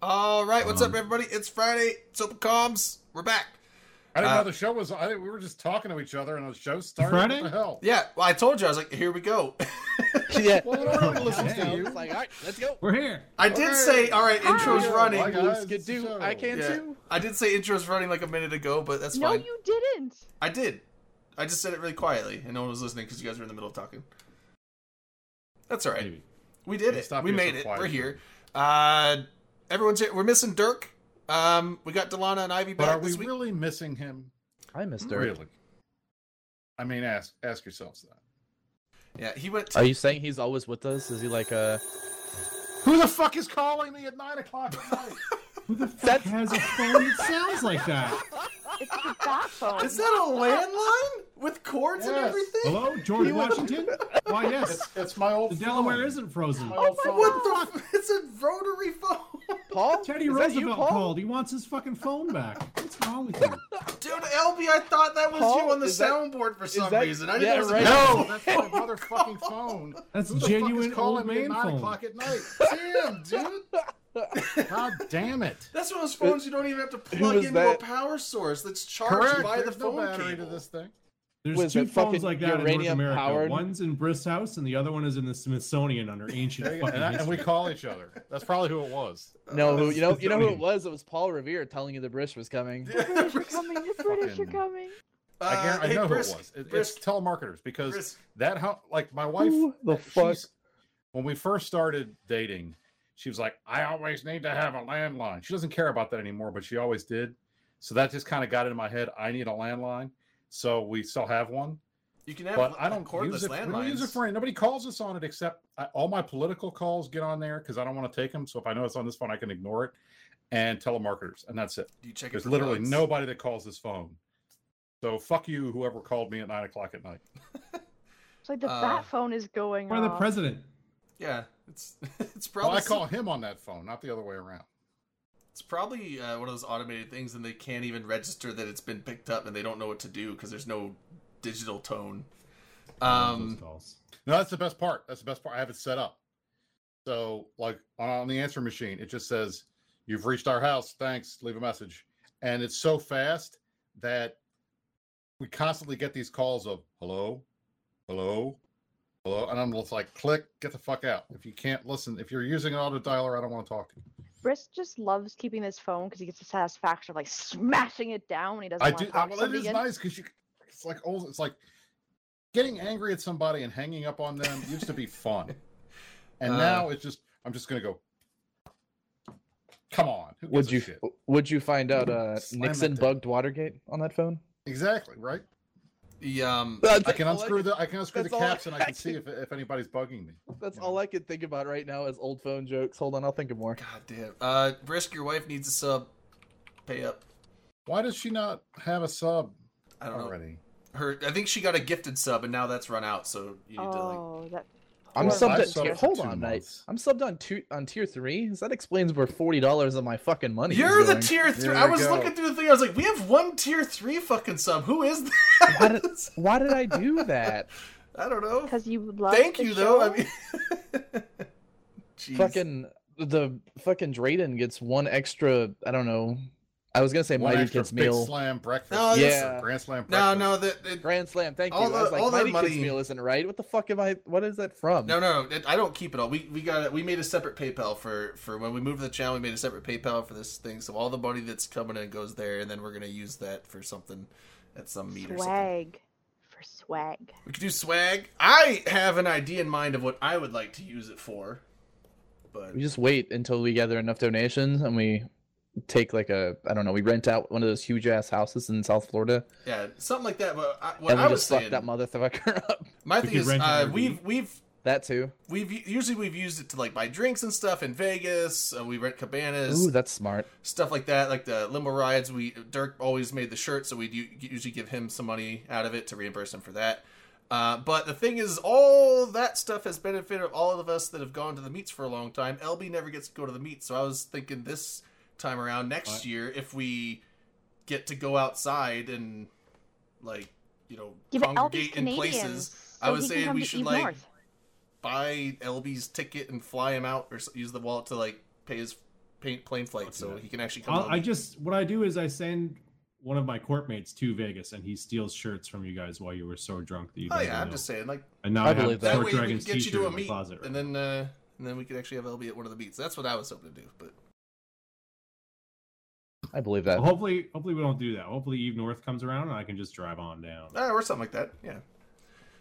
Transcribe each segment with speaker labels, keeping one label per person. Speaker 1: All right, what's
Speaker 2: Um,
Speaker 1: up, everybody? It's Friday. Soap and comms. We're back.
Speaker 2: I didn't
Speaker 1: Uh,
Speaker 2: know the show was. I didn't- we were just talking to each other, and the show started.
Speaker 3: Friday?
Speaker 2: What the hell?
Speaker 1: Yeah, well, I told you. I was like, here we go.
Speaker 4: yeah.
Speaker 2: Well, no one listens to
Speaker 4: Yeah,
Speaker 2: you.
Speaker 4: It's like, all right, let's go.
Speaker 3: We're here.
Speaker 1: I did
Speaker 2: Okay.
Speaker 1: say, all right, intro's
Speaker 2: Hi.
Speaker 1: running.
Speaker 2: Like,
Speaker 4: Blues
Speaker 2: guys,
Speaker 4: could do.
Speaker 2: so-
Speaker 4: I can
Speaker 1: Yeah.
Speaker 4: too.
Speaker 1: I did say intro's running like a minute ago, but that's
Speaker 5: No,
Speaker 1: fine.
Speaker 5: you didn't.
Speaker 1: I did. I just said it really quietly, and no one was listening because you guys were in the middle of talking. That's all right.
Speaker 2: Maybe.
Speaker 1: We did
Speaker 2: Hey,
Speaker 1: it.
Speaker 2: stop
Speaker 1: we
Speaker 2: being so
Speaker 1: made it.
Speaker 2: quiet.
Speaker 1: We're here. Uh, everyone's here. We're missing Dirk. Um, we got Delana and Ivy
Speaker 2: But
Speaker 1: back
Speaker 2: are we
Speaker 1: this week.
Speaker 2: really missing him?
Speaker 4: Hi, Mister.
Speaker 2: Really? I mean, ask ask yourselves that.
Speaker 1: Yeah, he went.
Speaker 4: Are you saying he's always with us? Is he like uh, a?
Speaker 2: Who the fuck is calling me at nine o'clock at night?
Speaker 3: Who the fuck
Speaker 4: That's-
Speaker 3: has a phone that sounds like that?
Speaker 5: It's the bat phone.
Speaker 1: Is that a landline with cords and
Speaker 2: Yes.
Speaker 1: everything?
Speaker 3: Hello, George Washington? Why, yes.
Speaker 2: it's, it's my old.
Speaker 3: The Delaware
Speaker 2: phone. Oh,
Speaker 3: isn't frozen.
Speaker 2: My old phone.
Speaker 1: Oh What the? F- it's a rotary phone,
Speaker 4: Paul?
Speaker 3: Teddy
Speaker 4: Is that
Speaker 3: Roosevelt
Speaker 4: you, Paul?
Speaker 3: called. He wants his fucking phone back. What's wrong with you?
Speaker 1: dude. LB, I thought that was
Speaker 4: Paul,
Speaker 1: you on the
Speaker 4: is that-
Speaker 1: soundboard for some
Speaker 4: that-
Speaker 1: reason. I didn't
Speaker 4: yeah,
Speaker 1: know it was
Speaker 4: right.
Speaker 2: No,
Speaker 1: a-
Speaker 2: that's my motherfucking phone.
Speaker 3: That's
Speaker 2: Who the fuck
Speaker 3: genuine
Speaker 2: is calling
Speaker 3: old
Speaker 2: me
Speaker 3: man
Speaker 2: at nine
Speaker 3: phone.
Speaker 2: o'clock at night? Damn, dude. God damn it.
Speaker 1: That's one of those phones you don't even have to plug
Speaker 4: was
Speaker 1: into a
Speaker 4: that?
Speaker 1: power source that's charged
Speaker 2: Correct.
Speaker 1: by
Speaker 2: There's
Speaker 1: the phone
Speaker 2: no battery
Speaker 1: cable.
Speaker 2: to this thing.
Speaker 3: There's
Speaker 4: Was
Speaker 3: two
Speaker 4: it fucking
Speaker 3: phones like that in North America.
Speaker 4: uranium-powered?
Speaker 3: One's in Briss House, and the other one is in the Smithsonian under ancient
Speaker 2: There you go.
Speaker 3: fucking
Speaker 2: And, I- and
Speaker 3: history.
Speaker 2: we call each other. That's probably who it was.
Speaker 4: No, who,
Speaker 3: that's-
Speaker 4: you know,
Speaker 3: that's
Speaker 4: you know
Speaker 3: not
Speaker 4: who
Speaker 3: me.
Speaker 4: it was. It was Paul Revere telling you the British was coming.
Speaker 5: You're coming. You're British. You're
Speaker 2: Fucking-
Speaker 5: coming.
Speaker 2: I, guarantee,
Speaker 1: Uh, hey,
Speaker 2: I know
Speaker 1: Brisk,
Speaker 2: who it was. It- it's
Speaker 1: Brisk,
Speaker 2: telemarketers because
Speaker 1: Brisk.
Speaker 2: that how like my wife
Speaker 4: Who the
Speaker 2: she's-
Speaker 4: fuck?
Speaker 2: when we first started dating, she was like, I always need to have a landline. She doesn't care about that anymore, but she always did. So that just kind of got into my head. I need a landline. So we still have one,
Speaker 1: You can have.
Speaker 2: but I don't
Speaker 1: cordless
Speaker 2: use it. We don't use it
Speaker 1: landlines.
Speaker 2: for any- Nobody calls us on it except I, all my political calls get on there because I don't want to take them. So if I know it's on this phone, I can ignore it. And telemarketers, and that's it.
Speaker 1: Do you check it
Speaker 2: There's
Speaker 1: for
Speaker 2: literally
Speaker 1: bugs?
Speaker 2: nobody that calls this phone. So fuck you, whoever called me at nine o'clock at night.
Speaker 5: It's like the
Speaker 1: Uh,
Speaker 5: bat phone is going
Speaker 3: Or the
Speaker 5: off.
Speaker 3: president.
Speaker 1: Yeah, it's it's
Speaker 2: Well,
Speaker 1: probably
Speaker 2: I call him on that phone, not the other way around.
Speaker 1: it's probably uh, one of those automated things, and they can't even register that it's been picked up, and they don't know what to do because there's no digital tone. Um,
Speaker 3: Those calls.
Speaker 2: No, that's the best part. That's the best part. I have it set up. So, like on, on the answer machine, it just says, "You've reached our house. Thanks. Leave a message." And it's so fast that we constantly get these calls of "Hello, hello, hello," and I'm just like, "Click, get the fuck out." If you can't listen, if you're using an auto dialer, I don't want to talk to you.
Speaker 5: Brisk just loves keeping this phone because he gets the satisfaction of like smashing it down when he doesn't
Speaker 2: I
Speaker 5: want
Speaker 2: do.
Speaker 5: to
Speaker 2: I,
Speaker 5: talk
Speaker 2: well,
Speaker 5: to
Speaker 2: it
Speaker 5: somebody
Speaker 2: is
Speaker 5: again.
Speaker 2: nice because you. It's like old. It's like getting angry at somebody and hanging up on them used to be fun, and
Speaker 1: Uh,
Speaker 2: now it's just. I'm just gonna go. Come on. Who gives
Speaker 4: Would
Speaker 2: a
Speaker 4: you
Speaker 2: shit?"
Speaker 4: would you find out uh,
Speaker 2: Slam that
Speaker 4: Nixon
Speaker 2: down.
Speaker 4: bugged Watergate on that phone?
Speaker 2: Exactly right.
Speaker 1: the um,
Speaker 2: I can unscrew the. I can unscrew the
Speaker 4: that's all I-
Speaker 2: caps, and I can see if if anybody's bugging me.
Speaker 4: That's all I could think about right now is old phone jokes. Hold on, I'll think of more.
Speaker 1: God damn. Uh, Brisk, your wife needs a sub. Pay up.
Speaker 2: Why does she not have a sub
Speaker 1: I don't know.
Speaker 2: already?
Speaker 1: Her, I think she got a gifted sub, and now that's run out. So you need to like.
Speaker 5: Oh, that.
Speaker 4: I'm
Speaker 5: Or-
Speaker 2: I've
Speaker 4: subbed
Speaker 2: subbed
Speaker 4: on tier.
Speaker 2: for
Speaker 4: Hold
Speaker 2: two
Speaker 4: on, mate.
Speaker 2: months.
Speaker 4: I'm subbed on two on tier three. So that explains where forty dollars of my fucking money. is
Speaker 1: You're the
Speaker 4: going.
Speaker 1: tier three.
Speaker 2: There
Speaker 1: I
Speaker 2: you
Speaker 1: was
Speaker 2: go.
Speaker 1: looking through the thing. I was like, we have one tier three fucking sub. Who is that?
Speaker 4: Why did, why did I do that?
Speaker 1: I don't know.
Speaker 5: Because you love.
Speaker 1: Thank
Speaker 5: the
Speaker 1: you,
Speaker 5: show?
Speaker 1: though. I mean, Jeez.
Speaker 4: fucking the fucking Drayden gets one extra. I don't know. I was gonna say
Speaker 2: One
Speaker 4: Mighty
Speaker 2: extra
Speaker 4: Kids
Speaker 2: big
Speaker 4: meal.
Speaker 2: slam breakfast.
Speaker 1: No,
Speaker 4: this- Yeah.
Speaker 2: grand slam.
Speaker 1: no,
Speaker 2: Breakfast.
Speaker 1: no, that it,
Speaker 4: Grand Slam. Thank
Speaker 1: All
Speaker 4: you. I was
Speaker 1: the-
Speaker 4: like,
Speaker 1: all that
Speaker 4: Mighty
Speaker 1: money-
Speaker 4: Kids meal isn't right. What the fuck am I? What is that from?
Speaker 1: no, no, no. It, I don't keep it all. We we got it. We made a separate PayPal for for when we moved to the channel. We made a separate PayPal for this thing. So all the money that's coming in goes there, and then we're gonna use that for something at some meet or something.
Speaker 5: Swag. For swag.
Speaker 1: We could do swag. I have an idea in mind of what I would like to use it for, but
Speaker 4: We just wait until we gather enough donations and we take like a I don't know. We rent out one of those huge ass houses in South Florida
Speaker 1: yeah, something like that. But I, what
Speaker 4: and we
Speaker 1: I was
Speaker 4: just fuck
Speaker 1: saying,
Speaker 4: that motherfucker up.
Speaker 1: my
Speaker 3: We
Speaker 1: thing
Speaker 3: could
Speaker 1: is,
Speaker 3: rent an
Speaker 1: uh,
Speaker 3: RV.
Speaker 1: we've we've
Speaker 4: That too.
Speaker 1: we've usually we've used it to like buy drinks and stuff in Vegas. Uh, we rent cabanas,
Speaker 4: Ooh, that's smart.
Speaker 1: stuff like that, like the limo rides. We Dirk always made the shirt, so we do usually give him some money out of it to reimburse him for that. Uh, but the thing is, all that stuff has benefited all of us that have gone to the meets for a long time. LB never gets to go to the meet, so I was thinking this time around next
Speaker 2: Right.
Speaker 1: year if we get to go outside and like you know
Speaker 5: Give it Elvis
Speaker 1: congregate in
Speaker 5: Canadians.
Speaker 1: places
Speaker 5: so
Speaker 1: I was
Speaker 5: he can
Speaker 1: saying
Speaker 5: come
Speaker 1: we
Speaker 5: to
Speaker 1: should,
Speaker 5: Eve
Speaker 1: like,
Speaker 5: North.
Speaker 1: buy LB's ticket and fly him out, or s- use the wallet to like pay his plane, plane flight, so
Speaker 3: Okay.
Speaker 1: he can actually come.
Speaker 3: I'll,
Speaker 1: home.
Speaker 3: I just what I do is I send one of my court mates to Vegas, and he steals shirts from you guys while you were so drunk that you.
Speaker 1: oh
Speaker 3: guys
Speaker 1: yeah,
Speaker 3: were
Speaker 1: I'm
Speaker 3: ill.
Speaker 1: just saying, like
Speaker 3: And now
Speaker 4: I
Speaker 3: I, have
Speaker 4: believe that.
Speaker 1: that way
Speaker 3: Court
Speaker 1: we can
Speaker 3: Dragons
Speaker 1: get you
Speaker 3: T-shirt
Speaker 1: to a
Speaker 3: in my
Speaker 1: meet,
Speaker 3: closet. right
Speaker 1: and then uh, and then we could actually have LB at one of the beats. That's what I was hoping to do, but
Speaker 4: I believe that.
Speaker 3: Well, hopefully, hopefully we don't do that. Hopefully Eve North comes around and I can just drive on down.
Speaker 1: uh, or something like that. Yeah.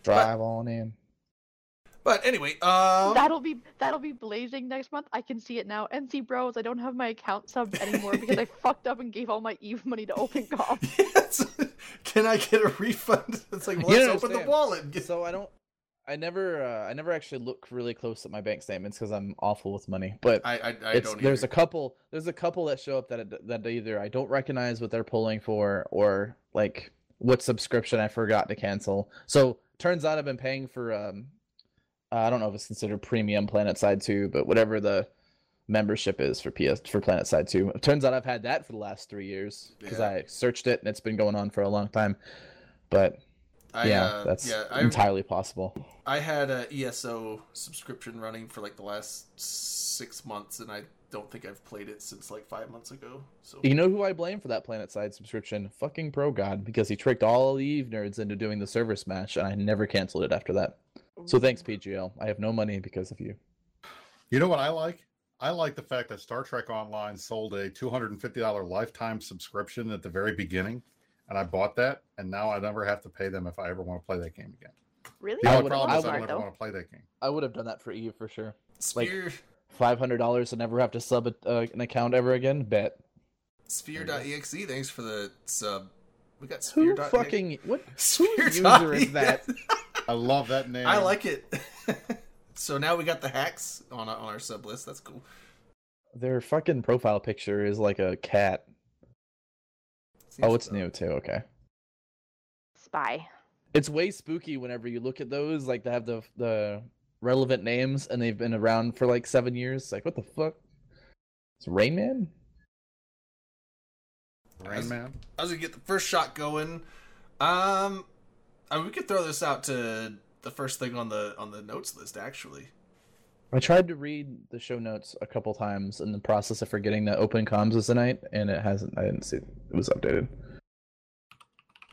Speaker 4: Drive on in.
Speaker 1: But anyway, um,
Speaker 5: That'll be that'll be blazing next month. I can see it now. NC Bros, I don't have my account subbed anymore because I fucked up and gave all my Eve money to Open Golf.
Speaker 1: yes. can I get a refund? It's like well, let's
Speaker 4: You don't
Speaker 1: open the
Speaker 4: understand.
Speaker 1: wallet. and get-
Speaker 4: So I don't. I never. Uh, I never actually look really close at my bank statements because I'm awful with money. But
Speaker 1: I I, I
Speaker 4: it's
Speaker 1: don't.
Speaker 4: there's a
Speaker 1: either.
Speaker 4: couple. There's a couple that show up that it- that either I don't recognize what they're pulling for, or like what subscription I forgot to cancel. So turns out I've been paying for. um uh, I don't know if it's considered premium Planet Side Two, but whatever the membership is for PS for Planet Side Two. It turns out I've had that for the last three years because
Speaker 1: Yeah.
Speaker 4: I searched it and it's been going on for a long time. But
Speaker 1: I,
Speaker 4: yeah,
Speaker 1: uh,
Speaker 4: that's
Speaker 1: yeah. I,
Speaker 4: entirely possible.
Speaker 1: I had a ESO subscription running for like the last six months, and I don't think I've played it since like five months ago. So
Speaker 4: You know who I blame for that Planet Side subscription? Fucking Pro God, because he tricked all the Eve nerds into doing the server smash, and I never canceled it after that. So thanks, PGL. I have no money because of you.
Speaker 2: You know what I like? I like the fact that Star Trek Online sold a $250 lifetime subscription at the very beginning, and I bought that, and now I never have to pay them if I ever want to play that game again.
Speaker 5: Really?
Speaker 2: The
Speaker 4: I
Speaker 2: only
Speaker 4: would-
Speaker 2: problem
Speaker 4: I
Speaker 2: is I
Speaker 4: would-
Speaker 2: don't ever want to play that game.
Speaker 4: I would have done that for Eve for sure. like-
Speaker 1: Sphere
Speaker 4: Five hundred dollars to never have to sub a, uh, an account ever again. Bet.
Speaker 1: Sphere.exe. E Thanks for the sub. We got Sphere.
Speaker 4: Who
Speaker 1: E
Speaker 4: fucking what?
Speaker 1: Sphere. E
Speaker 4: user is that?
Speaker 2: I love that name.
Speaker 1: I like it. so now we got the hacks on our, on our sub list. That's cool.
Speaker 4: Their fucking profile picture is like a cat. Oh, it's new too. Okay.
Speaker 5: Spy.
Speaker 4: it's way spooky whenever you look at those like they have the the relevant names and they've been around for like seven years like what the fuck it's rain man
Speaker 2: Rain Man.
Speaker 1: I was gonna get the first shot going. Um, I mean, we could throw this out to the first thing on the on the notes list. Actually,
Speaker 4: i tried to read the show notes a couple times in the process of forgetting that open comms was tonight and it hasn't i didn't see it was updated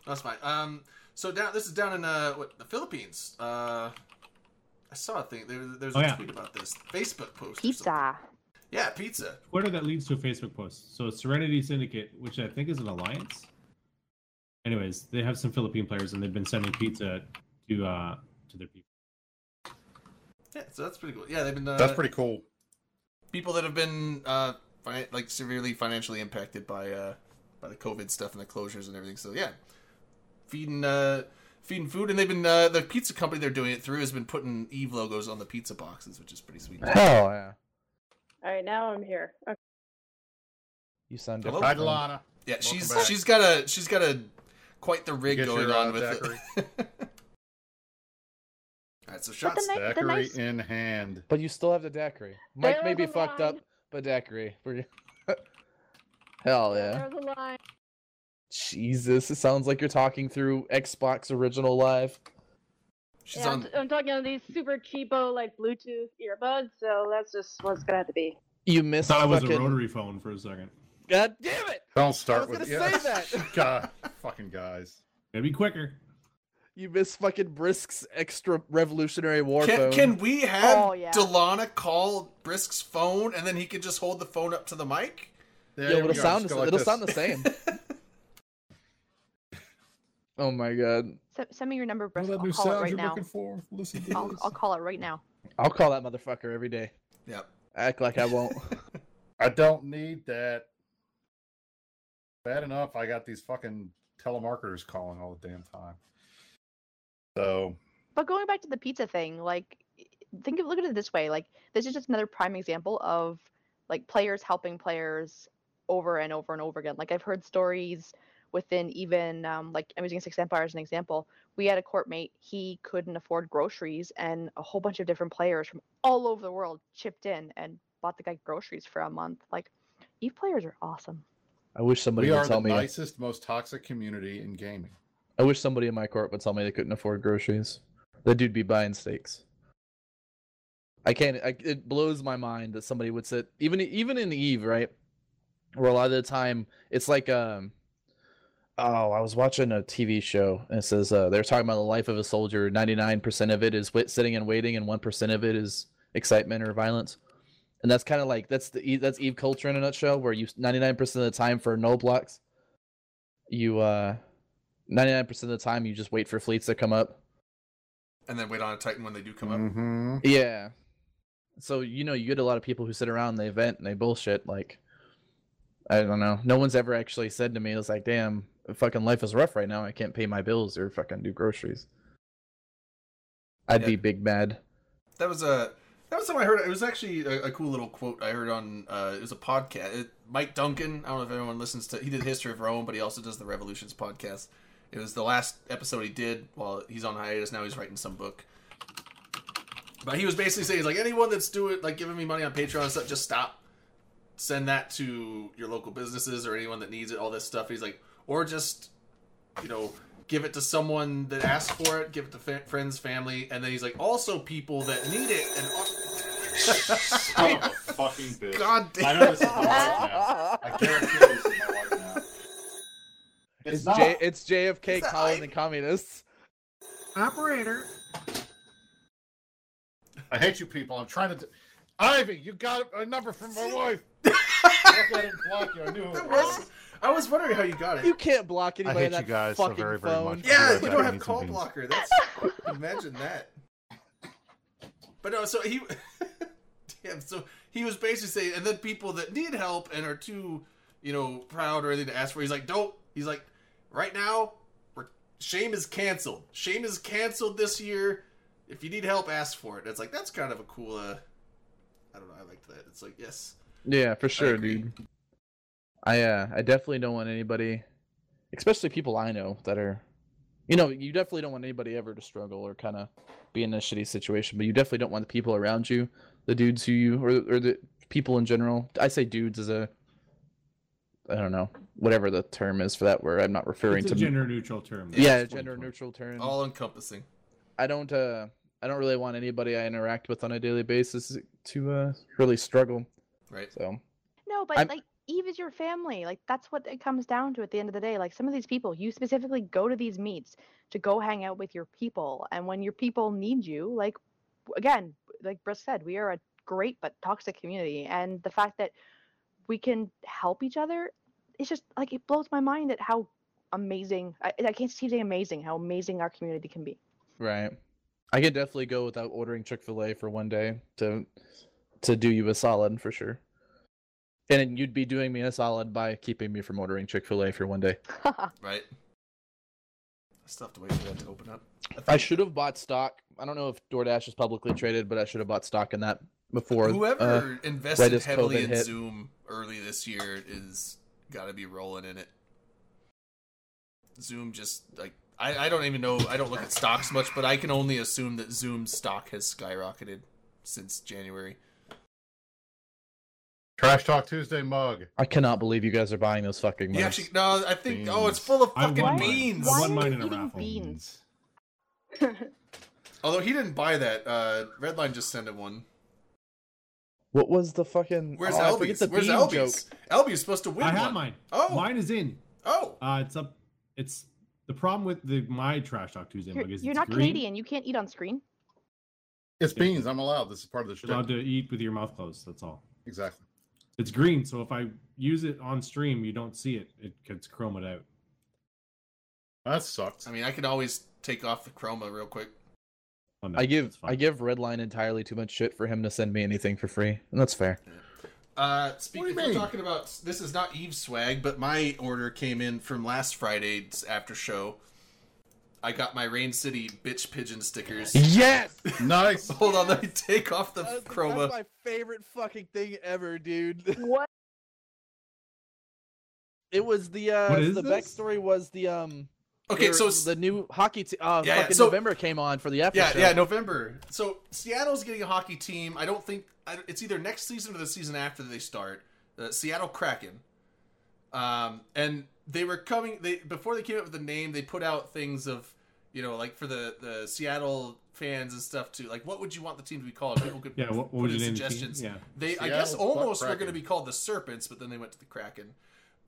Speaker 1: that's fine. Um, so down this is down in uh what the Philippines. Uh, I saw a thing. There, there's a
Speaker 3: Oh, yeah.
Speaker 1: tweet about this Facebook post. or something.
Speaker 5: Pizza.
Speaker 1: Yeah, pizza.
Speaker 3: Twitter that leads to a Facebook post. So Serenity Syndicate, which I think is an alliance. Anyways, they have some Philippine players, and they've been sending pizza to uh to their people.
Speaker 1: Yeah, so that's pretty cool. Yeah, they've been. Uh,
Speaker 2: That's pretty cool.
Speaker 1: people that have been uh fin- like severely financially impacted by uh by the COVID stuff and the closures and everything. So yeah, feeding uh feeding food and they've been uh, the pizza company they're doing it through has been putting Eve logos on the pizza boxes, which is pretty sweet.
Speaker 4: hell yeah
Speaker 6: All right, now I'm here. Okay.
Speaker 4: you sound
Speaker 1: Hello?
Speaker 4: different
Speaker 2: Hi,
Speaker 4: man.
Speaker 2: Delana.
Speaker 1: Yeah,
Speaker 2: Welcome
Speaker 1: she's
Speaker 2: back.
Speaker 1: she's got a she's got a quite the rig
Speaker 2: Get
Speaker 1: going
Speaker 2: your,
Speaker 1: on
Speaker 2: uh,
Speaker 1: with
Speaker 2: daiquiri.
Speaker 1: it. All right, so shots.
Speaker 5: night- the
Speaker 2: Daiquiri
Speaker 5: nice-
Speaker 2: in hand.
Speaker 4: but you still have the daiquiri mike may
Speaker 6: There's
Speaker 4: be
Speaker 6: a
Speaker 4: fucked up
Speaker 6: line.
Speaker 4: but daiquiri We're- hell yeah
Speaker 6: There's a line.
Speaker 4: Jesus, it sounds like you're talking through Xbox Original Live.
Speaker 1: She's
Speaker 6: Yeah, I'm
Speaker 1: on.
Speaker 6: t- I'm talking on these super cheapo like Bluetooth earbuds, so that's just what's gonna have to be.
Speaker 4: You missed.
Speaker 3: thought it was a
Speaker 4: fucking-
Speaker 3: rotary phone for a second.
Speaker 4: God damn it!
Speaker 2: Don't start
Speaker 4: was
Speaker 2: with
Speaker 4: gonna
Speaker 2: yeah.
Speaker 4: say that.
Speaker 2: God, fucking guys.
Speaker 3: Maybe quicker.
Speaker 4: You missed fucking Brisk's extra Revolutionary War
Speaker 1: Can,
Speaker 4: phone.
Speaker 1: can we have
Speaker 5: Oh, yeah.
Speaker 1: Delana call Brisk's phone and then he can just hold the phone up to the mic?
Speaker 2: Yeah, here
Speaker 4: Yo,
Speaker 2: we
Speaker 4: it'll
Speaker 2: go.
Speaker 4: sound
Speaker 2: Just
Speaker 4: the,
Speaker 2: go like
Speaker 4: it'll
Speaker 2: this.
Speaker 4: sound the same. oh my god!
Speaker 5: S- send me your number,
Speaker 2: You know
Speaker 5: Brisk. I'll call it right now.
Speaker 2: for? Listen to
Speaker 5: I'll,
Speaker 2: this.
Speaker 5: I'll call it right now.
Speaker 4: I'll call that motherfucker every day.
Speaker 1: Yep.
Speaker 4: Act like I won't.
Speaker 2: I don't need that. Bad enough, I got these fucking telemarketers calling all the damn time. So
Speaker 5: But going back to the pizza thing, like i- think of look at it this way, like this is just another prime example of like players helping players over and over and over again. Like I've heard stories within even um, like I'm using Six Empire as an example. We had a court mate, he couldn't afford groceries and a whole bunch of different players from all over the world chipped in and bought the guy groceries for a month. Like Eve players are awesome.
Speaker 4: I wish somebody
Speaker 2: we
Speaker 4: would
Speaker 2: are the
Speaker 4: tell me.
Speaker 2: nicest, most toxic community in gaming.
Speaker 4: I wish somebody in my court would tell me they couldn't afford groceries. That dude be buying steaks. I can't. I, it blows my mind that somebody would sit even even in Eve, right? Where a lot of the time it's like um, oh, I was watching a TV show and it says uh, they're talking about the life of a soldier. Ninety nine percent of it is wait, sitting and waiting, and one percent of it is excitement or violence. And that's kind of like that's the E- that's Eve culture in a nutshell, where you ninety nine percent of the time for no blocks, you uh, ninety nine percent of the time you just wait for fleets to come up.
Speaker 1: and then wait on a Titan when they do come up.
Speaker 4: Mm-hmm.
Speaker 2: Mhm.
Speaker 4: Yeah. So you know, you get a lot of people who sit around and they vent and they bullshit. Like, I don't know. No one's ever actually said to me, "It's like, damn, fucking life is rough right now. I can't pay my bills or fucking do groceries." I'd
Speaker 1: Yeah.
Speaker 4: be big mad.
Speaker 1: That was a that was something I heard. It was actually a, a cool little quote I heard on uh, it was a podcast. It, Mike Duncan. I don't know if anyone listens to. He did History of Rome, but he also does the Revolutions podcast. It was the last episode he did while he's on hiatus. Now he's writing some book. But he was basically saying, he's like, anyone that's doing like giving me money on Patreon and stuff, just stop. Send that to your local businesses or anyone that needs it. All this stuff. He's like, or just you know, give it to someone that asks for it, give it to fa- friends, family, and then he's like, also people that need it. And
Speaker 7: Son of a fucking bitch.
Speaker 1: God damn.
Speaker 7: I know this is my wife now. I guarantee this is my wife now. It's,
Speaker 4: It's,
Speaker 7: not.
Speaker 4: J- it's JFK
Speaker 1: It's not-
Speaker 4: calling the communists.
Speaker 2: Operator. I hate you people. I'm trying to. d- Ivy, you got a number from my wife. Look at it and block you. I knew it
Speaker 1: That
Speaker 2: was.
Speaker 1: was- I was wondering how you got it.
Speaker 4: You can't block anybody
Speaker 2: hate
Speaker 4: on that
Speaker 2: you guys so
Speaker 4: fucking
Speaker 2: very, very
Speaker 4: phone.
Speaker 2: much.
Speaker 1: yeah,
Speaker 2: Yeah,
Speaker 1: you
Speaker 2: I
Speaker 1: don't
Speaker 2: need
Speaker 1: have
Speaker 2: some
Speaker 1: call
Speaker 2: beans.
Speaker 1: blocker. That's imagine that. But no, so he, damn, so he was basically saying, and then people that need help and are too, you know, proud or anything to ask for, he's like, don't. He's like, right now, we're, shame is canceled. Shame is canceled this year. If you need help, ask for it. It's like that's kind of a cool. uh I don't know. I liked that. It's like yes,
Speaker 4: Yeah, for sure,
Speaker 1: agree.
Speaker 4: dude. I uh, I definitely don't want anybody, especially people I know that are, you know, you definitely don't want anybody ever to struggle or kind of be in a shitty situation. But you definitely don't want the people around you, the dudes who you or or the people in general. I say dudes as a, I don't know, whatever the term is for that word. I'm not referring
Speaker 3: It's
Speaker 4: to
Speaker 3: a gender neutral term.
Speaker 4: Yeah,
Speaker 3: It's
Speaker 4: gender
Speaker 3: 2020.
Speaker 4: neutral term.
Speaker 1: all encompassing.
Speaker 4: I don't uh I don't really want anybody I interact with on a daily basis to uh really struggle.
Speaker 1: Right.
Speaker 4: So
Speaker 5: No, but
Speaker 4: I'm-
Speaker 5: like Eve is your family. Like that's what it comes down to at the end of the day. Like some of these people, you specifically go to these meets to go hang out with your people, and when your people need you, like w- again, like Brisk said, we are a great but toxic community, and the fact that we can help each other, it's just like it blows my mind at how amazing. I, I can't keep saying amazing. How amazing our community can be.
Speaker 4: Right. I could definitely go without ordering Chick Fil A for one day to to do you a solid for sure. And then you'd be doing me a solid by keeping me from ordering Chick Fil A for one day.
Speaker 1: Right. I still have to wait for that to open up.
Speaker 4: I should have bought stock. I don't know if DoorDash is publicly traded, but I should have bought stock in that before. uh,
Speaker 1: Whoever invested
Speaker 4: as
Speaker 1: heavily
Speaker 4: COVID
Speaker 1: in
Speaker 4: hit.
Speaker 1: Zoom early this year is got to be rolling in it. Zoom just like I, I don't even know I don't look at stocks much, but I can only assume that Zoom's stock has skyrocketed since January.
Speaker 2: Trash Talk Tuesday mug.
Speaker 4: I cannot believe you guys are buying those fucking.
Speaker 1: You
Speaker 4: mugs.
Speaker 1: actually no, I think oh it's full of
Speaker 3: I
Speaker 1: fucking
Speaker 3: won mine.
Speaker 1: beans.
Speaker 3: I
Speaker 5: Why
Speaker 3: won
Speaker 5: are
Speaker 3: mine
Speaker 5: you
Speaker 3: in a
Speaker 5: eating
Speaker 3: raffle.
Speaker 5: beans?
Speaker 1: Although he didn't buy that, uh, Redline just sent him one.
Speaker 4: what was the fucking?
Speaker 1: Where's
Speaker 4: oh, I forget
Speaker 1: Elby's?
Speaker 4: the
Speaker 1: Where's
Speaker 4: bean
Speaker 1: Elby's? Elby's supposed to win.
Speaker 3: I have
Speaker 1: one.
Speaker 3: mine.
Speaker 1: Oh,
Speaker 3: Mine is in.
Speaker 1: oh,
Speaker 3: Uh, it's up. It's the problem with the my trash talk Tuesday
Speaker 5: You're,
Speaker 3: mug is
Speaker 5: you're
Speaker 3: it's
Speaker 5: not
Speaker 3: green.
Speaker 5: Canadian. You can't eat on screen.
Speaker 2: It's beans. I'm allowed. This is part of the
Speaker 3: You're allowed
Speaker 2: show.
Speaker 3: to eat with your mouth closed. That's all.
Speaker 2: Exactly.
Speaker 3: It's green, so if I use it on stream, you don't see it. It gets chromed out.
Speaker 2: That sucked.
Speaker 1: I mean I can always take off the chroma real quick.
Speaker 3: Oh, no,
Speaker 4: I give
Speaker 3: that's fine.
Speaker 4: I give Redline entirely too much shit for him to send me anything for free, and that's fair.
Speaker 1: Uh,
Speaker 2: What do
Speaker 1: speaking,
Speaker 2: you
Speaker 1: we're
Speaker 2: mean?
Speaker 1: talking about this is not Eve's swag, but my order came in from last Friday's after show. I got my Rain City bitch pigeon stickers.
Speaker 4: Yes.
Speaker 2: Nice.
Speaker 1: Hold on, let me take off the
Speaker 4: That was the-
Speaker 1: chroma.
Speaker 4: That's my favorite fucking thing ever, dude.
Speaker 6: What?
Speaker 4: It was the uh
Speaker 3: What is
Speaker 4: the
Speaker 3: this?
Speaker 4: backstory was the um
Speaker 1: okay,
Speaker 4: their-
Speaker 1: so s-
Speaker 4: the new hockey team uh
Speaker 1: Yeah, yeah,
Speaker 4: fucking
Speaker 1: so-
Speaker 4: November came on for the after
Speaker 1: yeah,
Speaker 4: show.
Speaker 1: yeah, November. So Seattle's getting a hockey team. I don't think I, it's either next season or the season after they start. The Seattle Kraken. Um, and they were coming. They before they came up with the name, they put out things of you know, like for the the Seattle fans and stuff too. Like, what would you want the team to be called? People could
Speaker 3: Yeah, what, what
Speaker 1: put
Speaker 3: would
Speaker 1: in
Speaker 3: you name
Speaker 1: suggestions.
Speaker 3: The team?
Speaker 1: They, I
Speaker 2: Seattle
Speaker 1: guess,
Speaker 2: Butt
Speaker 1: almost were going to
Speaker 2: Kraken.
Speaker 1: be called the Serpents, but then they went to the Kraken.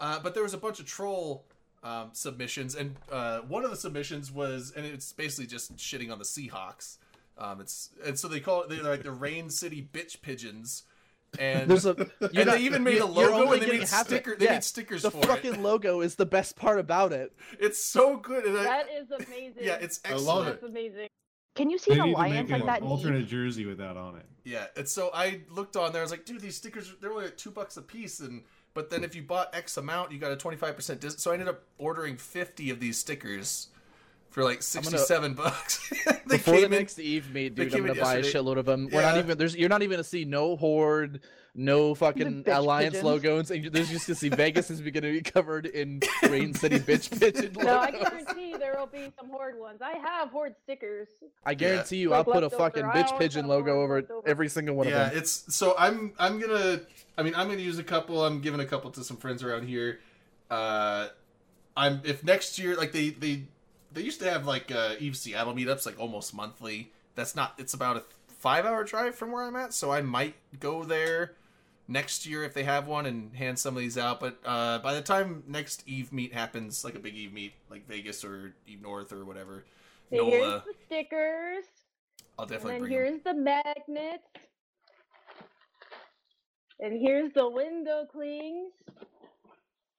Speaker 1: Uh, but there was a bunch of troll um, submissions, and uh, one of the submissions was, and it's basically just shitting on the Seahawks. Um, it's and so they call it they're like the Rain City bitch pigeons, and
Speaker 4: There's a you're
Speaker 1: and
Speaker 4: not-
Speaker 1: they even made
Speaker 4: you're-
Speaker 1: a
Speaker 4: you're
Speaker 1: logo
Speaker 4: only
Speaker 1: and they
Speaker 4: getting
Speaker 1: made
Speaker 4: half of it.
Speaker 1: sticker they
Speaker 4: Yeah,
Speaker 1: made stickers
Speaker 4: the
Speaker 1: for
Speaker 4: fucking
Speaker 1: it.
Speaker 4: logo is the best part about it.
Speaker 1: It's so good, and I,
Speaker 6: That is amazing.
Speaker 1: yeah, it's
Speaker 2: I
Speaker 1: excellent.
Speaker 2: love it.
Speaker 6: that's amazing.
Speaker 5: Can you
Speaker 3: Yeah.
Speaker 5: see
Speaker 3: They
Speaker 5: the
Speaker 3: need to
Speaker 5: lions
Speaker 3: make
Speaker 5: like
Speaker 3: an
Speaker 5: that?
Speaker 3: alternate
Speaker 5: knee?
Speaker 3: jersey with that on it.
Speaker 1: Yeah, and so I looked on there. I was like, dude, these stickers they're only like two bucks a piece, and but then if you bought X amount, you got a twenty five percent discount. So I ended up ordering fifty of these stickers for like
Speaker 4: I'm
Speaker 1: sixty
Speaker 4: gonna-
Speaker 1: seven bucks. they
Speaker 4: Before the
Speaker 1: came in.
Speaker 4: next Eve meet,
Speaker 1: they
Speaker 4: dude,
Speaker 1: came
Speaker 4: I'm
Speaker 1: in
Speaker 4: gonna buy a
Speaker 1: yesterday.
Speaker 4: shitload of them. We're not
Speaker 1: Yeah.
Speaker 4: even there's you're not even gonna see no horde, no fucking
Speaker 5: bitch
Speaker 4: alliance
Speaker 5: pigeons.
Speaker 4: logos, and you there's just gonna see Vegas is gonna be covered in Rain City bitch pigeon logos.
Speaker 6: No, I guarantee there will be some horde ones. I have horde stickers.
Speaker 4: I guarantee you,
Speaker 6: Like
Speaker 4: I'll put a
Speaker 6: leftover.
Speaker 4: fucking
Speaker 6: I
Speaker 4: bitch
Speaker 6: always
Speaker 4: pigeon
Speaker 6: have more
Speaker 4: logo over
Speaker 6: leftover.
Speaker 4: every single one
Speaker 1: yeah,
Speaker 4: of them.
Speaker 1: it's so I'm I'm gonna I mean I'm gonna use a couple. I'm giving a couple to some friends around here. Uh, I'm if next year like they they they used to have like uh, Eve Seattle meetups like almost monthly. That's not it's about a five hour drive from where I'm at, so I might go there next year if they have one and hand some of these out. But uh, by the time next Eve meet happens, like a big Eve meet, like Vegas or Eve North or whatever,
Speaker 6: See, here's
Speaker 1: NOLA,
Speaker 6: the stickers,
Speaker 1: I'll
Speaker 6: and
Speaker 1: definitely bring.
Speaker 6: then
Speaker 1: them.
Speaker 6: here's the magnets, and here's the window clings,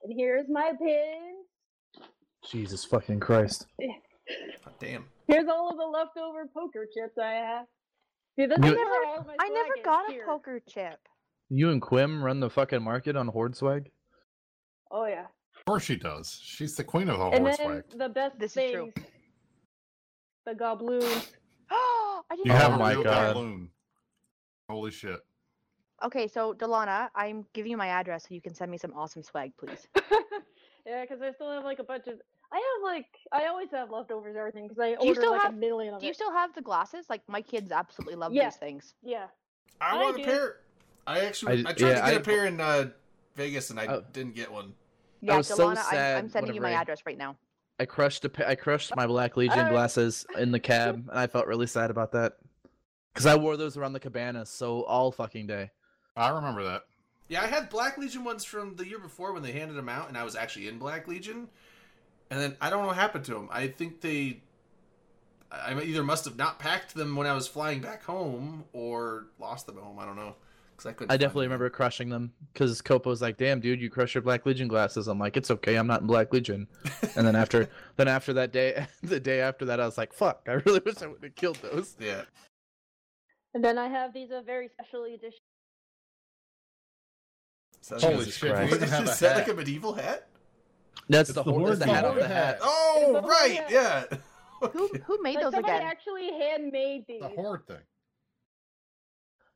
Speaker 6: and here's my pins.
Speaker 4: Jesus fucking Christ.
Speaker 1: God damn.
Speaker 6: Here's all of the leftover poker chips I have. Dude, that's
Speaker 4: You- I
Speaker 6: never,
Speaker 5: never-
Speaker 6: all of my
Speaker 5: I never
Speaker 6: swag
Speaker 5: got
Speaker 6: is
Speaker 5: a
Speaker 6: here.
Speaker 5: poker chip.
Speaker 4: You and Quim run the fucking market on horde swag?
Speaker 6: Oh yeah,
Speaker 2: Of course she does. She's the queen
Speaker 4: Oh,
Speaker 2: of the
Speaker 6: and
Speaker 2: horse
Speaker 6: then
Speaker 2: wag.
Speaker 6: the best
Speaker 5: This is true.
Speaker 6: things, the gobloons.
Speaker 5: Oh, I didn't
Speaker 2: You
Speaker 4: Oh
Speaker 5: know
Speaker 2: have a
Speaker 4: my
Speaker 2: real
Speaker 4: God.
Speaker 2: balloon. Holy shit.
Speaker 5: Okay, so Delana, I'm giving you my address so you can send me some awesome swag, please.
Speaker 6: yeah, because I still have like a bunch of. I have like I always have leftovers of everything because I
Speaker 5: you
Speaker 6: order
Speaker 5: still
Speaker 6: like
Speaker 5: have-
Speaker 6: a million of
Speaker 5: Do you
Speaker 6: it.
Speaker 5: still have the glasses? Like my kids absolutely love
Speaker 6: Yeah.
Speaker 5: these things.
Speaker 6: Yeah.
Speaker 1: I
Speaker 6: I
Speaker 1: want a
Speaker 6: do.
Speaker 1: pair. I actually I,
Speaker 4: I-
Speaker 1: tried
Speaker 4: yeah,
Speaker 1: to get
Speaker 4: I-
Speaker 1: a pair in uh, Vegas and I
Speaker 4: Oh.
Speaker 1: didn't get one.
Speaker 5: Yeah,
Speaker 4: was so
Speaker 5: Delana, I'm, I'm
Speaker 4: sad
Speaker 5: sending you my
Speaker 4: whenever I-
Speaker 5: address right now.
Speaker 4: I crushed a pa- I crushed my Black Legion
Speaker 6: Alright.
Speaker 4: glasses in the cab, and I felt really sad about that. Cause I wore those around the cabana so all fucking day.
Speaker 2: I remember that.
Speaker 1: Yeah, I had Black Legion ones from the year before when they handed them out, and I was actually in Black Legion. And then I don't know what happened to them. I think they, I I either must have not packed them when I was flying back home or lost them at home. I don't know because I couldn't.
Speaker 4: I
Speaker 1: find
Speaker 4: definitely
Speaker 1: them.
Speaker 4: remember crushing them because Copo's like, "Damn, dude, you crushed your Black Legion glasses." I'm like, "It's okay, I'm not in Black Legion." And then after, then after that day, the day after that, I was like, "Fuck, I really wish I would have killed those."
Speaker 1: Yeah,
Speaker 6: And then I have these uh, very special edition.
Speaker 1: so
Speaker 2: Holy
Speaker 4: Jesus
Speaker 2: shit.
Speaker 4: Christ.
Speaker 2: You even have a
Speaker 1: Is that like
Speaker 2: hat.
Speaker 1: a medieval hat?
Speaker 4: That's
Speaker 3: It's
Speaker 4: the,
Speaker 3: the
Speaker 4: hor- that's
Speaker 3: horde
Speaker 4: the hat
Speaker 3: thing.
Speaker 4: on the hat.
Speaker 1: Oh
Speaker 6: It's a
Speaker 1: right,
Speaker 6: hat.
Speaker 1: yeah.
Speaker 5: Who
Speaker 1: Okay.
Speaker 5: who made
Speaker 6: Like
Speaker 5: those
Speaker 6: somebody
Speaker 5: again?
Speaker 6: actually handmade these.
Speaker 2: The horde thing.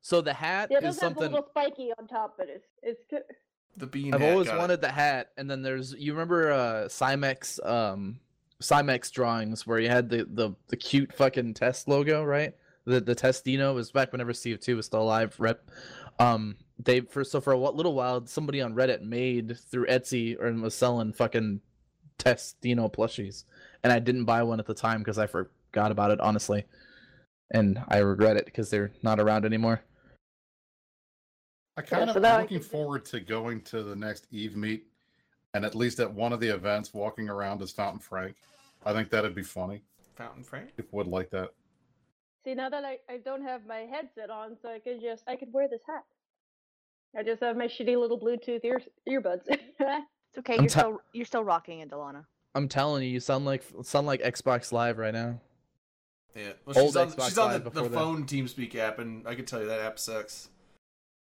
Speaker 4: So the hat
Speaker 6: Yeah,
Speaker 4: is
Speaker 6: those have a
Speaker 4: something
Speaker 6: little spiky on top, but it's it's. good.
Speaker 1: The bean.
Speaker 4: I've
Speaker 1: hat,
Speaker 4: always
Speaker 1: got it.
Speaker 4: wanted the hat, and then there's you remember uh Cymex um Cymex drawings where he had the the, the cute fucking test logo, right? The the testino was back whenever CF2 was still alive. Rep, um, they for so for a wh- little while somebody on Reddit made through Etsy or and was selling fucking testino plushies, and I didn't buy one at the time because I forgot about it honestly, and I regret it because they're not around anymore.
Speaker 2: I kind
Speaker 6: so
Speaker 2: of
Speaker 6: now I
Speaker 2: am looking
Speaker 6: can-
Speaker 2: forward to going to the next Eve meet and at least at one of the events walking around as Fountain Frank. I think that'd be funny.
Speaker 1: Fountain Frank.
Speaker 2: People would like that.
Speaker 6: See now that I, I don't have my headset on, so I could just I could wear this hat. I just have my shitty little Bluetooth ear earbuds.
Speaker 5: It's okay.
Speaker 4: I'm
Speaker 5: You're
Speaker 4: ta-
Speaker 5: still you're still rocking it, Delana.
Speaker 4: I'm telling you, you sound like sound like Xbox Live right now.
Speaker 1: Yeah. Well,
Speaker 4: Old
Speaker 1: she's on,
Speaker 4: Xbox
Speaker 1: she's on
Speaker 4: Live
Speaker 1: the, the
Speaker 4: before that.
Speaker 1: phone TeamSpeak app, and I can tell you that app sucks.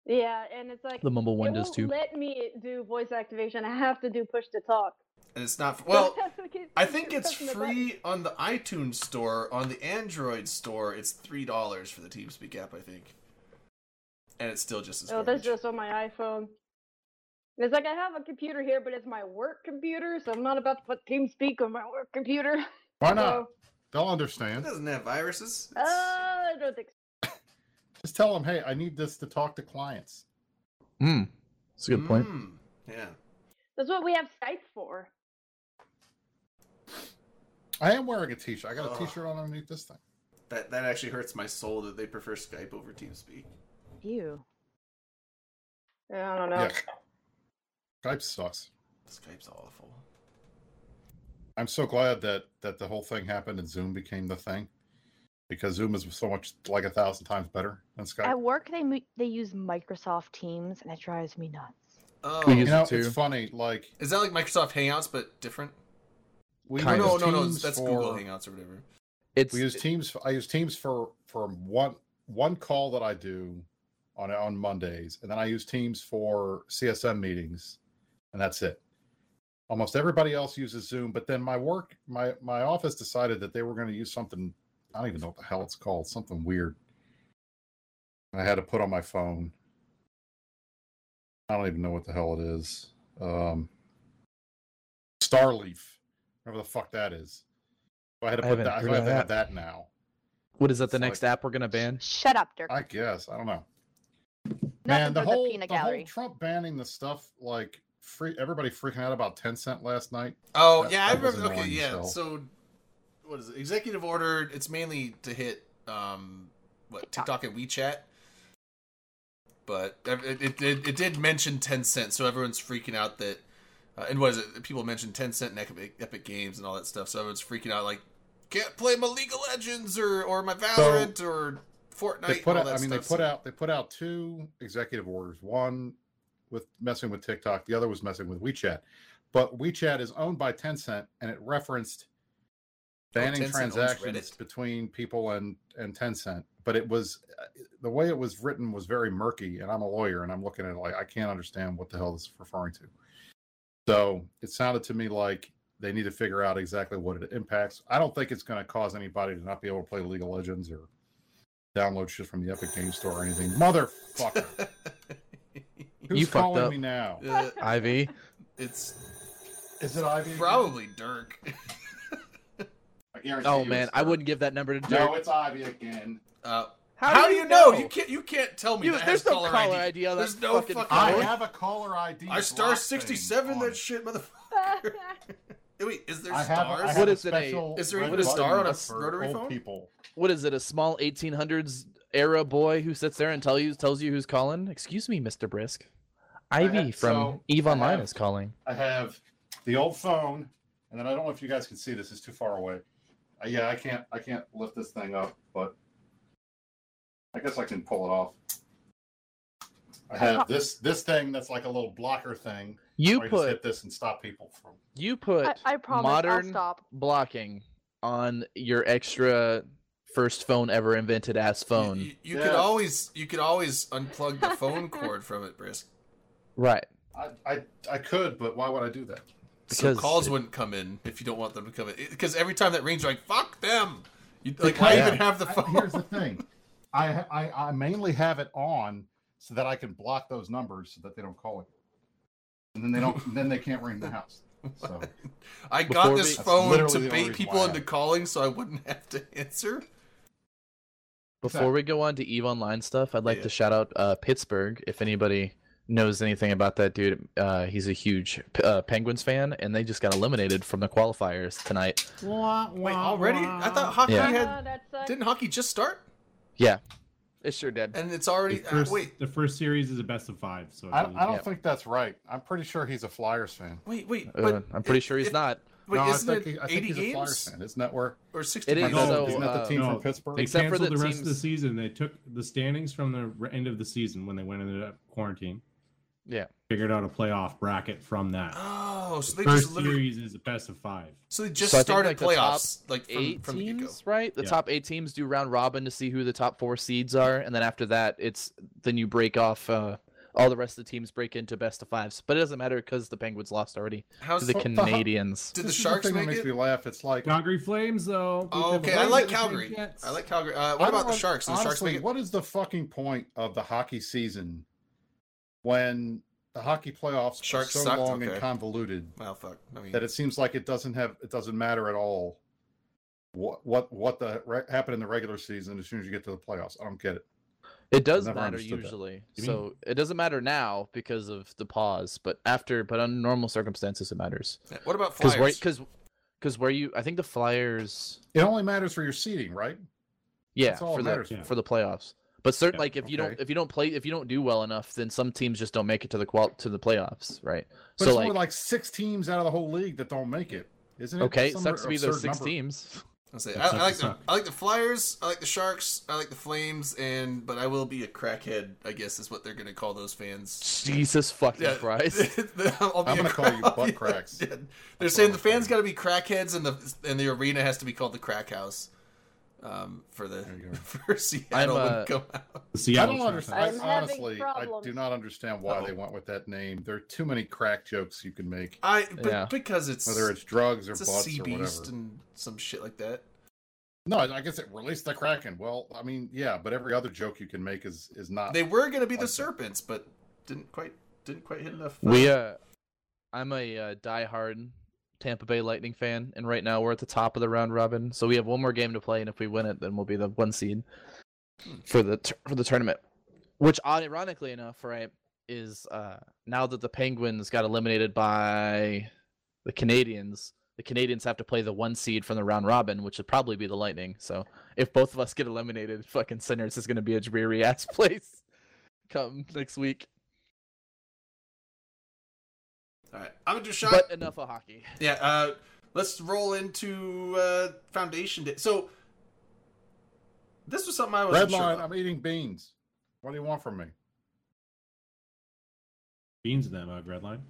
Speaker 6: yeah, and it's like
Speaker 4: The Mumble
Speaker 6: it
Speaker 4: One does
Speaker 6: won't
Speaker 4: too.
Speaker 6: let me do voice activation. I have to do push to talk.
Speaker 1: And it's not well.
Speaker 6: keep
Speaker 1: I think
Speaker 6: pressing
Speaker 1: it's
Speaker 6: the button.
Speaker 1: free on the iTunes store. On the Android store, it's three dollars for the TeamSpeak app, I think. And it's still just as
Speaker 6: Oh, that's
Speaker 1: garbage.
Speaker 6: just on my iPhone. It's like I have a computer here, but it's my work computer, so I'm not about to put TeamSpeak on my work computer.
Speaker 2: Why not?
Speaker 6: So,
Speaker 2: They'll
Speaker 1: It
Speaker 2: understand.
Speaker 1: doesn't have viruses.
Speaker 6: uh,
Speaker 1: It's-
Speaker 6: I don't think so.
Speaker 2: Just tell them, hey, I need this to talk to clients.
Speaker 4: Hmm. That's a good point.
Speaker 1: Mm, yeah.
Speaker 6: That's what we have Skype for.
Speaker 2: I am wearing a t-shirt. I got a
Speaker 1: Ugh.
Speaker 2: t-shirt on underneath this thing.
Speaker 1: That that actually hurts my soul that they prefer Skype over TeamSpeak.
Speaker 5: Ew.
Speaker 6: I don't know.
Speaker 2: Yeah. Skype sucks.
Speaker 1: Skype's awful.
Speaker 2: I'm so glad that that the whole thing happened and Zoom became the thing because Zoom is so much like a thousand times better than Skype.
Speaker 5: At work, they mo- they use Microsoft Teams, and it drives me nuts.
Speaker 1: Oh,
Speaker 4: We
Speaker 2: you
Speaker 4: use-
Speaker 2: know,
Speaker 4: it
Speaker 2: it's
Speaker 4: too.
Speaker 2: funny. Like
Speaker 1: is that like Microsoft Hangouts but different?
Speaker 2: we
Speaker 4: Kind
Speaker 1: no,
Speaker 4: of.
Speaker 1: no, no,
Speaker 2: Teams
Speaker 1: That's
Speaker 2: for-
Speaker 1: Google Hangouts or whatever.
Speaker 4: It's
Speaker 2: We use Teams. I use Teams for for one one call that I do on on Mondays, and then I use Teams for CSM meetings, and that's it. Almost everybody else uses Zoom, but then my work my my office decided that they were going to use something I don't even know what the hell it's called, something weird. I had to put on my phone. I don't even know what the hell it is. Um, Starleaf, whatever the fuck that is. So I had to
Speaker 4: I
Speaker 2: put
Speaker 4: haven't
Speaker 2: that. so
Speaker 4: heard
Speaker 2: I
Speaker 4: of
Speaker 2: had to have
Speaker 4: that.
Speaker 2: that now.
Speaker 4: what is that? The
Speaker 2: it's
Speaker 4: next
Speaker 2: like-
Speaker 4: app we're gonna ban?
Speaker 5: Shut up, Dirk.
Speaker 2: I guess I don't know.
Speaker 5: Nothing
Speaker 2: Man, the
Speaker 5: for
Speaker 2: whole
Speaker 5: the peanut
Speaker 2: the whole
Speaker 5: gallery.
Speaker 2: Trump banning the stuff like free everybody freaking out about ten cent last night.
Speaker 1: Oh
Speaker 2: That-
Speaker 1: yeah, I
Speaker 2: that was
Speaker 1: remember. Okay,
Speaker 2: annoying as
Speaker 1: yeah.
Speaker 2: hell.
Speaker 1: So, what is it? Executive order. It's mainly to hit um, what
Speaker 5: TikTok.
Speaker 1: TikTok and WeChat. But ev- it it, it, it did mention ten cent, so everyone's freaking out that. Uh, and what is it? People mentioned ten cent and Epic, Epic Games and all that stuff, so everyone's freaking out like, can't play my League of Legends or or my Valorant or Fortnite.
Speaker 2: They
Speaker 1: and
Speaker 2: put
Speaker 1: all
Speaker 2: out,
Speaker 1: that
Speaker 2: I mean they
Speaker 1: stuff,
Speaker 2: put
Speaker 1: so-
Speaker 2: out they put out two executive orders. One with messing with TikTok, the other was messing with WeChat. But WeChat is owned by Tencent, and it referenced banning
Speaker 1: Oh, Tencent owns
Speaker 2: transactions
Speaker 1: Reddit.
Speaker 2: between people and and Tencent. But it was uh, the way it was written was very murky, and I'm a lawyer, and I'm looking at it like I can't understand what the hell this is referring to. So it sounded to me like they need to figure out exactly what it impacts. I don't think it's going to cause anybody to not be able to play League of Legends or download shit from the Epic Game Store or anything. Motherfucker, who's
Speaker 4: You fucked
Speaker 2: calling
Speaker 4: up.
Speaker 2: me now?
Speaker 1: Uh,
Speaker 4: Ivy.
Speaker 1: it's
Speaker 2: Is it Ivy? again?
Speaker 1: probably Dirk.
Speaker 7: I guarantee
Speaker 4: Oh
Speaker 7: you
Speaker 4: man,
Speaker 7: it's
Speaker 4: I
Speaker 7: her.
Speaker 4: wouldn't give that number to Dirk.
Speaker 7: No, it's Ivy again.
Speaker 1: Uh, How, do you know? You can't. You can't tell me.
Speaker 4: You-
Speaker 1: that has
Speaker 4: there's
Speaker 1: caller
Speaker 4: no caller
Speaker 1: ID.
Speaker 4: ID on that
Speaker 1: There's no
Speaker 4: fucking
Speaker 1: fucking.
Speaker 2: I
Speaker 4: phone.
Speaker 1: ID.
Speaker 2: have a caller ID.
Speaker 1: I star
Speaker 2: block thing
Speaker 1: sixty seven.
Speaker 2: on
Speaker 1: That
Speaker 2: it.
Speaker 1: shit, motherfucker.
Speaker 6: I
Speaker 1: Wait, is there
Speaker 2: I have, I
Speaker 1: stars?
Speaker 2: have
Speaker 4: What
Speaker 2: a
Speaker 4: is it, a-
Speaker 2: special
Speaker 1: Is there
Speaker 2: red
Speaker 1: even a star
Speaker 2: button
Speaker 1: on a
Speaker 2: for
Speaker 1: rotary
Speaker 2: old
Speaker 1: phone?
Speaker 2: People.
Speaker 4: what is it? A small 1800s era boy who sits there and tell you tells you who's calling? Excuse me, Mr. Brisk. Ivy
Speaker 2: ha-
Speaker 4: from
Speaker 2: so,
Speaker 4: Eve
Speaker 2: I
Speaker 4: Online
Speaker 2: have-
Speaker 4: is calling.
Speaker 2: I have the old phone, and then I don't know if you guys can see this. It's too far away. Uh, yeah, I can't. I can't lift this thing up, but I guess I can pull it off. I have this this thing that's like a little blocker thing.
Speaker 4: You
Speaker 2: where I just
Speaker 4: put
Speaker 2: hit this and stop people from.
Speaker 4: you put
Speaker 5: I promise
Speaker 4: modern
Speaker 5: I'll stop.
Speaker 4: blocking on your extra first phone ever invented ass phone.
Speaker 1: You, you, you
Speaker 2: Yeah.
Speaker 1: could always. You could always unplug the phone cord from it, Brisk.
Speaker 4: Right.
Speaker 2: I, I I could, but why would I do that?
Speaker 1: So
Speaker 4: Because
Speaker 1: calls
Speaker 4: it-
Speaker 1: wouldn't come in if you don't want them to come in. Because every time that rings, you're like, "Fuck them." You, like, why
Speaker 2: Because-
Speaker 1: even have the
Speaker 2: I-
Speaker 1: phone?
Speaker 2: here's the thing, I, ha- I I mainly have it on so that I can block those numbers so that they don't call it, and then they don't. then they can't ring the house. So.
Speaker 1: I
Speaker 4: Before
Speaker 1: got this
Speaker 4: we-
Speaker 2: That's
Speaker 1: phone
Speaker 2: literally
Speaker 1: to
Speaker 2: the only
Speaker 1: bait
Speaker 2: reason
Speaker 1: people
Speaker 2: why I
Speaker 1: into
Speaker 2: have it.
Speaker 1: calling, so I wouldn't have to answer.
Speaker 4: Before we go on to Eve Online stuff, I'd like
Speaker 1: Yeah.
Speaker 4: to shout out uh, Pittsburgh. If anybody knows anything about that dude, uh, he's a huge uh, Penguins fan, and they just got eliminated from the qualifiers tonight.
Speaker 1: Wait, already? I thought hockey
Speaker 4: Yeah.
Speaker 1: had.
Speaker 6: that's uh,
Speaker 1: Didn't hockey just start?
Speaker 4: It sure did.
Speaker 1: And it's
Speaker 3: The
Speaker 1: already. uh,
Speaker 3: first,
Speaker 1: wait,
Speaker 3: the first series is a best of five. So
Speaker 2: I, I don't
Speaker 4: Yeah.
Speaker 2: think that's right. I'm pretty sure he's a Flyers fan.
Speaker 1: wait, wait.
Speaker 4: Uh,
Speaker 1: But
Speaker 4: I'm pretty
Speaker 1: it-
Speaker 4: sure he's
Speaker 1: it-
Speaker 4: not.
Speaker 1: Wait,
Speaker 2: no,
Speaker 1: isn't
Speaker 2: I think,
Speaker 1: it
Speaker 2: he- I think
Speaker 1: 80
Speaker 2: he's a Flyers
Speaker 1: games
Speaker 2: fan. Isn't that where?
Speaker 1: or 60
Speaker 4: It is,
Speaker 1: games?
Speaker 2: Isn't,
Speaker 4: so,
Speaker 2: isn't that the
Speaker 4: uh,
Speaker 2: team
Speaker 3: no,
Speaker 2: from Pittsburgh?
Speaker 3: They
Speaker 4: Except for
Speaker 3: canceled
Speaker 4: the
Speaker 3: the rest of the
Speaker 4: teams-
Speaker 3: season. They took the standings from the re- end of the season when they went into quarantine.
Speaker 4: Yeah.
Speaker 3: Figured out a playoff bracket from that.
Speaker 1: Oh, so they just
Speaker 3: first
Speaker 1: literally.
Speaker 3: series is a best of five.
Speaker 1: So they just
Speaker 4: So I think,
Speaker 1: started
Speaker 4: like, the top
Speaker 1: playoffs, like from,
Speaker 4: Eight
Speaker 1: from the get go.
Speaker 4: teams, right? The
Speaker 3: Yeah.
Speaker 4: top eight teams do round robin to see who the top four seeds are, and then after that, it's then you break off. Uh, all the rest of the teams break into best of fives, but it doesn't matter because the Penguins lost already to
Speaker 1: How's
Speaker 4: the
Speaker 1: the,
Speaker 2: What the hell?
Speaker 4: Canadians.
Speaker 1: did the
Speaker 2: This is
Speaker 1: Sharks
Speaker 2: thing that
Speaker 1: make
Speaker 2: makes
Speaker 1: it?
Speaker 2: me laugh. It's like
Speaker 3: Calgary Flames, though. beat
Speaker 1: Oh,
Speaker 3: the
Speaker 1: okay. I
Speaker 3: Flames
Speaker 1: like
Speaker 3: and the Blue
Speaker 1: Calgary.
Speaker 3: Jets.
Speaker 1: I like Calgary. Uh,
Speaker 2: I
Speaker 1: what about
Speaker 2: don't
Speaker 1: the
Speaker 2: like-
Speaker 1: Sharks? Did the Sharks
Speaker 2: honestly,
Speaker 1: make it?
Speaker 2: what is the fucking point of the hockey season when the hockey playoffs
Speaker 1: Sharks
Speaker 2: are so
Speaker 1: sucked,
Speaker 2: long and
Speaker 1: okay.
Speaker 2: convoluted
Speaker 1: Well, fuck. I mean,
Speaker 2: that it seems like it doesn't have it doesn't matter at all what what what the re- happened in the regular season as soon as you get to the playoffs. I don't get it.
Speaker 4: It does
Speaker 2: never
Speaker 4: matter
Speaker 2: understood that.
Speaker 4: usually.
Speaker 3: You mean-
Speaker 4: So it doesn't matter now because of the pause, but after, but under normal circumstances, it matters.
Speaker 1: what about
Speaker 4: Because
Speaker 1: Flyers?
Speaker 4: because because where you, I think the Flyers,
Speaker 2: It only matters for your seating, right?
Speaker 4: yeah,
Speaker 2: That's all
Speaker 4: for
Speaker 2: that
Speaker 4: the
Speaker 2: matters.
Speaker 3: yeah.
Speaker 4: for the playoffs. But certain
Speaker 3: Yeah,
Speaker 4: like if you don't
Speaker 2: okay.
Speaker 4: if you don't play if you don't do well enough, then some teams just don't make it to the qual to the playoffs, right?
Speaker 2: But
Speaker 4: so
Speaker 2: it's
Speaker 4: like,
Speaker 2: only like six teams out of the whole league that don't make it, isn't it?
Speaker 4: okay,
Speaker 2: Some
Speaker 4: sucks to be those
Speaker 2: absurd
Speaker 4: six
Speaker 2: number.
Speaker 4: teams.
Speaker 1: I say
Speaker 3: That
Speaker 1: I, I
Speaker 3: sucks
Speaker 1: like
Speaker 3: to
Speaker 1: the
Speaker 3: suck.
Speaker 1: I like the Flyers, I like the Sharks, I like the Flames, and but I will be a crackhead. I guess is what they're gonna call those fans.
Speaker 4: Jesus fucking Christ!
Speaker 1: I'll be
Speaker 2: I'm
Speaker 1: a
Speaker 2: gonna call you
Speaker 1: crack-
Speaker 2: butt cracks.
Speaker 1: Yeah. They're
Speaker 2: what
Speaker 1: saying
Speaker 2: I'm
Speaker 1: the fans
Speaker 2: saying.
Speaker 1: got to be crackheads, and the and the arena has to be called the Crack House, um, for the
Speaker 2: There you go.
Speaker 1: for Seattle
Speaker 4: I'm,
Speaker 1: when
Speaker 4: uh,
Speaker 1: come out.
Speaker 3: The
Speaker 2: I
Speaker 3: Seattle
Speaker 2: don't
Speaker 3: Seahawks.
Speaker 2: understand.
Speaker 6: I'm
Speaker 2: I,
Speaker 6: having
Speaker 2: honestly, I
Speaker 6: problems.
Speaker 2: do not understand why they went with that name. There are too many crack jokes you can make,
Speaker 1: I but
Speaker 4: Yeah.
Speaker 1: because it's
Speaker 2: whether it's drugs or
Speaker 1: it's a
Speaker 2: butts
Speaker 1: sea
Speaker 2: or whatever.
Speaker 1: beast and some shit like that.
Speaker 2: No, I I guess it released the kraken. Well, I mean, yeah, but every other joke you can make is is not.
Speaker 1: Uh, They were gonna be
Speaker 2: I
Speaker 1: the
Speaker 2: see.
Speaker 1: serpents, but didn't quite didn't quite hit enough.
Speaker 4: we uh, I'm a uh, diehard Tampa Bay Lightning fan, and right now we're at the top of the round robin, so we have one more game to play, and if we win it, then we'll be the one seed for the tur- for the tournament. Which, ironically enough, right, is uh, now that the Penguins got eliminated by the Canadians, the Canadians have to play the one seed from the round robin, which would probably be the Lightning. So if both of us get eliminated, fucking Sinners is going to be a dreary ass place come next week.
Speaker 1: All right, I'm gonna do a shot.
Speaker 4: But enough of hockey.
Speaker 1: Yeah, uh, let's roll into uh, Foundation Day. So this was something I was
Speaker 2: Red
Speaker 1: sure
Speaker 2: line.
Speaker 1: about.
Speaker 2: I'm eating beans. What do you want from me?
Speaker 3: Beans in that mug, red line.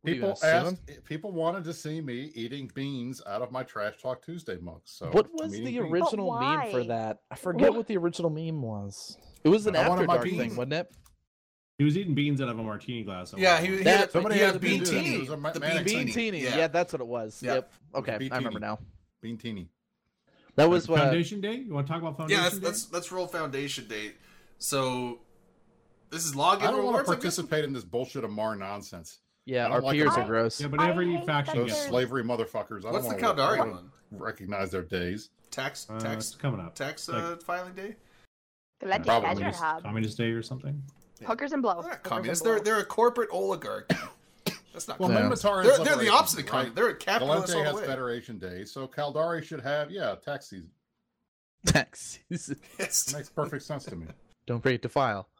Speaker 4: What are you,
Speaker 2: People
Speaker 4: gonna sue
Speaker 2: asked.
Speaker 4: him?
Speaker 2: People wanted to see me eating beans out of my Trash Talk Tuesday mug. So
Speaker 4: what
Speaker 2: I'm
Speaker 4: was
Speaker 2: eating
Speaker 4: the
Speaker 2: beans.
Speaker 4: original meme for
Speaker 5: why?
Speaker 4: that? I forget what the original meme was. It was an
Speaker 2: I
Speaker 4: after
Speaker 2: wanted my
Speaker 4: dark
Speaker 2: beans.
Speaker 4: thing, wasn't it?
Speaker 3: He was eating beans out of a martini glass. at
Speaker 1: Yeah,
Speaker 3: one
Speaker 1: he, he
Speaker 3: point.
Speaker 1: had, somebody
Speaker 4: That- Somebody
Speaker 1: he
Speaker 4: had
Speaker 1: had
Speaker 4: the
Speaker 1: bean
Speaker 4: bean
Speaker 1: teeny.
Speaker 2: teeny. It was a ma-
Speaker 1: the bean
Speaker 2: manic
Speaker 4: Bean
Speaker 2: Bean
Speaker 1: teeny.
Speaker 4: teeny. Yeah.
Speaker 1: Yeah.
Speaker 4: that's what it was.
Speaker 1: Yeah.
Speaker 4: Yep.
Speaker 2: was
Speaker 4: Okay,
Speaker 2: bean
Speaker 4: I remember
Speaker 2: teeny.
Speaker 4: now.
Speaker 2: bean teeny.
Speaker 4: That was what.
Speaker 3: Foundation Day. You want to talk about Foundation
Speaker 1: yeah. Let's,
Speaker 3: Day?
Speaker 1: let's let's roll Foundation Day. So this is login
Speaker 2: I don't want to
Speaker 1: rewards. I guess?
Speaker 2: participate in this bullshit Amar nonsense.
Speaker 4: yeah,
Speaker 2: I
Speaker 4: our
Speaker 2: don't like
Speaker 4: peers
Speaker 2: it.
Speaker 4: are gross.
Speaker 3: Yeah, but
Speaker 6: I
Speaker 3: every
Speaker 6: hate
Speaker 3: faction
Speaker 6: that
Speaker 2: Those
Speaker 3: gets
Speaker 6: there's-
Speaker 3: one.
Speaker 2: slavery motherfuckers. I
Speaker 1: What's the
Speaker 2: don't wanna- I
Speaker 1: Caldari
Speaker 2: don't
Speaker 1: one?
Speaker 2: Recognize their days.
Speaker 1: Tax
Speaker 3: Uh, it's
Speaker 1: tax
Speaker 3: coming up.
Speaker 1: tax
Speaker 3: like-
Speaker 1: uh, filing day.
Speaker 5: Galactic
Speaker 2: Probably
Speaker 5: Azure
Speaker 2: just
Speaker 5: Hub.
Speaker 3: Communist Day or something.
Speaker 5: Hookers and blow.
Speaker 1: They're
Speaker 5: Hookers
Speaker 1: not
Speaker 5: and
Speaker 1: communists.
Speaker 5: blow.
Speaker 1: They're they're a corporate oligarchy. That's not.
Speaker 2: Well,
Speaker 4: Yeah.
Speaker 2: Minotaur is
Speaker 1: they're, they're the
Speaker 2: liberation,
Speaker 1: opposite of
Speaker 2: right?
Speaker 1: communist. They're a capitalist
Speaker 2: Galente
Speaker 1: all
Speaker 2: has
Speaker 1: the way.
Speaker 2: Federation Day, so Caldari should have yeah tax season.
Speaker 4: Taxes.
Speaker 1: Yes.
Speaker 2: Makes perfect sense to me.
Speaker 4: Don't forget to file.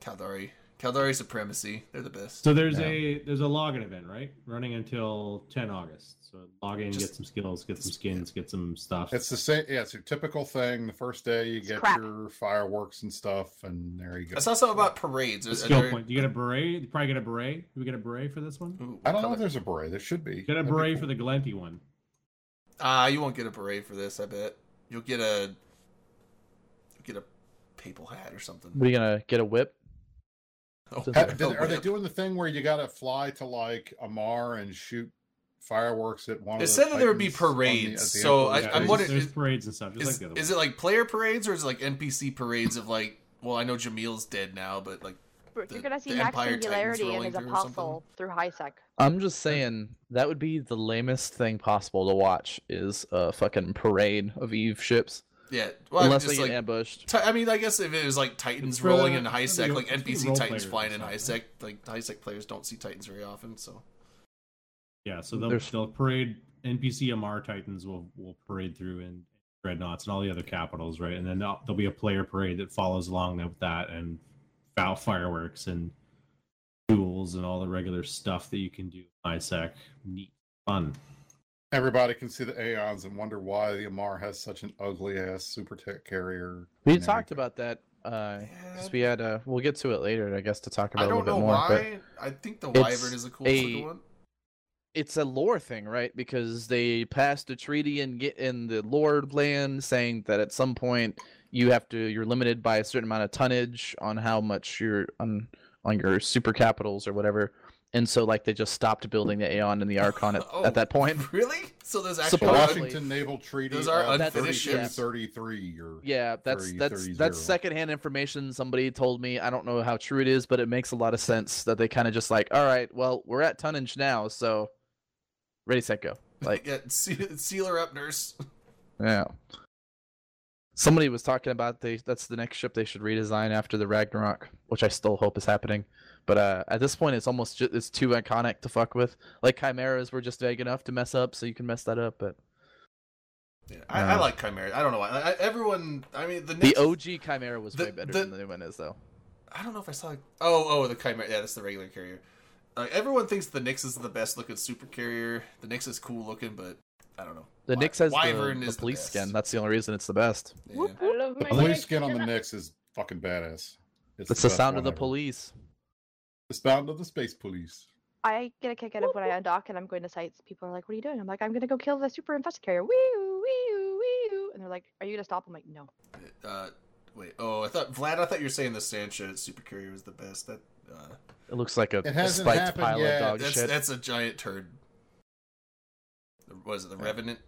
Speaker 1: Caldari. Caldari supremacy. They're the best.
Speaker 3: So there's
Speaker 2: Yeah.
Speaker 3: a there's a login event, right? Running until 10 August. So log in,
Speaker 1: Just-
Speaker 3: get some skills, get some skins, get some stuff.
Speaker 2: It's the same. Yeah, it's your typical thing. The first day you get
Speaker 5: crap.
Speaker 2: your fireworks and stuff, and there you go.
Speaker 1: I saw something about parades.
Speaker 3: The
Speaker 1: Are- are
Speaker 3: skill
Speaker 1: there-
Speaker 3: point. You get a beret. You probably get a beret. Do we get a beret for this one?
Speaker 1: Ooh,
Speaker 2: I don't know
Speaker 1: color?
Speaker 2: if there's a beret. There should be.
Speaker 3: Get a
Speaker 2: That'd be
Speaker 3: beret
Speaker 2: cool.
Speaker 3: for the Galenti one.
Speaker 1: Ah, you won't get a beret for this. I bet you'll get a you'll get a papal hat or something.
Speaker 4: What are you gonna get a whip?
Speaker 1: Oh,
Speaker 4: Since
Speaker 2: Ha-
Speaker 4: the
Speaker 2: did- are they
Speaker 1: whip.
Speaker 2: doing the thing where you got to fly to like Amar and shoot fireworks at one?
Speaker 1: It
Speaker 2: of the
Speaker 1: said that there would be
Speaker 2: titans on the- at
Speaker 1: parades,
Speaker 2: the
Speaker 1: so
Speaker 2: Emperor's
Speaker 1: I- I'm
Speaker 3: there's-
Speaker 2: base?
Speaker 1: wondering-
Speaker 3: There's
Speaker 1: is-
Speaker 3: parades and stuff, just like
Speaker 1: Is,
Speaker 3: the other
Speaker 1: is
Speaker 3: one.
Speaker 1: it like player parades or is it like NPC parades of like? Well, I know Jamil's dead now, but like
Speaker 5: You're
Speaker 1: the-
Speaker 5: gonna see
Speaker 1: the
Speaker 5: Max
Speaker 1: Empire Titans
Speaker 5: Singularity and
Speaker 1: rolling
Speaker 5: his
Speaker 1: through or something?
Speaker 5: apostle through high sec.
Speaker 4: I'm just saying that would be the lamest thing possible to watch is a fucking parade of Eve ships,
Speaker 1: yeah, well, I mean,
Speaker 4: unless they
Speaker 1: just
Speaker 4: get
Speaker 1: like.
Speaker 4: ambushed.
Speaker 1: ti- I mean, I guess if it was like Titans
Speaker 3: It's for
Speaker 1: rolling
Speaker 3: the-
Speaker 1: in high
Speaker 3: it's
Speaker 1: sec,
Speaker 3: for
Speaker 1: like
Speaker 3: the- it's for the
Speaker 1: NPC
Speaker 3: role
Speaker 1: Titans
Speaker 3: players
Speaker 1: flying
Speaker 3: or
Speaker 1: in high sec,
Speaker 3: something.
Speaker 1: like high sec players don't see Titans very often. So
Speaker 3: Yeah, so they'll,
Speaker 4: There's-
Speaker 3: they'll parade NPC Amar Titans will will parade through and Dreadnoughts and all the other capitals, right? And then there'll, there'll be a player parade that follows along with that and foul fireworks and duels and all the regular stuff that you can do. in ISAC, neat, fun.
Speaker 2: Everybody can see the Aeons and wonder why the Amar has such an ugly ass super tech carrier.
Speaker 4: We
Speaker 2: and
Speaker 4: talked
Speaker 2: everything.
Speaker 4: about that. Uh, 'cause
Speaker 1: yeah,
Speaker 4: we had uh, we'll get to it later, I guess, to talk about
Speaker 1: I
Speaker 4: it a
Speaker 1: don't
Speaker 4: little
Speaker 1: know
Speaker 4: bit more. but-
Speaker 1: why. I think the
Speaker 4: it's
Speaker 1: Wyvern is a cool looking
Speaker 4: a-
Speaker 1: one.
Speaker 4: it's a lore thing, right? Because they passed a treaty and get in the lore land saying that at some point you have to you're limited by a certain amount of tonnage on how much you're on on your super capitals or whatever. And so like they just stopped building the Aeon and the Archon at,
Speaker 1: Oh.
Speaker 4: at that point.
Speaker 1: Really? So there's actually
Speaker 2: The
Speaker 4: Supposedly-
Speaker 2: Washington Naval Treaty.
Speaker 1: Those are
Speaker 2: of
Speaker 1: unfinished
Speaker 2: 32,
Speaker 1: ships.
Speaker 2: 33 or
Speaker 5: Oh
Speaker 4: Yeah, that's
Speaker 2: 30,
Speaker 4: that's
Speaker 2: 30.
Speaker 4: that's secondhand information somebody told me. I don't know how true it is, but it makes a lot of sense that they kind of just like, all right, well, we're at tonnage now, so ready set go. Like
Speaker 1: yeah, seal, seal her up, nurse.
Speaker 4: Yeah. Somebody was talking about they that's the next ship they should redesign after the Ragnarok, which I still hope is happening. But uh, at this point, it's almost ju- it's too iconic to fuck with. Like chimeras were just vague enough to mess up, so you can mess that up. But
Speaker 1: Yeah, I, I like Chimera. I don't know why. I, I- everyone, I mean, the
Speaker 4: the
Speaker 1: next,
Speaker 4: OG chimera was
Speaker 1: The-
Speaker 4: way better
Speaker 1: the-
Speaker 4: than the new one is, though.
Speaker 1: I don't know if I saw. Oh, oh, the Chimera. Yeah, that's the regular carrier. Uh, everyone thinks the Nyx is the best looking super carrier. The Nyx is cool looking, but I don't know.
Speaker 4: The
Speaker 1: Wy-
Speaker 4: Nyx has the,
Speaker 1: Wyvern
Speaker 4: the
Speaker 1: is the
Speaker 4: police
Speaker 1: best.
Speaker 4: skin. That's the only reason it's the best.
Speaker 1: Yeah.
Speaker 5: Whoop.
Speaker 6: I love my
Speaker 3: Blue
Speaker 2: Blue
Speaker 6: neck.
Speaker 2: skin on the
Speaker 6: Can I-
Speaker 2: Nyx is fucking badass.
Speaker 4: It's, the
Speaker 2: best
Speaker 4: sound
Speaker 2: one
Speaker 4: of the
Speaker 2: ever.
Speaker 4: police.
Speaker 2: The sound of the space police.
Speaker 5: I get a kick out of when I undock and I'm going to sites. People are like, "What are you doing?" I'm like, "I'm gonna go kill the super infested carrier." Wee wee wee And they're like, "Are you gonna stop?" I'm like, "No."
Speaker 1: Uh, wait. Oh, I thought Vlad. I thought you were saying the Sanchez super carrier was the best. That uh,
Speaker 4: It looks like a
Speaker 2: It hasn't
Speaker 4: spiked
Speaker 2: happened
Speaker 4: pile
Speaker 2: yet.
Speaker 4: of dog
Speaker 1: that's
Speaker 4: shit.
Speaker 1: that's a giant turd. Was it the Revenant?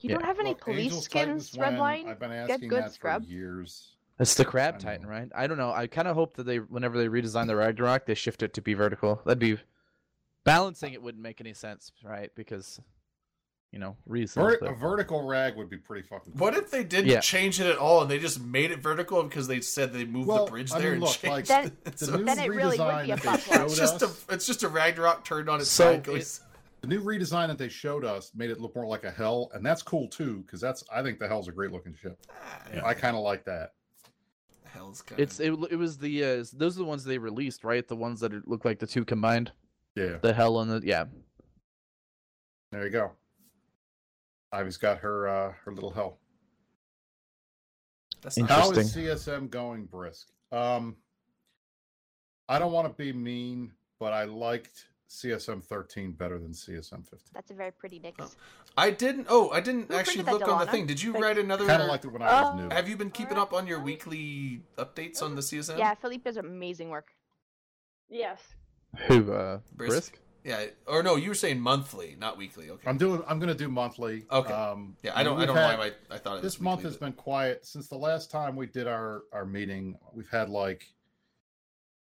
Speaker 5: You
Speaker 4: Yeah.
Speaker 5: don't have any
Speaker 2: Look,
Speaker 5: police
Speaker 2: Angels,
Speaker 5: skins,
Speaker 2: Titans win.
Speaker 5: Redline.
Speaker 2: I've been
Speaker 5: Get
Speaker 2: asking
Speaker 5: good
Speaker 2: that
Speaker 5: scrub.
Speaker 2: for years.
Speaker 4: It's the
Speaker 2: I
Speaker 4: crab
Speaker 2: know.
Speaker 4: titan, right? I don't know. I kind of hope that they, whenever they redesign the Ragnarok, they shift it to be vertical. That'd be balancing. It wouldn't make any sense, right? Because you know reasons.
Speaker 2: Ver-
Speaker 4: but-
Speaker 2: a vertical rag would be pretty fucking. cool.
Speaker 1: What if they didn't
Speaker 4: Yeah.
Speaker 1: change it at all and they just made it vertical because they said they moved
Speaker 2: Well,
Speaker 1: the bridge
Speaker 2: I
Speaker 1: there and
Speaker 2: mean, look, like,
Speaker 1: changed
Speaker 5: Then-
Speaker 1: it?
Speaker 2: The
Speaker 1: So
Speaker 2: new
Speaker 5: Then it really would
Speaker 2: redesign
Speaker 5: be a
Speaker 2: that they
Speaker 5: platform.
Speaker 2: showed
Speaker 1: it's just a
Speaker 2: us-
Speaker 1: it's just a Ragnarok turned on its
Speaker 4: So
Speaker 1: side. Going,
Speaker 4: it-
Speaker 1: s-
Speaker 2: The new redesign that they showed us made it look more like a hell, and that's cool too, because that's I think the hell's a great looking ship.
Speaker 1: Ah,
Speaker 3: Yeah.
Speaker 2: I kind of like that.
Speaker 1: Hell's kind
Speaker 4: It's it, it was the uh, those are the ones they released, right? The ones that look like the two combined,
Speaker 2: Yeah,
Speaker 4: the hell and the yeah.
Speaker 2: there you go. Ivy's got her uh, her little hell.
Speaker 1: That's
Speaker 2: How
Speaker 1: not,
Speaker 2: is CSM going, Brisk? Um, I don't want to be mean, but I liked CSM 13 better than CSM 15.
Speaker 5: That's a very pretty Nyx.
Speaker 1: Oh. I didn't. Oh, I didn't
Speaker 5: Who
Speaker 1: actually
Speaker 5: printed that,
Speaker 1: look on the
Speaker 5: Delana?
Speaker 1: thing. Did you
Speaker 5: Like-
Speaker 1: write
Speaker 2: I
Speaker 1: another?
Speaker 2: kind of liked it when I was
Speaker 6: Oh.
Speaker 2: new.
Speaker 1: Have you been keeping
Speaker 6: Alright,
Speaker 1: up on your
Speaker 6: alright.
Speaker 1: weekly updates on the CSM?
Speaker 5: Yeah, Philippe does amazing work.
Speaker 6: Yes.
Speaker 4: Who uh
Speaker 1: Brisk?
Speaker 4: brisk?
Speaker 1: Yeah. Or no, you were saying monthly, not weekly. Okay.
Speaker 2: I'm doing. I'm going to do monthly.
Speaker 1: Okay.
Speaker 2: Um,
Speaker 1: yeah, I don't. I
Speaker 2: we've
Speaker 1: don't
Speaker 2: had-
Speaker 1: know why I, I thought it was
Speaker 2: This month
Speaker 1: weekly,
Speaker 2: has
Speaker 1: but-
Speaker 2: been quiet since the last time we did our our meeting. We've had like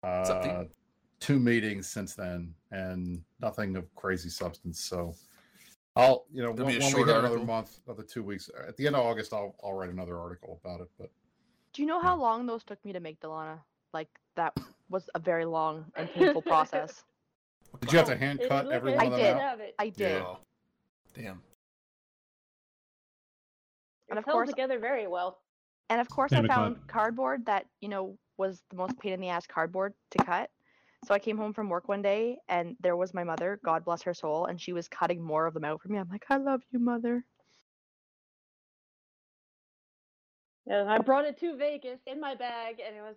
Speaker 2: uh,
Speaker 1: Something.
Speaker 2: two meetings since then, and nothing of crazy substance. So I'll, you know,
Speaker 1: There'll
Speaker 2: when,
Speaker 1: be a
Speaker 2: when we
Speaker 1: short
Speaker 2: hit another
Speaker 1: article.
Speaker 2: month, another two weeks at the end of August, I'll I'll write another article about it. But
Speaker 5: Do you know how long those took me to make, Delana? Like that was a very long and painful process.
Speaker 2: did you have to
Speaker 6: Oh,
Speaker 2: hand
Speaker 6: it's
Speaker 2: cut
Speaker 6: looking-
Speaker 2: every
Speaker 5: I
Speaker 2: one of
Speaker 5: did.
Speaker 2: them out?
Speaker 6: Have it.
Speaker 5: I did.
Speaker 2: Yeah.
Speaker 1: Oh, damn.
Speaker 5: And of
Speaker 6: It's held
Speaker 5: course-
Speaker 6: together very well.
Speaker 5: And of course,
Speaker 3: Damn
Speaker 5: I
Speaker 3: it,
Speaker 5: found
Speaker 3: Todd.
Speaker 5: cardboard that, you know, was the most pain in the ass cardboard to cut. So I came home from work one day and there was my mother, God bless her soul, and she was cutting more of them out for me. I'm like, I love you, mother.
Speaker 6: Yeah, I brought it to Vegas in my bag, and it was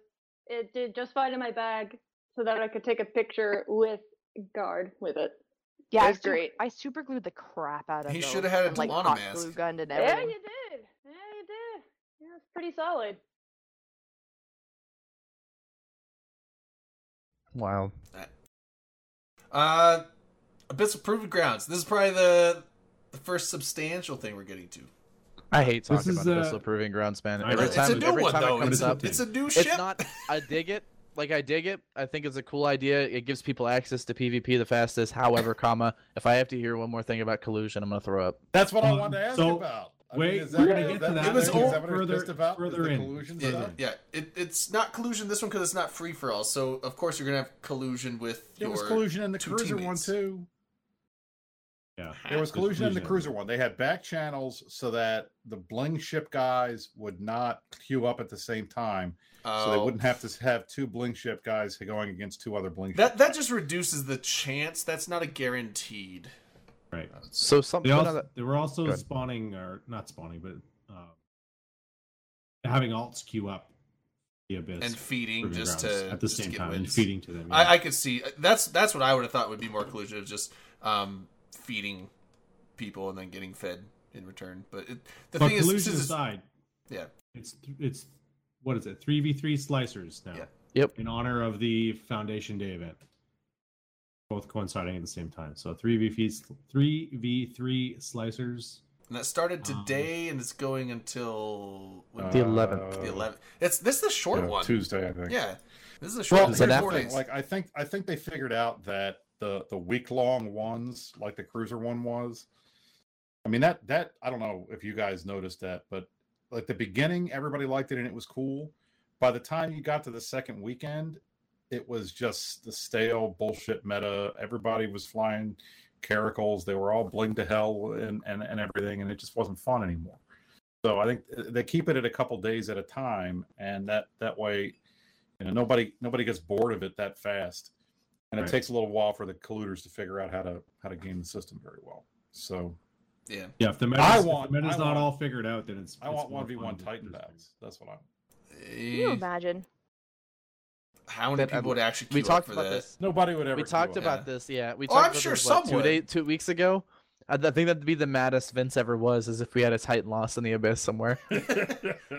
Speaker 6: it did just fine in my bag, so that I could take a picture with guard with it.
Speaker 5: Yeah, I,
Speaker 6: That's
Speaker 5: super,
Speaker 6: great.
Speaker 5: I super glued the crap out of
Speaker 1: He
Speaker 5: those
Speaker 1: shoulda had a
Speaker 5: and, like,
Speaker 1: Delana
Speaker 5: hot
Speaker 1: mask.
Speaker 5: glue gunned and
Speaker 6: Yeah,
Speaker 5: everything.
Speaker 6: you did. Yeah, you did. Yeah, it's pretty solid.
Speaker 4: Wow.
Speaker 1: Uh, Abyss of Proven Grounds. This is probably the the first substantial thing we're getting to.
Speaker 4: I hate
Speaker 3: This
Speaker 4: talking
Speaker 3: is,
Speaker 4: about this
Speaker 3: uh,
Speaker 4: Abyssal proving grounds, man.
Speaker 3: I
Speaker 4: Every
Speaker 3: know.
Speaker 1: it's a
Speaker 4: time,
Speaker 1: new
Speaker 4: every
Speaker 1: one
Speaker 4: time
Speaker 1: though.
Speaker 4: it comes
Speaker 1: It's,
Speaker 4: up,
Speaker 1: it's a new ship.
Speaker 4: it's not. I dig it. Like I dig it. I think it's a cool idea. It gives people access to PvP the fastest. However, comma, if I have to hear one more thing about collusion, I'm gonna throw up.
Speaker 2: That's what I
Speaker 3: Um,
Speaker 2: wanted to ask
Speaker 3: so-
Speaker 2: about. I
Speaker 3: wait,
Speaker 2: is
Speaker 6: we're gonna
Speaker 2: is
Speaker 6: get
Speaker 3: to
Speaker 2: is
Speaker 1: that. It was
Speaker 2: is
Speaker 1: all
Speaker 2: that what
Speaker 3: further-
Speaker 2: it's pissed about? Is
Speaker 3: further
Speaker 2: the
Speaker 3: in.
Speaker 2: collusion
Speaker 1: Yeah,
Speaker 2: stuff?
Speaker 3: Further in.
Speaker 1: yeah. It, it's not collusion this one because it's not free for all. So of course you're gonna have collusion with
Speaker 2: There
Speaker 1: your.
Speaker 2: was collusion in the
Speaker 1: two
Speaker 2: cruiser one
Speaker 1: teammates.
Speaker 2: too.
Speaker 3: Yeah.
Speaker 2: There was
Speaker 3: There's
Speaker 2: collusion in the
Speaker 3: collusion.
Speaker 2: cruiser one. They had back channels so that the bling ship guys would not queue up at the same time, so they
Speaker 1: Oh.
Speaker 2: wouldn't have to have two bling ship guys going against two other bling.
Speaker 1: That
Speaker 2: ship
Speaker 1: that just reduces the chance. That's not a guaranteed.
Speaker 3: Right.
Speaker 4: So something.
Speaker 3: They, also, they were
Speaker 4: Go
Speaker 3: also
Speaker 4: ahead.
Speaker 3: spawning, or not spawning, but uh, having alts queue up the abyss
Speaker 1: and feeding
Speaker 3: proving
Speaker 1: just
Speaker 3: grounds
Speaker 1: to
Speaker 3: at the
Speaker 1: just to
Speaker 3: same
Speaker 1: get
Speaker 3: time and
Speaker 1: wins.
Speaker 3: feeding to them. yeah.
Speaker 1: I, I could see uh, that's that's what I would have thought would be more collusion of just um, feeding people and then getting fed in return. But it, the
Speaker 3: but
Speaker 1: thing is,
Speaker 3: collusion
Speaker 1: this is-
Speaker 3: aside,
Speaker 1: yeah.
Speaker 3: it's it's what is it? Three v three slicers now.
Speaker 1: Yeah.
Speaker 4: Yep.
Speaker 3: In honor of the Foundation Day event, both coinciding at the same time. So three v three v three slicers.
Speaker 1: and that started
Speaker 3: Um, uh,
Speaker 1: today and it's going until when,
Speaker 4: The 11th.
Speaker 1: the 11th. It's this is the short
Speaker 2: Uh, yeah,
Speaker 1: one.
Speaker 2: Tuesday, I think.
Speaker 1: Yeah, this is a short
Speaker 2: Well,
Speaker 1: one.
Speaker 4: Is
Speaker 2: here's
Speaker 1: Three
Speaker 2: the
Speaker 4: it
Speaker 1: or
Speaker 4: after?
Speaker 1: four
Speaker 2: thing.
Speaker 1: days.
Speaker 2: Like I think I think they figured out that the the week long ones, like the cruiser one was. I mean that that I don't know if you guys noticed that, but like the beginning, everybody liked it and it was cool. By the time you got to the second weekend, it was just the stale bullshit meta. Everybody was flying caracals. They were all bling to hell and, and, and everything, and it just wasn't fun anymore. So I think uh, they keep it at a couple days at a time, and that that way, you know, nobody nobody gets bored of it that fast, and it
Speaker 3: Right.
Speaker 2: takes a little while for the colluders to figure out how to how to game the system very well. So
Speaker 1: Yeah.
Speaker 3: Yeah, if the meta's,
Speaker 2: I
Speaker 3: if the
Speaker 2: want-
Speaker 3: meta's
Speaker 2: I
Speaker 3: not
Speaker 2: want-
Speaker 3: all figured out, then it's.
Speaker 2: I
Speaker 3: it's
Speaker 2: want
Speaker 3: more
Speaker 2: one v one
Speaker 3: fun to
Speaker 2: Titan
Speaker 3: just-
Speaker 2: battles. That's what I. want.
Speaker 5: Can you
Speaker 1: Eh,
Speaker 5: imagine?
Speaker 1: How many
Speaker 4: That-
Speaker 1: people would actually queue
Speaker 4: we
Speaker 1: up
Speaker 4: talked
Speaker 1: for
Speaker 4: about
Speaker 1: that?
Speaker 4: this.
Speaker 2: Nobody would ever.
Speaker 4: we
Speaker 2: do
Speaker 4: talked
Speaker 2: it.
Speaker 4: about
Speaker 1: Yeah.
Speaker 4: this, yeah. We
Speaker 1: Oh,
Speaker 4: talked
Speaker 1: I'm
Speaker 4: about
Speaker 1: sure
Speaker 4: this,
Speaker 1: some
Speaker 4: what, two
Speaker 1: would.
Speaker 4: day, two weeks ago. I, I think that'd be the maddest Vince ever was, is if we had a Titan loss in the abyss somewhere.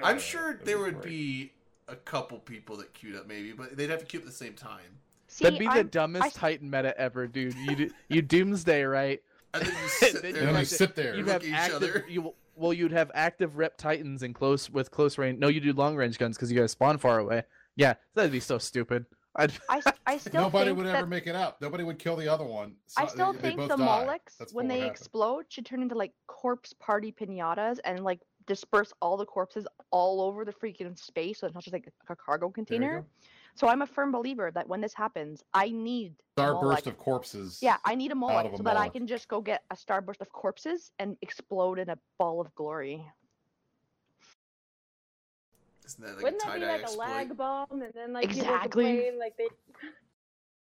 Speaker 1: I'm sure
Speaker 2: That'd
Speaker 1: there would
Speaker 2: great.
Speaker 1: be a couple people that queued up, maybe, but they'd have to queue up at the same time.
Speaker 5: See,
Speaker 4: That'd be the
Speaker 5: I'm-
Speaker 4: dumbest
Speaker 5: I-
Speaker 4: Titan meta ever, dude. You do, you doomsday, right?
Speaker 1: And then you sit
Speaker 4: Then
Speaker 1: there
Speaker 2: And then they
Speaker 1: like,
Speaker 4: like-
Speaker 2: sit there.
Speaker 4: You
Speaker 1: look
Speaker 4: have
Speaker 1: at each
Speaker 4: active.
Speaker 1: other.
Speaker 4: You well, you'd have active rep Titans in close with close range. No, you do long range guns because you guys spawn far away. Yeah, that'd be so stupid. I'd,
Speaker 5: I, s- I still
Speaker 2: Nobody
Speaker 5: think
Speaker 2: would
Speaker 5: that,
Speaker 2: ever make it out. Nobody would kill the other one.
Speaker 5: I
Speaker 2: So-
Speaker 5: still
Speaker 2: they- they
Speaker 5: think
Speaker 2: both
Speaker 5: the
Speaker 2: die.
Speaker 5: Molochs,
Speaker 2: That's
Speaker 5: when
Speaker 2: what
Speaker 5: they
Speaker 2: would happen.
Speaker 5: explode, should turn into like corpse party pinatas and like disperse all the corpses all over the freaking space so it's not just like a cargo
Speaker 2: There you
Speaker 5: container.
Speaker 2: go.
Speaker 5: So I'm a firm believer that when this happens, I need
Speaker 2: Star
Speaker 5: Moloch.
Speaker 2: burst of corpses.
Speaker 5: yeah, I need a
Speaker 2: out
Speaker 5: Moloch
Speaker 2: of a
Speaker 5: so that I
Speaker 2: Moloch.
Speaker 5: can just go get a starburst of corpses and explode in a ball of glory.
Speaker 1: Isn't that like a
Speaker 6: Wouldn't that
Speaker 1: tie
Speaker 6: be
Speaker 1: dye
Speaker 6: like a
Speaker 1: exploit?
Speaker 6: lag bomb, and then like people
Speaker 5: Exactly.
Speaker 6: complain, like they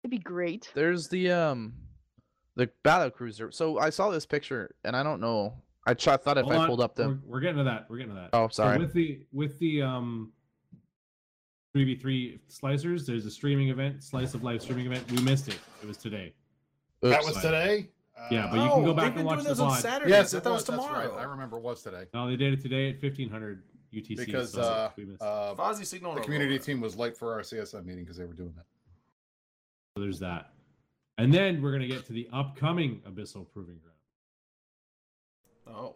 Speaker 5: It'd be great.
Speaker 4: There's the um, the battle cruiser. So I saw this picture, and I don't know. I tr- I thought if
Speaker 3: Hold
Speaker 4: I
Speaker 3: on,
Speaker 4: pulled up the.
Speaker 3: We're, we're getting to that. We're getting to that.
Speaker 4: Oh,
Speaker 3: So
Speaker 4: sorry.
Speaker 3: with the with the um, three v three slicers, there's a streaming event, slice of life streaming event. We missed it. It was today.
Speaker 4: Oops.
Speaker 2: That was today.
Speaker 3: Yeah, but
Speaker 2: Uh,
Speaker 3: you can go
Speaker 1: Oh,
Speaker 3: back
Speaker 1: they've
Speaker 3: and
Speaker 1: been
Speaker 3: watch
Speaker 1: doing
Speaker 3: the
Speaker 1: those on
Speaker 3: VOD.
Speaker 1: Saturdays.
Speaker 2: Yes,
Speaker 1: I
Speaker 2: it
Speaker 1: thought
Speaker 2: Oh, was.
Speaker 1: it was
Speaker 2: That's right.
Speaker 1: tomorrow.
Speaker 2: I remember it was today
Speaker 3: No, they did it today at 1500 UTC.
Speaker 2: because
Speaker 3: so
Speaker 2: uh,
Speaker 3: we missed. it.
Speaker 2: uh,
Speaker 1: Fozzie signal.
Speaker 2: the
Speaker 1: on
Speaker 2: community
Speaker 1: Aurora.
Speaker 2: team was late for our CSM meeting because they were doing that.
Speaker 3: So there's that. And then we're gonna get to the upcoming Abyssal Proving Ground.
Speaker 1: Oh,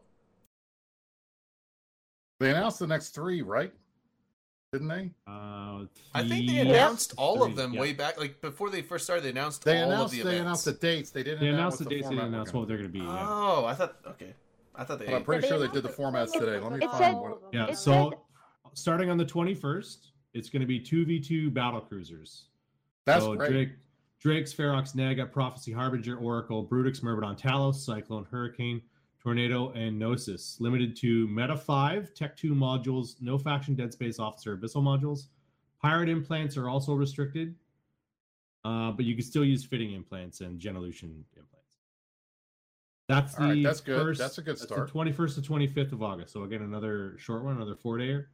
Speaker 2: They announced the next three, right? Didn't they?
Speaker 3: Uh,
Speaker 1: I think they
Speaker 3: yes,
Speaker 1: announced all of
Speaker 3: three,
Speaker 1: them
Speaker 3: yeah.
Speaker 1: way back, like before they first started. They announced
Speaker 2: They
Speaker 1: all
Speaker 2: announced.
Speaker 1: of the
Speaker 2: they
Speaker 1: events.
Speaker 2: announced the dates. They didn't
Speaker 3: They
Speaker 2: announce
Speaker 3: announced
Speaker 2: the,
Speaker 3: the dates. They
Speaker 2: format
Speaker 3: didn't
Speaker 2: we're
Speaker 3: announce
Speaker 2: gonna
Speaker 3: what they're gonna be. Yeah.
Speaker 1: Oh, I thought okay. I thought they.
Speaker 2: But I'm pretty
Speaker 6: But
Speaker 2: sure
Speaker 6: they
Speaker 2: they did the
Speaker 6: announced
Speaker 2: formats
Speaker 6: it
Speaker 2: today.
Speaker 6: for
Speaker 2: Let me
Speaker 5: It
Speaker 2: find
Speaker 5: said-
Speaker 2: what.
Speaker 6: all of
Speaker 3: Yeah,
Speaker 6: them.
Speaker 5: It
Speaker 3: so
Speaker 5: said-
Speaker 3: starting on the 21st, it's going to be 2v2 battle cruisers.
Speaker 2: That's
Speaker 3: so
Speaker 2: great.
Speaker 3: Drake, Drake's Ferox Naga, Prophecy Harbinger, Oracle, Brutix, Myrmidon, Talos, Cyclone, Hurricane, Tornado, and Gnosis. Limited to Meta 5, Tech 2 modules, no faction, Dead Space Officer, Abyssal modules. Pirate implants are also restricted, uh, but you can still use fitting implants and Genolution implants. That's the
Speaker 2: All right, that's good.
Speaker 3: First,
Speaker 2: That's a good start.
Speaker 3: Twenty first to twenty fifth of August. So again, another short one, another four dayer.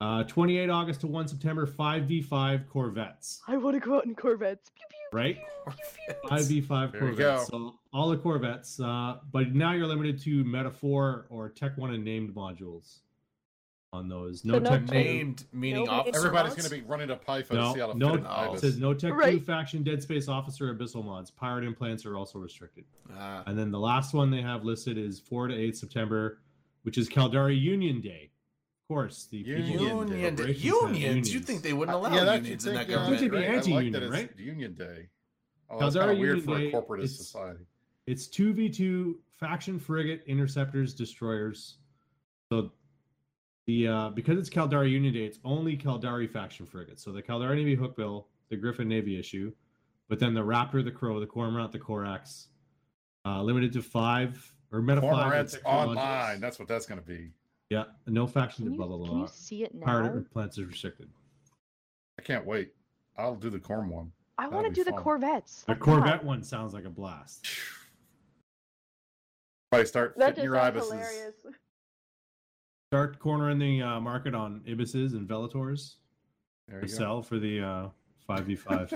Speaker 3: Uh, twenty eight August to one September, five v five Corvettes.
Speaker 5: I want to go out in Corvettes. Pew, pew,
Speaker 3: Right?
Speaker 5: pew, pew, pew.
Speaker 3: Five v five
Speaker 2: There you
Speaker 3: Corvettes. So all the Corvettes, uh, but now you're limited to Meta four or Tech one and named modules on those. No
Speaker 6: So no
Speaker 3: Tech two.
Speaker 1: named meaning
Speaker 6: Nobody-
Speaker 1: officer.
Speaker 2: Everybody's
Speaker 1: mods?
Speaker 2: going to be running to Python to see how
Speaker 3: No, no,
Speaker 2: to fit in
Speaker 1: no.
Speaker 3: it
Speaker 2: Ibis.
Speaker 3: says no Tech two
Speaker 5: Right.
Speaker 3: faction, Dead Space Officer, Abyssal mods. Pirate implants are also restricted.
Speaker 1: Ah,
Speaker 3: And then the last one they have listed is 4 to 8 September, which is Caldari Union Day. Of course, the people-
Speaker 2: Union Day.
Speaker 1: union
Speaker 3: corporations have
Speaker 1: unions. You think they wouldn't
Speaker 2: Uh,
Speaker 1: allow
Speaker 2: that's
Speaker 1: unions
Speaker 2: the
Speaker 1: in that
Speaker 2: thing, yeah,
Speaker 1: government?
Speaker 3: Think they'd be
Speaker 2: right? I like
Speaker 3: anti-union,
Speaker 2: that it's
Speaker 3: right?
Speaker 2: Union Day. Oh,
Speaker 3: Now,
Speaker 2: that's
Speaker 3: there
Speaker 2: kind
Speaker 3: are
Speaker 2: of weird
Speaker 3: union
Speaker 2: for a
Speaker 3: day-
Speaker 2: corporatist
Speaker 3: it's-
Speaker 2: society.
Speaker 3: It's 2v2 faction frigate interceptors destroyers. So the uh, because it's Caldari Union Day, it's only Caldari faction frigates. So the Caldari Navy hookbill, the Griffin Navy issue, but then the Raptor, the Crow, the Cormorant, the Corax, uh, limited to five or meta five. and
Speaker 2: Cormorants
Speaker 3: six
Speaker 2: online.
Speaker 3: modules.
Speaker 2: That's what that's going to be.
Speaker 3: Yeah, no faction.
Speaker 5: Can you,
Speaker 3: Blah blah blah.
Speaker 5: can you see it
Speaker 3: Pirate
Speaker 5: now?
Speaker 3: implants is restricted.
Speaker 2: I can't wait. I'll do the Corm one.
Speaker 5: I want to
Speaker 2: that'd be
Speaker 5: do the
Speaker 2: fun.
Speaker 5: Corvettes.
Speaker 3: The
Speaker 5: Like, come on.
Speaker 3: Corvette one sounds like a blast.
Speaker 2: Probably start
Speaker 6: That
Speaker 2: fitting
Speaker 6: just
Speaker 2: your
Speaker 6: sounds
Speaker 2: ibises.
Speaker 6: hilarious.
Speaker 3: Start cornering the uh, market on Ibises and Velators
Speaker 2: There
Speaker 3: to
Speaker 2: you go.
Speaker 3: sell for the uh, five v five.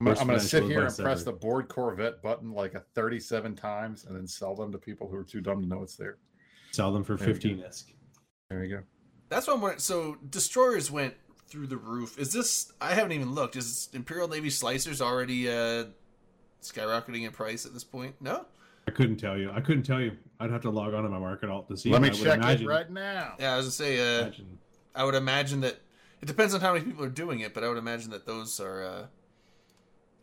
Speaker 2: I'm,
Speaker 3: First
Speaker 2: going to
Speaker 3: match
Speaker 2: sit
Speaker 3: was
Speaker 2: here
Speaker 3: by
Speaker 2: and press
Speaker 3: separate.
Speaker 2: the board Corvette button like a 37 times and then sell them to people who are too dumb to know it's there.
Speaker 3: Sell them for
Speaker 2: There we go.
Speaker 3: fifteen esque.
Speaker 2: There you go.
Speaker 1: That's what I'm wondering. So destroyers went through the roof. Is this? I haven't even looked. Is Imperial Navy slicers already uh, skyrocketing in price at this point? No.
Speaker 3: I couldn't tell you. I couldn't tell you. I'd have to log on to my market alt to see.
Speaker 2: Let
Speaker 3: but
Speaker 2: me
Speaker 3: I would
Speaker 2: check
Speaker 3: imagine,
Speaker 2: it right now.
Speaker 1: Yeah, I was gonna say. Uh,
Speaker 3: imagine-
Speaker 1: I would imagine that it depends on how many people are doing it, but I would imagine that those are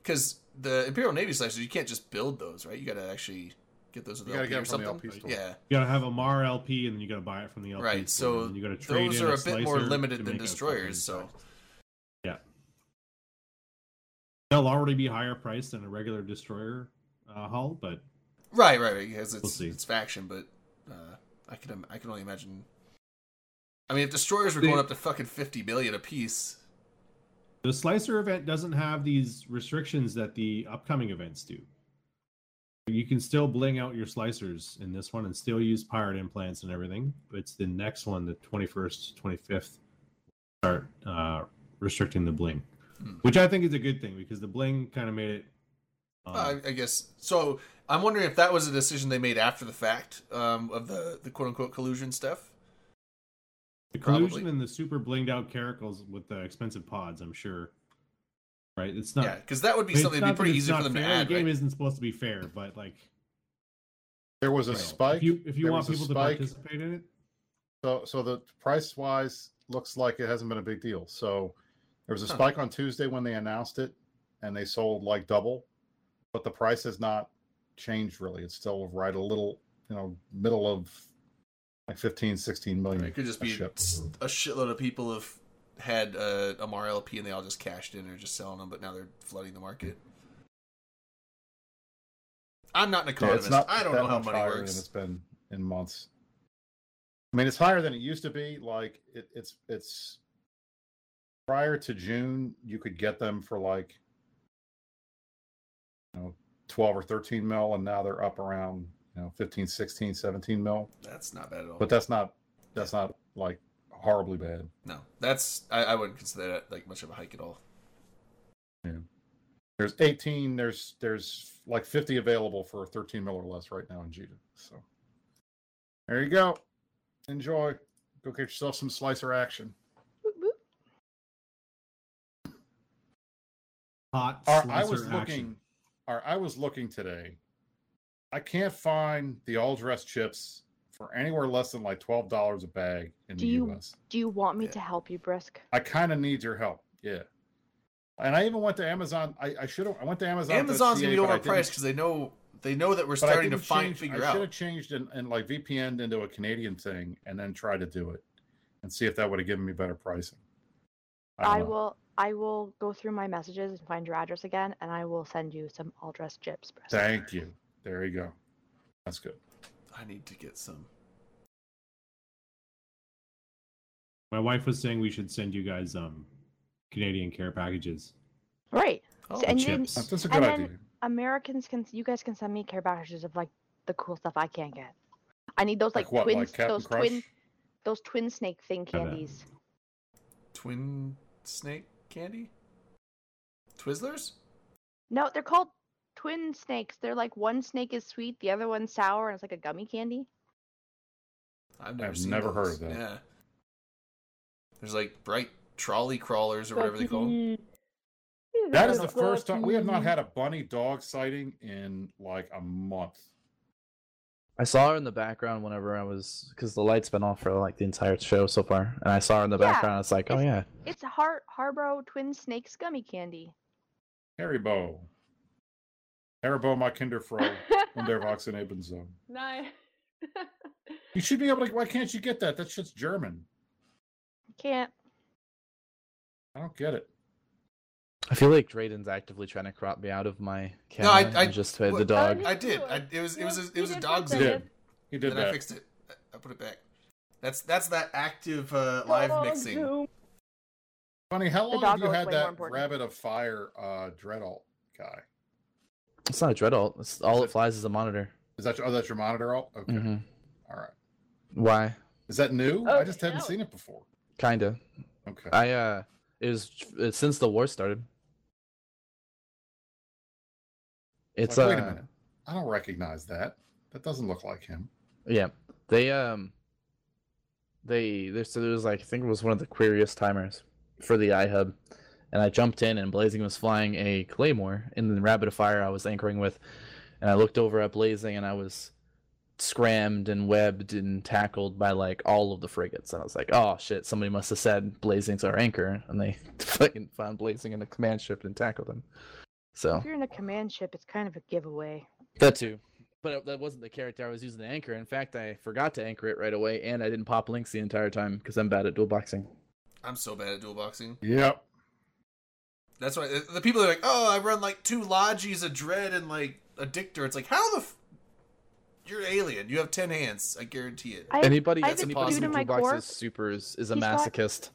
Speaker 1: because the Imperial Navy slicers you can't just build those, right? You got to actually get those. With
Speaker 2: You gotta
Speaker 1: LP
Speaker 2: get
Speaker 1: or
Speaker 2: them from the
Speaker 1: something.
Speaker 2: LP store.
Speaker 1: Yeah.
Speaker 3: You gotta have a Mar LP, and then you gotta buy it from the LP.
Speaker 1: Right,
Speaker 3: store,
Speaker 1: so
Speaker 3: and you gotta trade
Speaker 1: Those
Speaker 3: in
Speaker 1: are
Speaker 3: a
Speaker 1: a bit more
Speaker 3: slicer to
Speaker 1: limited than
Speaker 3: make a
Speaker 1: destroyers, so
Speaker 3: fucking- they'll already be higher priced than a regular destroyer uh, hull, but
Speaker 1: Right, right, right. Because it's
Speaker 3: We'll see.
Speaker 1: it's faction, but uh, I can im- I can only imagine. I mean, if destroyers were
Speaker 3: They-
Speaker 1: going up to fucking fifty billion a piece,
Speaker 3: the slicer event doesn't have these restrictions that the upcoming events do. You can still bling out your slicers in this one and still use pirate implants and everything. But it's the next one, the 21st, 25th, start uh, restricting the bling,
Speaker 1: Hmm.
Speaker 3: which I think is a good thing because the bling kind of made it. um,
Speaker 1: uh, I, I guess. So I'm wondering if that was a decision they made after the fact um, of the the quote unquote collusion stuff.
Speaker 3: The
Speaker 1: Probably.
Speaker 3: collusion and the super blinged out caracals with the expensive pods, I'm sure. Right? It's
Speaker 1: Yeah,
Speaker 3: not
Speaker 1: 'cause yeah, because that would be
Speaker 3: it's
Speaker 1: something
Speaker 3: not
Speaker 1: that'd be
Speaker 3: that
Speaker 1: pretty
Speaker 3: it's
Speaker 1: easy for
Speaker 3: not
Speaker 1: them
Speaker 3: fair.
Speaker 1: to add.
Speaker 3: The game
Speaker 1: right?
Speaker 3: isn't supposed to be fair, but like
Speaker 2: There was a
Speaker 3: you know,
Speaker 2: spike.
Speaker 3: If you if you
Speaker 2: There
Speaker 3: want
Speaker 2: was a
Speaker 3: people to
Speaker 2: spike.
Speaker 3: participate in it,
Speaker 2: So, so the price wise looks like it hasn't been a big deal. So, there was a
Speaker 1: Huh.
Speaker 2: spike on Tuesday when they announced it, and they sold like double, but the price has not changed really. It's still right a little, you know, middle of like 15, 16 million.
Speaker 1: It could just
Speaker 2: a
Speaker 1: be
Speaker 2: ship.
Speaker 1: s- a shitload of people have had uh, a MRLP and they all just cashed in or just selling them, but now they're flooding the market. I'm not an
Speaker 2: Yeah,
Speaker 1: economist.
Speaker 2: it's not.
Speaker 1: I don't
Speaker 2: that
Speaker 1: know how
Speaker 2: much
Speaker 1: money
Speaker 2: higher
Speaker 1: works.
Speaker 2: Than it's been in months. I mean, it's higher than it used to be. Like it, it's it's prior to June, you could get them for like you know, twelve or thirteen mil, and now they're up around you know 15, 16, 17 mil.
Speaker 1: That's not bad at all.
Speaker 2: But that's not that's not like horribly bad.
Speaker 1: no, that's I, I wouldn't consider that like much of a hike at all.
Speaker 2: There's eighteen. There's there's like fifty available for thirteen mil or less right now in Jita. So there you go. Enjoy. Go get yourself some slicer action.
Speaker 5: Woop woop.
Speaker 3: hot
Speaker 2: Or I
Speaker 3: slicer
Speaker 2: was
Speaker 3: action.
Speaker 2: looking. Or I was looking today. I can't find the all dressed chips for anywhere less than like twelve dollars a bag in
Speaker 5: Do
Speaker 2: the
Speaker 5: you-
Speaker 2: U.S.
Speaker 5: Do you want me
Speaker 1: Yeah.
Speaker 5: to help you, Brisk?
Speaker 2: I kind of need your help. Yeah. And I even went to Amazon. I, I should have. I went to Amazon. for the
Speaker 1: Amazon's gonna
Speaker 2: CA,
Speaker 1: be
Speaker 2: but I
Speaker 1: overpriced
Speaker 2: didn't-
Speaker 1: because they know they know that we're
Speaker 2: but I
Speaker 1: starting to
Speaker 2: didn't
Speaker 1: find
Speaker 2: change-
Speaker 1: figure
Speaker 2: I should
Speaker 1: out.
Speaker 2: have changed and, and like VPN into a Canadian thing and then try to do it and see if that would have given me better pricing. don't
Speaker 5: I
Speaker 2: know.
Speaker 5: will. I will go through my messages and find your address again, and I will send you some all dressed chips, Brisk.
Speaker 2: Thank you. There you go. That's good.
Speaker 1: I need to get some.
Speaker 3: My wife was saying we should send you guys um Canadian care packages.
Speaker 5: Right.
Speaker 1: Oh,
Speaker 5: So- and you didn't-
Speaker 3: chips.
Speaker 2: That's a good
Speaker 5: And then-
Speaker 2: idea.
Speaker 5: Americans can. You guys can send me care packages of like the cool stuff I can't get. I need those like,
Speaker 2: like what?
Speaker 5: twin.
Speaker 2: like Captain
Speaker 5: those
Speaker 2: Crunch?
Speaker 5: twin. Those twin snake thing
Speaker 3: bet.
Speaker 5: candies.
Speaker 1: Twin snake candy? Twizzlers?
Speaker 5: No, they're called twin snakes. They're like one snake is sweet, the other one's sour, and it's like a gummy candy.
Speaker 1: I've never
Speaker 2: I've
Speaker 1: seen
Speaker 2: never heard
Speaker 1: those.
Speaker 2: of that.
Speaker 1: Yeah. There's like bright trolley crawlers or whatever they call them.
Speaker 2: That is the first time we have not had a bunny dog sighting in like a month.
Speaker 4: I saw her in the background whenever I was because the light's been off for like the entire show so far, and I saw her in the
Speaker 5: Yeah,
Speaker 4: background. It's like, oh
Speaker 5: it's-
Speaker 4: yeah,
Speaker 5: It's Har Harbro Twin Snakes gummy candy.
Speaker 2: Haribo. Haribo, my Kinderfrau, und der Erwachsene Ebenso.
Speaker 6: Nice.
Speaker 2: You should be able to. Why can't you get that? That shit's German.
Speaker 5: Can't.
Speaker 2: I don't get it.
Speaker 4: I feel like Drayden's actively trying to crop me out of my
Speaker 1: No,
Speaker 4: camera.
Speaker 1: I- I-
Speaker 4: and just fed
Speaker 1: what-
Speaker 4: the dog.
Speaker 1: I did. I, it was it was a, it was a dog's
Speaker 2: something.
Speaker 1: head,
Speaker 2: did. He did
Speaker 1: and
Speaker 2: that.
Speaker 1: I fixed it. I- I put it back. That's that's that active uh, live mixing.
Speaker 2: Funny, how
Speaker 5: The
Speaker 2: long have
Speaker 5: doggo
Speaker 2: you
Speaker 5: is
Speaker 2: had
Speaker 5: way more
Speaker 2: that
Speaker 5: important.
Speaker 2: Rabbit of Fire uh, Dreadalt guy?
Speaker 4: It's not a dreadalt. It's all it flies is a monitor.
Speaker 2: Is that your, oh, that's your monitor alt? Okay,
Speaker 4: hmm
Speaker 2: all right.
Speaker 4: Why?
Speaker 2: Is that new?
Speaker 6: Oh,
Speaker 2: I just haven't
Speaker 6: no.
Speaker 2: seen it before.
Speaker 4: Kinda.
Speaker 2: Okay,
Speaker 4: I uh, it was it's since the war started. It's
Speaker 2: like,
Speaker 4: uh,
Speaker 2: wait a minute. I don't recognize that. That doesn't look like him.
Speaker 4: Yeah, they um, they there so there was like I think it was one of the queeriest timers for the iHub, and I jumped in and Blazing was flying a claymore in the rabbit of fire I was anchoring with, and I looked over at Blazing and I was scrammed and webbed and tackled by like all of the frigates and I was like, oh shit, somebody must have said Blazing's our anchor, and they fucking found Blazing in a command ship and tackled him. So
Speaker 2: Oh.
Speaker 5: If you're in a command ship, it's kind of a giveaway.
Speaker 4: that too. But it- that wasn't the character I was using to anchor. In fact, I forgot to anchor it right away, and I didn't pop links the entire time because I'm bad at dual boxing.
Speaker 1: I'm so bad at dual boxing.
Speaker 2: Yep.
Speaker 1: That's why the people are like, oh, I run like two Lodgies, a Dread, and like a Dictor. It's like, how the. F- You're an alien. You have 10 hands. I guarantee it.
Speaker 5: I,
Speaker 4: Anybody,
Speaker 5: I've been
Speaker 4: anybody
Speaker 5: doing
Speaker 4: who
Speaker 5: my
Speaker 4: boxes
Speaker 5: corp.
Speaker 4: supers is a
Speaker 5: He's got-
Speaker 4: masochist.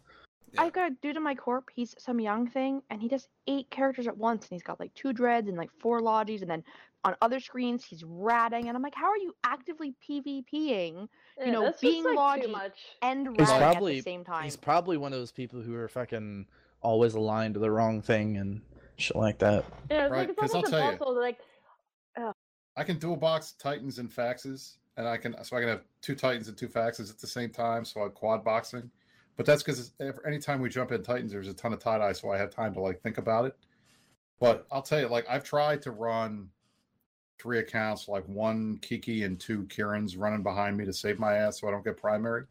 Speaker 1: Yeah.
Speaker 5: I've got a dude in my corp. He's some young thing, and he does eight characters at once, and he's got like two dreads and like four lodges, and then on other screens he's ratting, and I'm like, how are you actively PvPing
Speaker 6: Yeah,
Speaker 5: You know,
Speaker 6: that's just,
Speaker 5: being
Speaker 6: like,
Speaker 5: lodgy-
Speaker 6: too much.
Speaker 5: and ratting
Speaker 4: He's probably-
Speaker 5: at the same time?
Speaker 4: He's probably one of those people who are fucking always aligned to the wrong thing and shit like that.
Speaker 6: Yeah, it's
Speaker 2: Right,
Speaker 6: like it's
Speaker 2: 'cause I'll
Speaker 6: almost
Speaker 2: tell you.
Speaker 6: impossible. to, Like
Speaker 2: I can dual box Titans and faxes, and I can so I can have two Titans and two faxes at the same time. So I'm quad boxing, but that's because anytime we jump in Titans, there's a ton of tie dye, so I have time to like think about it. But I'll tell you, like I've tried to run three accounts, like one Kiki and two Kieran's running behind me to save my ass, so I don't get primary,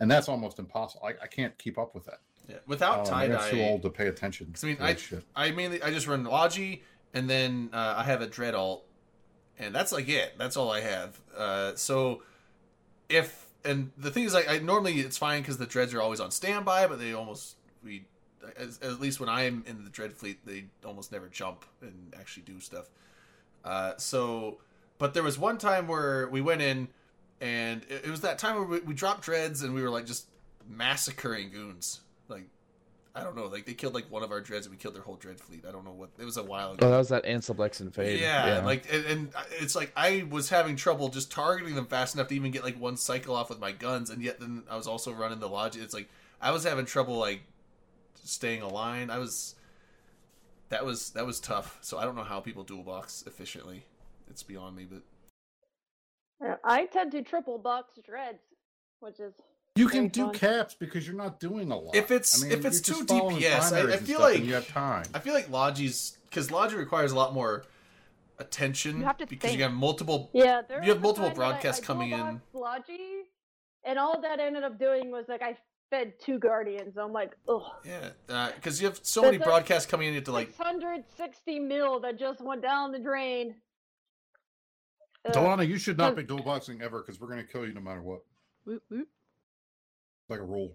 Speaker 2: and that's almost impossible. I, I can't keep up with that.
Speaker 1: Yeah. Without
Speaker 2: Um,
Speaker 1: tie
Speaker 2: I'm too
Speaker 1: dye,
Speaker 2: old to pay attention.
Speaker 1: 'Cause I mean,
Speaker 2: to that shit.
Speaker 1: I mainly I just run Logi, and then uh, I have a Dread alt, and that's like it. That's all I have. Uh, so if and the thing is, like I normally it's fine because the Dreads are always on standby, but they almost we as, at least when I'm in the Dread fleet, they almost never jump and actually do stuff. Uh, so, but there was one time where we went in, and it, it was that time where we, we dropped dreads and we were like just massacring goons. Like, I don't know, like they killed like one of our dreads and we killed their whole dread fleet. I don't know what it was a while ago.
Speaker 4: Oh, that was that Ansel Blexen fade.
Speaker 1: Yeah, like and, and it's like I was having trouble just targeting them fast enough to even get like one cycle off with my guns, and yet then I was also running the logic. It's like I was having trouble like staying aligned. I was that was that was tough. So I don't know how people dual box efficiently. It's beyond me, but
Speaker 6: uh, I tend to triple box dreads, which is
Speaker 2: You can
Speaker 6: Very
Speaker 2: do
Speaker 6: fun.
Speaker 2: caps because you're not doing a lot.
Speaker 1: If it's-
Speaker 2: I mean,
Speaker 1: if it's
Speaker 2: you're just
Speaker 1: too
Speaker 2: following
Speaker 1: DPS, I- I
Speaker 2: primaries and
Speaker 1: feel
Speaker 2: stuff and
Speaker 1: like-
Speaker 2: you have time.
Speaker 1: I feel like Logi's because Logi requires a lot more attention
Speaker 5: You have to
Speaker 1: because
Speaker 5: think.
Speaker 1: you have multiple.
Speaker 6: yeah. There
Speaker 1: You
Speaker 6: was
Speaker 1: have
Speaker 6: a
Speaker 1: multiple
Speaker 6: time that I-
Speaker 1: broadcasts
Speaker 6: I
Speaker 1: coming in.
Speaker 6: dual-boxed Logi, and all that I ended up doing was like I fed two guardians. I'm like, ugh.
Speaker 1: Yeah, because you have so
Speaker 6: That's
Speaker 1: many
Speaker 6: like-
Speaker 1: broadcasts coming in. You have to like,
Speaker 6: 660 mil that just went down the drain.
Speaker 1: uh,
Speaker 6: Ugh.
Speaker 2: Delana, you should not
Speaker 6: but-
Speaker 2: be dual boxing ever because we're going to kill you no matter what.
Speaker 5: Woot woot.
Speaker 2: It's like a rule.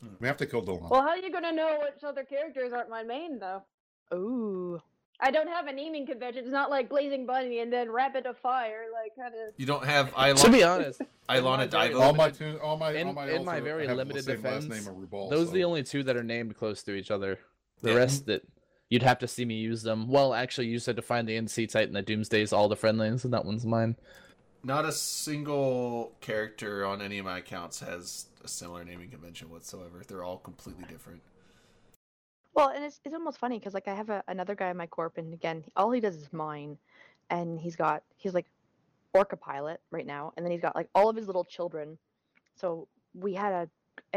Speaker 1: Hmm.
Speaker 2: We have to kill Delana.
Speaker 6: Well, how are you gonna know which other characters aren't my main though?
Speaker 5: Ooh.
Speaker 6: I don't have a naming convention. It's not like Blazing Bunny and then Rapid of Fire, like kind of.
Speaker 1: you don't have
Speaker 4: to
Speaker 1: Ilana,
Speaker 4: be honest,
Speaker 1: Ilana
Speaker 4: very
Speaker 2: all
Speaker 1: Divo.
Speaker 2: my two, all my, all
Speaker 4: In-
Speaker 2: my,
Speaker 4: in my
Speaker 2: ultimate
Speaker 4: very
Speaker 2: have
Speaker 4: limited
Speaker 2: the same last
Speaker 4: defense,
Speaker 2: name of Rubal,
Speaker 4: those
Speaker 2: so.
Speaker 4: are the only two that are named close to each other. The
Speaker 1: Yeah.
Speaker 4: rest that you'd have to see me use them. Well, actually, you said to find the NC Titan, the Doomsday's, all the friendlies, and that one's mine.
Speaker 1: Not a single character on any of my accounts has a similar naming convention whatsoever. They're all completely different.
Speaker 5: Well, and it's, it's almost funny because like I have a, another guy in my corp, and again, all he does is mine, and he's got he's like orca pilot right now, and then he's got like all of his little children. So we had a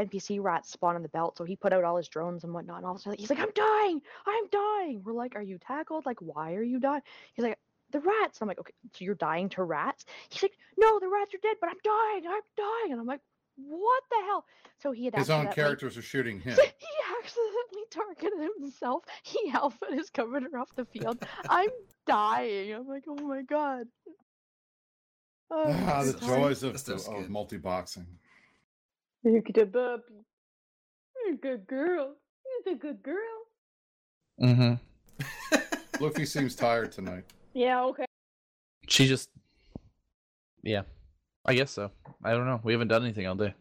Speaker 5: NPC rat spawn in the belt, so he put out all his drones and whatnot, and all of a sudden he's like, "I'm dying, I'm dying." We're like, "Are you tackled? Like, why are you dying?" He's like, "The rats." I'm like, "Okay, so you're dying to rats?" He's like, "No, the rats are dead, but I'm dying, I'm dying," and I'm like, "What the hell?" So he had
Speaker 2: his own
Speaker 5: accidentally-
Speaker 2: characters are shooting him.
Speaker 5: he accidentally targeted himself. He alpha his commander off the field. I'm dying. I'm like, oh my god. Oh,
Speaker 2: ah,
Speaker 5: I'm
Speaker 2: the
Speaker 1: That's-
Speaker 5: sorry.
Speaker 2: joys of,
Speaker 1: that's no
Speaker 2: of
Speaker 1: skid.
Speaker 2: multi boxing.
Speaker 6: You could have Bubby. You're a good girl. You're a good girl.
Speaker 4: Mm-hmm.
Speaker 2: Luffy seems tired tonight.
Speaker 6: Yeah, okay.
Speaker 4: She just, yeah, I guess so. I don't know. We haven't done anything all day.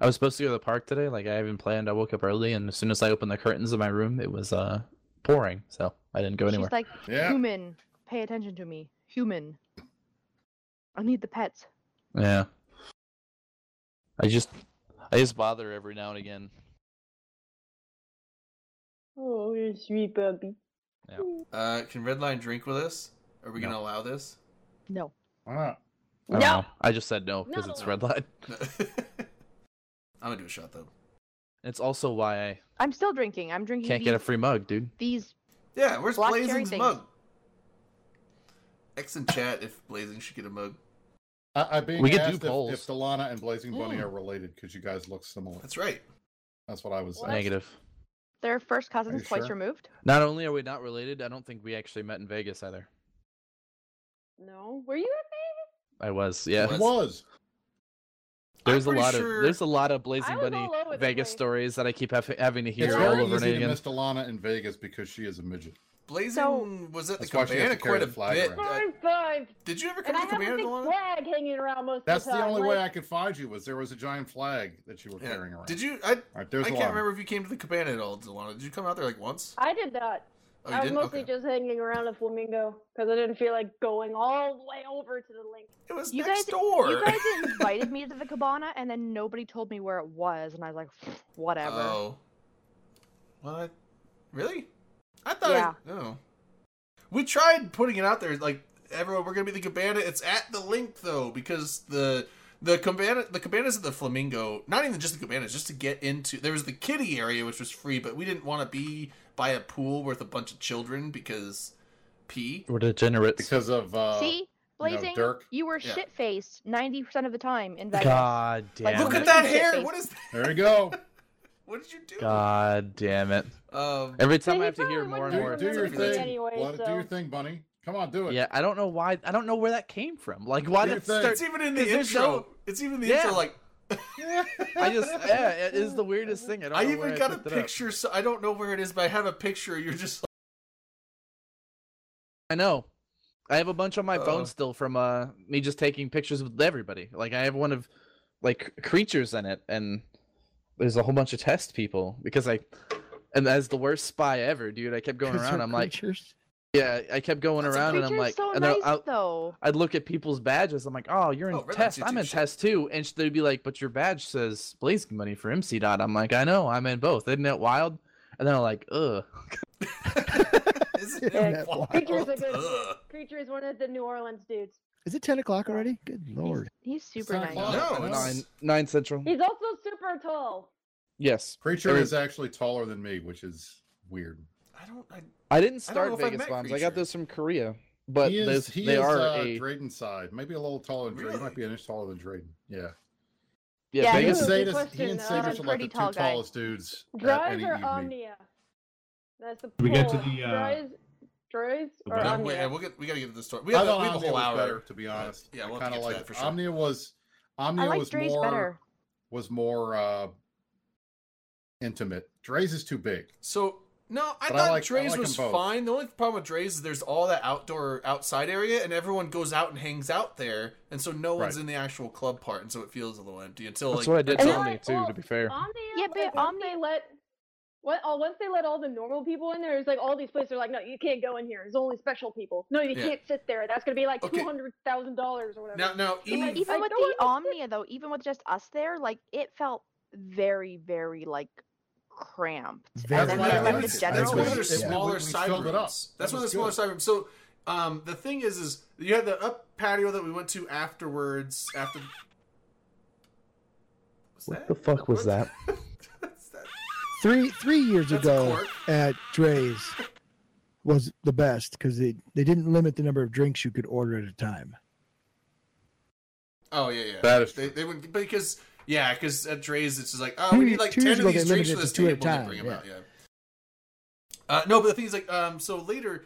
Speaker 4: I was supposed to go to the park today. Like I haven't planned. I woke up early, and as soon as I opened the curtains of my room, it was uh pouring, so I didn't go anywhere.
Speaker 5: She's like,
Speaker 2: Yeah.
Speaker 5: human, pay attention to me. Human. I need the pets.
Speaker 4: Yeah. I just I just bother every now and again.
Speaker 6: Oh, you're sweet Bubby. Hmm.
Speaker 1: Uh, can Redline drink with us? Are we
Speaker 4: No.
Speaker 1: gonna allow this?
Speaker 5: No.
Speaker 2: Why not?
Speaker 4: I don't
Speaker 6: No.
Speaker 4: know. I just said no because
Speaker 6: Not
Speaker 4: it's
Speaker 6: allowed.
Speaker 4: red line.
Speaker 1: No. I'm gonna do a shot though.
Speaker 4: It's also why I
Speaker 5: I'm still drinking. I'm drinking
Speaker 4: can't
Speaker 5: these,
Speaker 4: get a free mug, dude.
Speaker 5: these
Speaker 1: Yeah, where's
Speaker 5: Black cherry
Speaker 1: Blazing's
Speaker 5: things.
Speaker 1: mug? X in chat if Blazing should get a mug.
Speaker 2: I, I being
Speaker 4: We could do
Speaker 2: asked if,
Speaker 4: polls.
Speaker 2: if Delana and Blazing Bunny
Speaker 5: Mm.
Speaker 2: are related because you guys look similar.
Speaker 1: That's right.
Speaker 2: That's what I was.
Speaker 6: What?
Speaker 4: Negative.
Speaker 5: their first cousins
Speaker 2: you
Speaker 5: twice
Speaker 2: sure?
Speaker 5: removed.
Speaker 4: Not only are we not related, I don't think we actually met in Vegas either.
Speaker 6: No, were you at
Speaker 4: I was, yeah.
Speaker 1: What?
Speaker 2: It was.
Speaker 4: It There's a
Speaker 1: pretty
Speaker 4: lot
Speaker 1: sure-
Speaker 4: of there's a lot of
Speaker 6: I
Speaker 4: Blazing
Speaker 6: was
Speaker 4: Bunny
Speaker 6: all over the
Speaker 4: Vegas
Speaker 6: place.
Speaker 4: stories that I keep haf- having to
Speaker 2: It's
Speaker 4: hear all
Speaker 2: very
Speaker 4: over and
Speaker 2: easy to
Speaker 4: again.
Speaker 2: miss Delana in Vegas because she is a midget.
Speaker 1: Blazing
Speaker 5: So-
Speaker 1: was at the
Speaker 2: That's why she has
Speaker 1: cabana
Speaker 2: to carry
Speaker 1: quite a
Speaker 2: the flag
Speaker 1: bit.
Speaker 2: around.
Speaker 1: Uh,
Speaker 6: High five!
Speaker 1: did you ever come
Speaker 6: And
Speaker 1: to
Speaker 6: I
Speaker 1: the
Speaker 6: have
Speaker 1: cabana,
Speaker 6: a big
Speaker 1: Delana?
Speaker 6: flag hanging around most
Speaker 2: That's
Speaker 6: of the
Speaker 2: the
Speaker 6: time.
Speaker 2: only
Speaker 6: like,
Speaker 2: way I could find you was there was a giant flag that you were
Speaker 1: Yeah.
Speaker 2: carrying around.
Speaker 1: Did you? I
Speaker 2: All right, there's
Speaker 1: I
Speaker 2: Delana.
Speaker 1: can't remember if you came to the cabana at all, Delana. Did you come out there like once?
Speaker 6: I did not.
Speaker 1: Oh, you
Speaker 6: I
Speaker 5: Uh,
Speaker 6: was
Speaker 1: didn't.
Speaker 6: mostly
Speaker 1: okay.
Speaker 6: just hanging around at Flamingo because I didn't feel like going all the way over to the link.
Speaker 1: It was
Speaker 5: You
Speaker 1: next
Speaker 5: guys-
Speaker 1: door.
Speaker 5: You guys invited me to the cabana, and then nobody told me where it was, and I was like, whatever.
Speaker 1: Oh. What? Really? I thought.
Speaker 5: Yeah.
Speaker 1: I, oh. We tried putting it out there, like everyone. We're gonna be the cabana. It's at the link though, because the the cabana the cabanas at the flamingo. Not even just the cabanas, just to get into. There was the kiddie area, which was free, but we didn't want to be by a pool with a bunch of children because P.
Speaker 4: We're degenerates.
Speaker 2: because of uh,
Speaker 5: See, Blazing, you,
Speaker 2: Dirk.
Speaker 5: were
Speaker 1: Yeah.
Speaker 5: shit faced ninety percent of the time in Vegas.
Speaker 4: God
Speaker 5: Like,
Speaker 4: damn
Speaker 1: Look
Speaker 5: Yeah.
Speaker 1: at
Speaker 4: it!
Speaker 1: that hair. What is that?
Speaker 2: There you go.
Speaker 1: What did you do?
Speaker 4: God damn it!
Speaker 1: Um,
Speaker 4: Every time
Speaker 6: he
Speaker 4: I have to hear
Speaker 6: probably
Speaker 4: more and
Speaker 6: wouldn't
Speaker 4: more.
Speaker 2: do,
Speaker 6: Or
Speaker 2: do your
Speaker 1: something like
Speaker 2: thing.
Speaker 1: that.
Speaker 6: Anyway,
Speaker 2: What- Do
Speaker 6: so-
Speaker 2: your thing, Bunny. Come on, do it.
Speaker 4: Yeah, I don't know why. I don't know where that came from. Like, why
Speaker 2: Do your
Speaker 4: did
Speaker 2: thing.
Speaker 4: start?
Speaker 1: it's even in the
Speaker 4: 'cause there's
Speaker 1: intro.
Speaker 4: no-
Speaker 1: It's even in the
Speaker 4: Yeah.
Speaker 1: intro. Like
Speaker 4: I just yeah, it is the weirdest thing. I, don't
Speaker 1: I
Speaker 4: know
Speaker 1: even
Speaker 4: where
Speaker 1: got a
Speaker 4: picked it up.
Speaker 1: picture. So I don't know where it is, but I have a picture. You're just
Speaker 4: I know. I have a bunch on my
Speaker 1: Uh-oh.
Speaker 4: phone still from uh me just taking pictures with everybody. Like I have one of like creatures in it, and there's a whole bunch of test people because I and as the worst spy ever, dude. I kept going around. I'm like, yeah, I kept going
Speaker 1: That's a
Speaker 4: around, and I'm
Speaker 5: Creature's
Speaker 4: like,
Speaker 5: so
Speaker 4: and
Speaker 5: nice
Speaker 4: then I'll-
Speaker 5: though.
Speaker 4: I'd look at people's badges. I'm like, oh, you're in
Speaker 1: Oh, Red Light
Speaker 4: test.
Speaker 1: Two
Speaker 4: I'm
Speaker 1: too,
Speaker 4: in
Speaker 1: shit.
Speaker 4: test too. And sh- they'd be like, but your badge says Blazing Money for MC Dot. I'm like, I know. I'm in both. Isn't it wild? And they're like, ugh.
Speaker 1: Isn't it
Speaker 6: Yeah,
Speaker 1: wild?
Speaker 6: Creature's a good
Speaker 1: Ugh.
Speaker 6: creature is one of the New Orleans dudes.
Speaker 8: Is it 10 o'clock already? Good lord.
Speaker 5: He's super
Speaker 2: not
Speaker 5: nice.
Speaker 2: long.
Speaker 1: No,
Speaker 4: Nine,
Speaker 1: it's,
Speaker 4: nine central.
Speaker 6: He's also super tall.
Speaker 4: Yes.
Speaker 2: Creature
Speaker 4: Every-
Speaker 2: is actually taller than me, which is weird.
Speaker 1: I don't. I, I
Speaker 4: I didn't
Speaker 1: don't know
Speaker 4: start
Speaker 1: if I
Speaker 4: Vegas
Speaker 1: met
Speaker 4: bombs. I
Speaker 1: Creature.
Speaker 4: got those from Korea, but
Speaker 2: he is,
Speaker 4: those,
Speaker 2: he
Speaker 4: they
Speaker 2: is
Speaker 4: are
Speaker 2: uh,
Speaker 4: a
Speaker 2: Drayton side, maybe a little taller than Drayton. He
Speaker 1: Really?
Speaker 2: might be an inch taller than Drayton. Yeah.
Speaker 4: yeah.
Speaker 5: Yeah,
Speaker 2: He and
Speaker 4: Vegas.
Speaker 5: is a good
Speaker 2: Sadus, he and
Speaker 5: question. Um,
Speaker 2: Sadus are like
Speaker 5: pretty
Speaker 2: the two
Speaker 5: tall guy.
Speaker 2: tallest dudes at any
Speaker 6: Drive or
Speaker 2: evening.
Speaker 6: Omnia? That's the
Speaker 3: We get to
Speaker 6: poll.
Speaker 3: the, uh,
Speaker 6: Drive
Speaker 3: the
Speaker 6: or Omnia?
Speaker 3: web-
Speaker 1: no, wait, yeah, we'll get. We gotta get to the story. We
Speaker 2: I
Speaker 1: have, a,
Speaker 2: thought
Speaker 1: we have a
Speaker 2: Omnia
Speaker 1: whole
Speaker 2: was
Speaker 1: hour.
Speaker 2: better, to be honest.
Speaker 1: Yeah, we'll have
Speaker 2: I
Speaker 1: to
Speaker 2: kind
Speaker 1: get
Speaker 2: of
Speaker 1: to
Speaker 2: like
Speaker 1: that for sure.
Speaker 2: Omnia was Omnia
Speaker 5: I like
Speaker 2: was
Speaker 5: Dre's
Speaker 2: more
Speaker 5: better.
Speaker 2: was more uh intimate. Dre's is too big.
Speaker 1: So no, I
Speaker 2: But I
Speaker 1: thought
Speaker 2: like- I
Speaker 1: Dre's
Speaker 2: like 'em
Speaker 1: was
Speaker 2: both.
Speaker 1: fine. The only problem with Dre's is there's all that outdoor outside area, and everyone goes out and hangs out there, and so no one's
Speaker 2: Right.
Speaker 1: in the actual club part, and so it feels a little empty until
Speaker 4: That's
Speaker 1: like
Speaker 4: what I did
Speaker 6: And
Speaker 4: to
Speaker 6: then,
Speaker 4: Omni
Speaker 6: like,
Speaker 4: too.
Speaker 6: all-
Speaker 4: To be fair,
Speaker 6: Omnia.
Speaker 5: Yeah,
Speaker 6: like,
Speaker 5: but
Speaker 6: once
Speaker 5: Omnia-
Speaker 6: they let what oh, once they let all the normal people in there, it's like all these places are like, no, you can't go in here. It's only special people. No, you
Speaker 1: Yeah.
Speaker 6: can't sit there. That's gonna be like
Speaker 1: Okay.
Speaker 6: two hundred thousand dollars or
Speaker 1: now
Speaker 6: whatever.
Speaker 1: now
Speaker 5: even,
Speaker 1: Eve.
Speaker 5: even
Speaker 6: I
Speaker 5: with
Speaker 6: don't
Speaker 5: the
Speaker 6: understand.
Speaker 5: omnia though even with just us there like it felt very very like cramped
Speaker 8: Very
Speaker 5: and then
Speaker 8: why
Speaker 5: they
Speaker 8: I
Speaker 5: left
Speaker 8: liked
Speaker 5: the
Speaker 8: it.
Speaker 5: general
Speaker 1: That's
Speaker 8: That's
Speaker 1: why
Speaker 8: what
Speaker 5: room.
Speaker 8: it
Speaker 1: they're
Speaker 8: is. Yeah.
Speaker 1: smaller
Speaker 2: We- we
Speaker 1: side
Speaker 2: filled
Speaker 1: rooms.
Speaker 2: it up. That
Speaker 1: That's why they're
Speaker 2: was
Speaker 1: smaller
Speaker 2: good.
Speaker 1: side rooms. So um, the thing is, is you had the up patio that we went to afterwards. After What's
Speaker 8: What
Speaker 1: that?
Speaker 8: the fuck was
Speaker 1: What-
Speaker 8: that?
Speaker 1: That's- that-
Speaker 8: Three three years
Speaker 1: That's a
Speaker 8: ago
Speaker 1: cork.
Speaker 8: at Dre's was the best because they, they didn't limit the number of drinks you could order at a time.
Speaker 1: oh yeah, yeah.
Speaker 2: That is
Speaker 1: They
Speaker 2: true.
Speaker 1: they wouldn't because yeah because at Dre's it's just like oh
Speaker 8: Two
Speaker 1: we
Speaker 8: years-
Speaker 1: need like
Speaker 8: two
Speaker 1: ten
Speaker 8: years
Speaker 1: of
Speaker 8: ago,
Speaker 1: these
Speaker 8: they
Speaker 1: drinks
Speaker 8: limited
Speaker 1: for
Speaker 8: it
Speaker 1: this
Speaker 8: to two
Speaker 1: table
Speaker 8: at a
Speaker 1: they bring
Speaker 8: time,
Speaker 1: them out yeah. Uh, no, but the thing is like um so later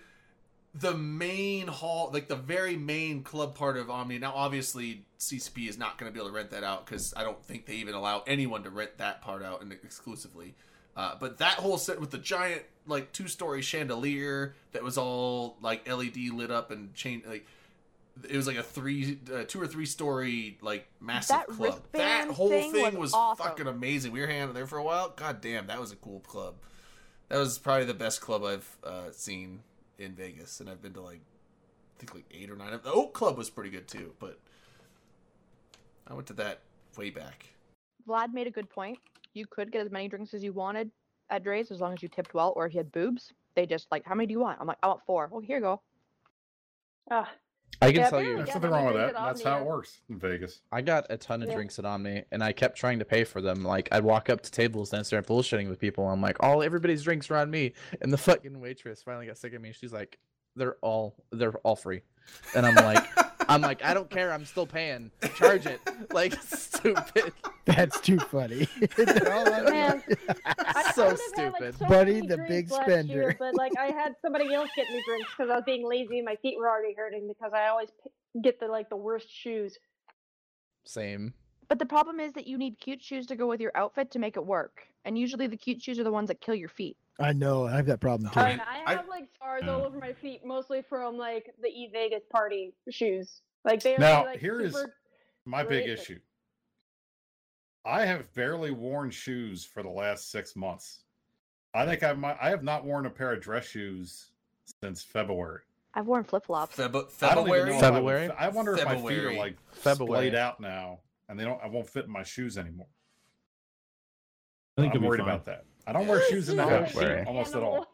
Speaker 1: the main hall, like the very main club part of Omni. Now, obviously, CCP is not going to be able to rent that out because I don't think they even allow anyone to rent that part out and exclusively. Uh, but that whole set with the giant, like two-story chandelier that was all like LED lit up and chain, like it was like a three, uh, two or three-story like massive
Speaker 5: That
Speaker 1: club. That
Speaker 5: wristband
Speaker 1: whole thing,
Speaker 5: thing
Speaker 1: was,
Speaker 5: was awesome.
Speaker 1: fucking amazing. We were hanging out there for a while. God damn, that was a cool club. That was probably the best club I've uh, seen in Vegas, and I've been to like I think like eight or nine. of The Oak Club was pretty good too, but I went to that way back.
Speaker 5: vlad made a good point you could get as many drinks as you wanted at Dre's as long as you tipped well or if you had boobs they just like how many do you want i'm like i want four well here you go
Speaker 6: Ah,
Speaker 4: I can
Speaker 6: yeah,
Speaker 4: tell
Speaker 6: apparently
Speaker 4: you,
Speaker 2: There's
Speaker 6: Yeah,
Speaker 2: nothing
Speaker 6: but
Speaker 2: wrong with
Speaker 6: we
Speaker 2: that.
Speaker 6: did it
Speaker 2: That's how it
Speaker 6: Omnia.
Speaker 2: works in Vegas.
Speaker 4: I got a ton of
Speaker 6: Yeah.
Speaker 4: drinks at Omni, and I kept trying to pay for them. Like I'd walk up to tables and I'd start bullshitting with people. I'm like, all everybody's drinks are on me, and the fucking waitress finally got sick of me. She's like, they're all they're all free, and I'm like, I'm like, I don't care. I'm still paying. Charge it. Like stupid.
Speaker 8: That's too funny.
Speaker 6: man. I,
Speaker 4: So
Speaker 6: I would've had, like,
Speaker 4: stupid.
Speaker 6: so
Speaker 8: Buddy
Speaker 6: many
Speaker 8: the
Speaker 6: drinks
Speaker 8: big
Speaker 6: last
Speaker 8: spender.
Speaker 6: Year, but like I had somebody else get me drinks because I was being lazy and my feet were already hurting because I always p- get the like the worst shoes.
Speaker 4: Same.
Speaker 5: But the problem is that you need cute shoes to go with your outfit to make it work. And usually the cute shoes are the ones that kill your feet.
Speaker 8: I know. I have that problem too.
Speaker 1: All right.
Speaker 6: And I
Speaker 1: I-
Speaker 6: have like scars
Speaker 3: Yeah.
Speaker 2: Mm.
Speaker 6: all over my feet, mostly from like the E Vegas party shoes. Like they are
Speaker 2: Now,
Speaker 6: like
Speaker 2: here is-
Speaker 6: super...
Speaker 2: My big
Speaker 6: Right.
Speaker 2: issue. I have barely worn shoes for the last six months. I think I might. I have not worn a pair of dress shoes since February.
Speaker 5: I've worn flip flops.
Speaker 1: Feb-
Speaker 2: I don't
Speaker 1: February.
Speaker 2: even know if I would
Speaker 4: February?
Speaker 2: fit- I wonder if my feet
Speaker 1: February.
Speaker 2: are like
Speaker 4: February.
Speaker 2: splayed out now, and they don't. I won't fit in my shoes anymore.
Speaker 3: I think
Speaker 2: I'm
Speaker 3: it'll
Speaker 2: worried
Speaker 3: be fine.
Speaker 2: about that. I don't wear shoes in the
Speaker 4: Don't
Speaker 2: house
Speaker 4: worry.
Speaker 2: almost at all.
Speaker 1: All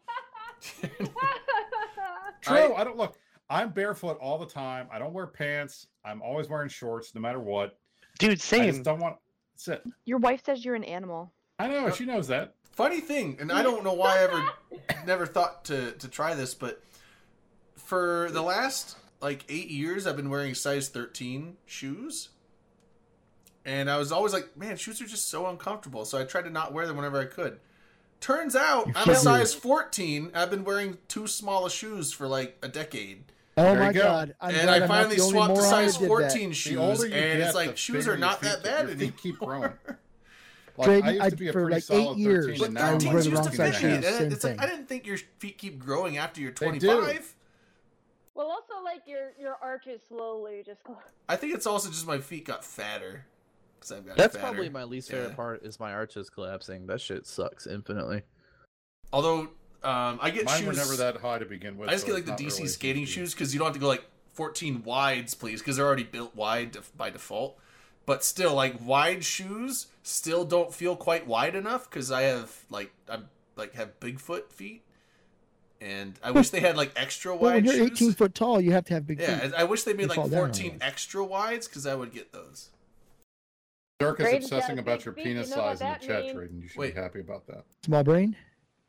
Speaker 2: True.
Speaker 1: right.
Speaker 2: I don't look. I'm barefoot all the time. I don't wear pants. I'm always wearing shorts, no matter what.
Speaker 9: Dude,
Speaker 2: I
Speaker 9: same.
Speaker 2: just don't want. That's it.
Speaker 5: Your wife says you're an animal.
Speaker 2: I know she knows that.
Speaker 1: Funny thing, and I don't know why I ever never thought to to try this, but for the last like eight years, I've been wearing size thirteen shoes, and I was always like, "Man, shoes are just so uncomfortable." So I tried to not wear them whenever I could. Turns out
Speaker 8: You
Speaker 1: I'm a
Speaker 8: feel
Speaker 1: size fourteen. I've been wearing two smallest shoes for like a decade,
Speaker 8: Oh
Speaker 2: There you
Speaker 8: my
Speaker 2: go.
Speaker 8: god! I'm
Speaker 1: and
Speaker 8: glad
Speaker 1: I
Speaker 8: I'm not
Speaker 1: finally
Speaker 8: the only
Speaker 1: swapped to
Speaker 8: moron that
Speaker 1: size
Speaker 8: did that.
Speaker 1: fourteen shoes,
Speaker 2: The older
Speaker 1: and
Speaker 2: you
Speaker 1: it's
Speaker 2: get, the
Speaker 1: like shoes
Speaker 2: bigger
Speaker 1: are
Speaker 2: your
Speaker 1: not
Speaker 2: feet
Speaker 1: that
Speaker 2: get.
Speaker 1: bad
Speaker 2: Your
Speaker 1: anymore.
Speaker 2: feet keep growing. Like,
Speaker 8: Drake,
Speaker 2: I used
Speaker 8: I-
Speaker 2: to be a
Speaker 8: for
Speaker 2: pretty
Speaker 8: like
Speaker 2: solid
Speaker 8: eight years,
Speaker 2: 13,
Speaker 1: But
Speaker 2: and now
Speaker 8: I
Speaker 2: I'm
Speaker 8: was
Speaker 1: 13
Speaker 8: wearing
Speaker 1: is
Speaker 8: the
Speaker 2: just
Speaker 8: wrong
Speaker 1: just
Speaker 2: looking
Speaker 8: size
Speaker 1: a
Speaker 2: at
Speaker 8: shoes.
Speaker 1: decade.
Speaker 2: it.
Speaker 8: same
Speaker 1: It's like
Speaker 8: thing.
Speaker 1: I didn't think your feet keep growing after you're
Speaker 2: They do.
Speaker 1: 25.
Speaker 6: Well, also like your your arches slowly just. close.
Speaker 1: I think it's also just my feet got fatter because I've got
Speaker 4: That's
Speaker 1: fatter.
Speaker 4: probably my least
Speaker 1: Yeah.
Speaker 4: favorite part is my arches collapsing. That shit sucks infinitely.
Speaker 1: Although um, I get
Speaker 2: Mine
Speaker 1: shoes.
Speaker 2: were never that high to begin with.
Speaker 1: I just
Speaker 2: so
Speaker 1: get like
Speaker 2: it's
Speaker 1: the
Speaker 2: not
Speaker 1: DC
Speaker 2: really
Speaker 1: skating
Speaker 2: an issue.
Speaker 1: shoes because you don't have to go like 14 wides, please, because they're already built wide def- by default. But still, like wide shoes still don't feel quite wide enough because I have like I'm like have Bigfoot feet, and I wish they had like extra
Speaker 8: Well,
Speaker 1: wide
Speaker 8: when you're
Speaker 1: shoes.
Speaker 8: 18 foot tall, you have to have big feet.
Speaker 1: yeah, I I wish they made
Speaker 8: You
Speaker 1: like
Speaker 8: fall down on
Speaker 1: 14
Speaker 8: those.
Speaker 1: extra wides because I would get those.
Speaker 2: Dirk is
Speaker 6: Braden's got
Speaker 2: obsessing
Speaker 6: a
Speaker 2: about
Speaker 6: big
Speaker 2: your
Speaker 6: feet,
Speaker 2: penis
Speaker 6: you know what
Speaker 2: size in the
Speaker 6: that
Speaker 2: chat,
Speaker 6: means.
Speaker 2: Drayden. You should
Speaker 1: Wait.
Speaker 2: be happy about that.
Speaker 8: Small brain.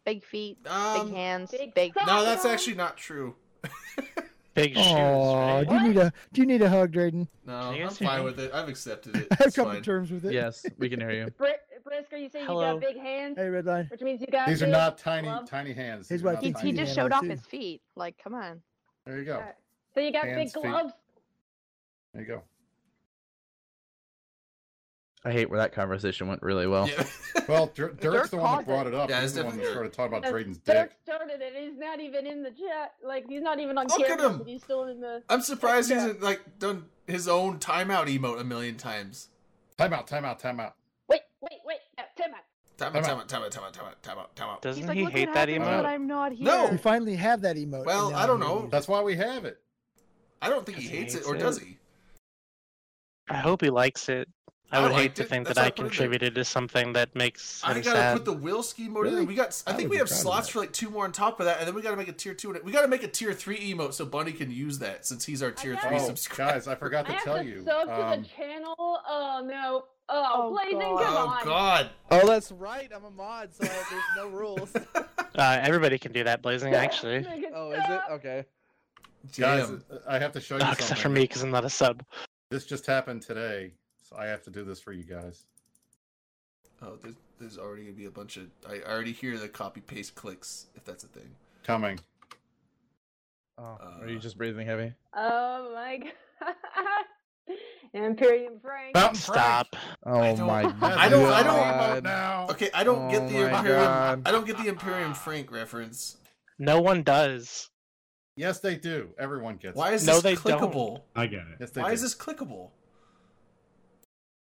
Speaker 5: Big feet,
Speaker 1: Um,
Speaker 5: big hands,
Speaker 6: Big
Speaker 5: big.
Speaker 1: no, that's
Speaker 6: Awesome.
Speaker 1: actually not true.
Speaker 9: Big shoes.
Speaker 8: Oh,
Speaker 9: right?
Speaker 8: do you need a do you need a hug, Drayden?
Speaker 1: No,
Speaker 9: Can you
Speaker 1: I'm
Speaker 9: guys hear
Speaker 1: fine
Speaker 9: me?
Speaker 1: with it. I've accepted it.
Speaker 8: I've
Speaker 1: It's
Speaker 8: come to
Speaker 1: fine.
Speaker 8: terms with it.
Speaker 4: Yes, we can hear you.
Speaker 6: Bri- Brisk, are you saying
Speaker 9: Hello.
Speaker 6: you got big hands,
Speaker 8: Hey, red line.
Speaker 6: which means you got?
Speaker 2: These are
Speaker 6: big
Speaker 2: not tiny,
Speaker 6: glove?
Speaker 2: tiny hands.
Speaker 8: Here's
Speaker 2: These are
Speaker 8: why
Speaker 2: not
Speaker 5: He,
Speaker 8: feet
Speaker 5: he
Speaker 2: tiny
Speaker 8: keep
Speaker 5: just
Speaker 2: hands.
Speaker 8: animal
Speaker 5: showed off
Speaker 8: too.
Speaker 5: his feet. Like, come on.
Speaker 2: There you go.
Speaker 6: Alright. So you got
Speaker 2: Hands,
Speaker 6: big
Speaker 2: feet.
Speaker 6: gloves.
Speaker 2: There you go.
Speaker 4: I hate where that conversation went really well.
Speaker 1: Yeah.
Speaker 2: Well, Dirk, Dirk's the one that
Speaker 6: caused it.
Speaker 2: brought it up.
Speaker 1: Yeah,
Speaker 2: He's
Speaker 1: it's
Speaker 2: the one that
Speaker 1: definitely
Speaker 2: started talking about
Speaker 6: Yes,
Speaker 2: Drayden's
Speaker 6: Dirk
Speaker 2: dick.
Speaker 6: started it. He's not even in the chat. Like he's not even on
Speaker 1: Look at
Speaker 6: camera.
Speaker 1: him.
Speaker 6: but He's still in the.
Speaker 1: I'm surprised he
Speaker 6: Yeah.
Speaker 1: hasn't like done his own timeout emote a million times.
Speaker 2: Time out, time out, time out.
Speaker 6: Wait, wait, wait. No, time out.
Speaker 1: Timeout,
Speaker 2: Timeout.
Speaker 1: timeout, timeout, timeout, timeout, timeout, timeout.
Speaker 9: Doesn't
Speaker 5: He's like,
Speaker 9: he
Speaker 5: look
Speaker 9: hate
Speaker 5: what
Speaker 9: that
Speaker 5: happened
Speaker 2: emote? No.
Speaker 5: when
Speaker 9: emote?
Speaker 5: I'm not here.
Speaker 1: No!
Speaker 8: We finally have that emote. and
Speaker 1: Oh. Well,
Speaker 8: now
Speaker 1: I don't
Speaker 8: we-
Speaker 1: know.
Speaker 2: That's why we have it.
Speaker 1: I don't think he
Speaker 9: Because he
Speaker 1: hates it,
Speaker 9: hates
Speaker 1: or
Speaker 9: it.
Speaker 1: does he?
Speaker 9: I hope he likes it. I
Speaker 1: I
Speaker 9: would hate
Speaker 1: liked
Speaker 9: to
Speaker 1: it.
Speaker 9: think
Speaker 1: That's
Speaker 9: that
Speaker 1: why I
Speaker 9: I
Speaker 1: put it there.
Speaker 9: contributed to something that makes
Speaker 1: I
Speaker 9: him
Speaker 1: gotta
Speaker 9: sad.
Speaker 1: put the will scheme mode in.
Speaker 8: Really?
Speaker 1: We got. I
Speaker 8: I
Speaker 1: think
Speaker 8: would
Speaker 1: we
Speaker 8: be
Speaker 1: have
Speaker 8: proud of
Speaker 1: slots
Speaker 8: that.
Speaker 1: for like two more on top of that, and then we gotta make a tier two. And we gotta make a tier three emote so Bunny can use that since he's our tier
Speaker 6: I
Speaker 1: three
Speaker 6: got-
Speaker 2: Oh,
Speaker 1: subscriber.
Speaker 2: guys, I forgot
Speaker 6: I
Speaker 2: to
Speaker 6: have
Speaker 2: tell
Speaker 6: to
Speaker 2: you.
Speaker 6: sub to
Speaker 2: um,
Speaker 6: the channel. Oh no. Oh,
Speaker 5: Oh,
Speaker 6: blazing!
Speaker 5: God.
Speaker 6: Come
Speaker 1: Oh
Speaker 6: on.
Speaker 1: God!
Speaker 4: Oh, that's right. I'm a mod, so there's no rules.
Speaker 9: Uh, everybody can do that, Blazing, actually.
Speaker 6: Make it
Speaker 4: oh, is it?
Speaker 6: stop.
Speaker 4: Okay.
Speaker 2: Guys,
Speaker 1: Damn.
Speaker 2: I have to show you
Speaker 9: Oh,
Speaker 2: something.
Speaker 9: except for me, because I'm not a sub.
Speaker 2: This just happened today, so I have to do this for you guys.
Speaker 1: Oh, there's, there's already gonna be a bunch of. I already hear the copy paste clicks if that's a thing.
Speaker 2: Coming.
Speaker 4: Oh, are
Speaker 2: Uh,
Speaker 4: you just breathing heavy?
Speaker 6: Oh my God. Imperium Frank.
Speaker 2: Mountain
Speaker 9: Stop.
Speaker 1: I
Speaker 4: Oh
Speaker 1: don't-
Speaker 4: my god.
Speaker 1: I don't- I don't-
Speaker 2: about now.
Speaker 1: Okay, I don't
Speaker 4: Oh
Speaker 1: get the
Speaker 4: my
Speaker 1: Imperium.
Speaker 4: God.
Speaker 1: I don't get the Imperium Frank reference.
Speaker 9: No one does.
Speaker 2: Yes, they do. Everyone gets.
Speaker 1: Why
Speaker 2: It.
Speaker 1: is
Speaker 9: No,
Speaker 1: this
Speaker 9: they don't.
Speaker 1: clickable?
Speaker 3: I get it.
Speaker 2: Yes, they
Speaker 1: Why
Speaker 2: do.
Speaker 1: is this clickable?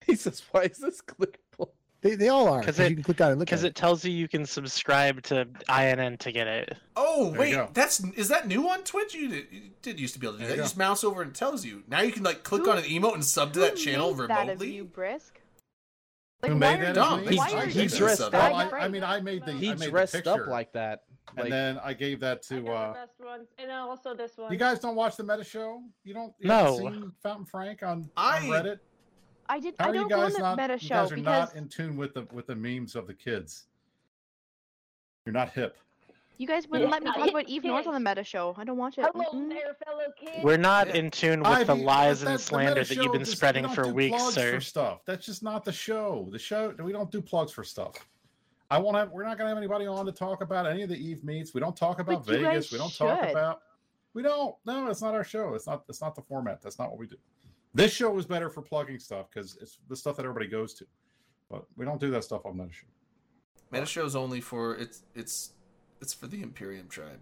Speaker 4: He says, why is this clickable?
Speaker 8: They, they all are
Speaker 9: 'Cause
Speaker 8: because
Speaker 9: it-
Speaker 8: you can click on it. and Look
Speaker 9: Because
Speaker 8: at
Speaker 9: it
Speaker 8: it.
Speaker 9: tells you you can subscribe to INN to get it.
Speaker 1: Oh
Speaker 2: There you
Speaker 1: wait,
Speaker 2: go.
Speaker 1: that's is that new on Twitch? You did, you did used to be able to do
Speaker 2: There you
Speaker 1: that. You
Speaker 2: go.
Speaker 1: just mouse over and it tells you. Now you can like click
Speaker 5: Who-
Speaker 1: on an emote and sub to
Speaker 5: Who
Speaker 1: that channel
Speaker 5: made
Speaker 1: remotely.
Speaker 5: That of you, Brisk.
Speaker 2: Who
Speaker 5: why
Speaker 2: made
Speaker 5: are
Speaker 2: that
Speaker 5: you-
Speaker 1: dumb.
Speaker 2: He-
Speaker 1: They-
Speaker 5: why
Speaker 1: I
Speaker 5: are
Speaker 1: did
Speaker 5: you
Speaker 1: that
Speaker 4: dressed
Speaker 1: sub.
Speaker 2: Well,
Speaker 5: Like
Speaker 2: I,
Speaker 5: the
Speaker 2: I mean, I made the.
Speaker 6: He
Speaker 2: I
Speaker 4: He
Speaker 2: made the
Speaker 4: dressed up
Speaker 2: picture,
Speaker 4: like that.
Speaker 2: And
Speaker 4: Like,
Speaker 2: then I gave that
Speaker 6: I
Speaker 2: to.
Speaker 6: got
Speaker 2: uh
Speaker 6: the best ones, and also this one.
Speaker 2: You guys don't watch the Meta Show? You don't? You
Speaker 9: No.
Speaker 2: haven't Seen Fountain Frank on, on
Speaker 1: I-
Speaker 2: Reddit.
Speaker 5: I did.
Speaker 2: How
Speaker 5: I
Speaker 2: are
Speaker 5: don't
Speaker 2: you
Speaker 5: go on
Speaker 2: guys
Speaker 5: the
Speaker 2: not?
Speaker 5: meta
Speaker 2: you
Speaker 5: show
Speaker 2: guys are
Speaker 5: because
Speaker 2: not in tune with the with the memes of the kids. You're not hip.
Speaker 5: you guys wouldn't let me
Speaker 6: Yeah,
Speaker 5: talk about Eve
Speaker 6: yeah.
Speaker 5: North on the meta show. I don't watch it.
Speaker 6: Hello
Speaker 5: Mm-mm.
Speaker 6: there, fellow kids.
Speaker 9: We're not
Speaker 1: Yeah.
Speaker 9: in tune with the
Speaker 2: Ivy,
Speaker 9: lies
Speaker 2: that- that-
Speaker 9: and
Speaker 2: the
Speaker 9: slander
Speaker 2: Meta
Speaker 9: that you've
Speaker 2: Show
Speaker 9: been
Speaker 2: just- we
Speaker 9: spreading
Speaker 2: don't
Speaker 9: for
Speaker 2: do
Speaker 9: weeks,
Speaker 2: plugs
Speaker 9: sir.
Speaker 2: For stuff that's just not the show. The show we don't do plugs for stuff. I won't have. We're not gonna have anybody on to talk about any of the Eve meets. We don't talk about
Speaker 5: But you guys
Speaker 2: Vegas. We don't talk
Speaker 5: should.
Speaker 2: about. We don't. No, it's not our show. It's not. It's not the format. That's not what we do. This show is better for plugging stuff because it's the stuff that everybody goes to. But we don't do that stuff on Metashare.
Speaker 1: Metashow's only for it's it's it's for the Imperium tribe.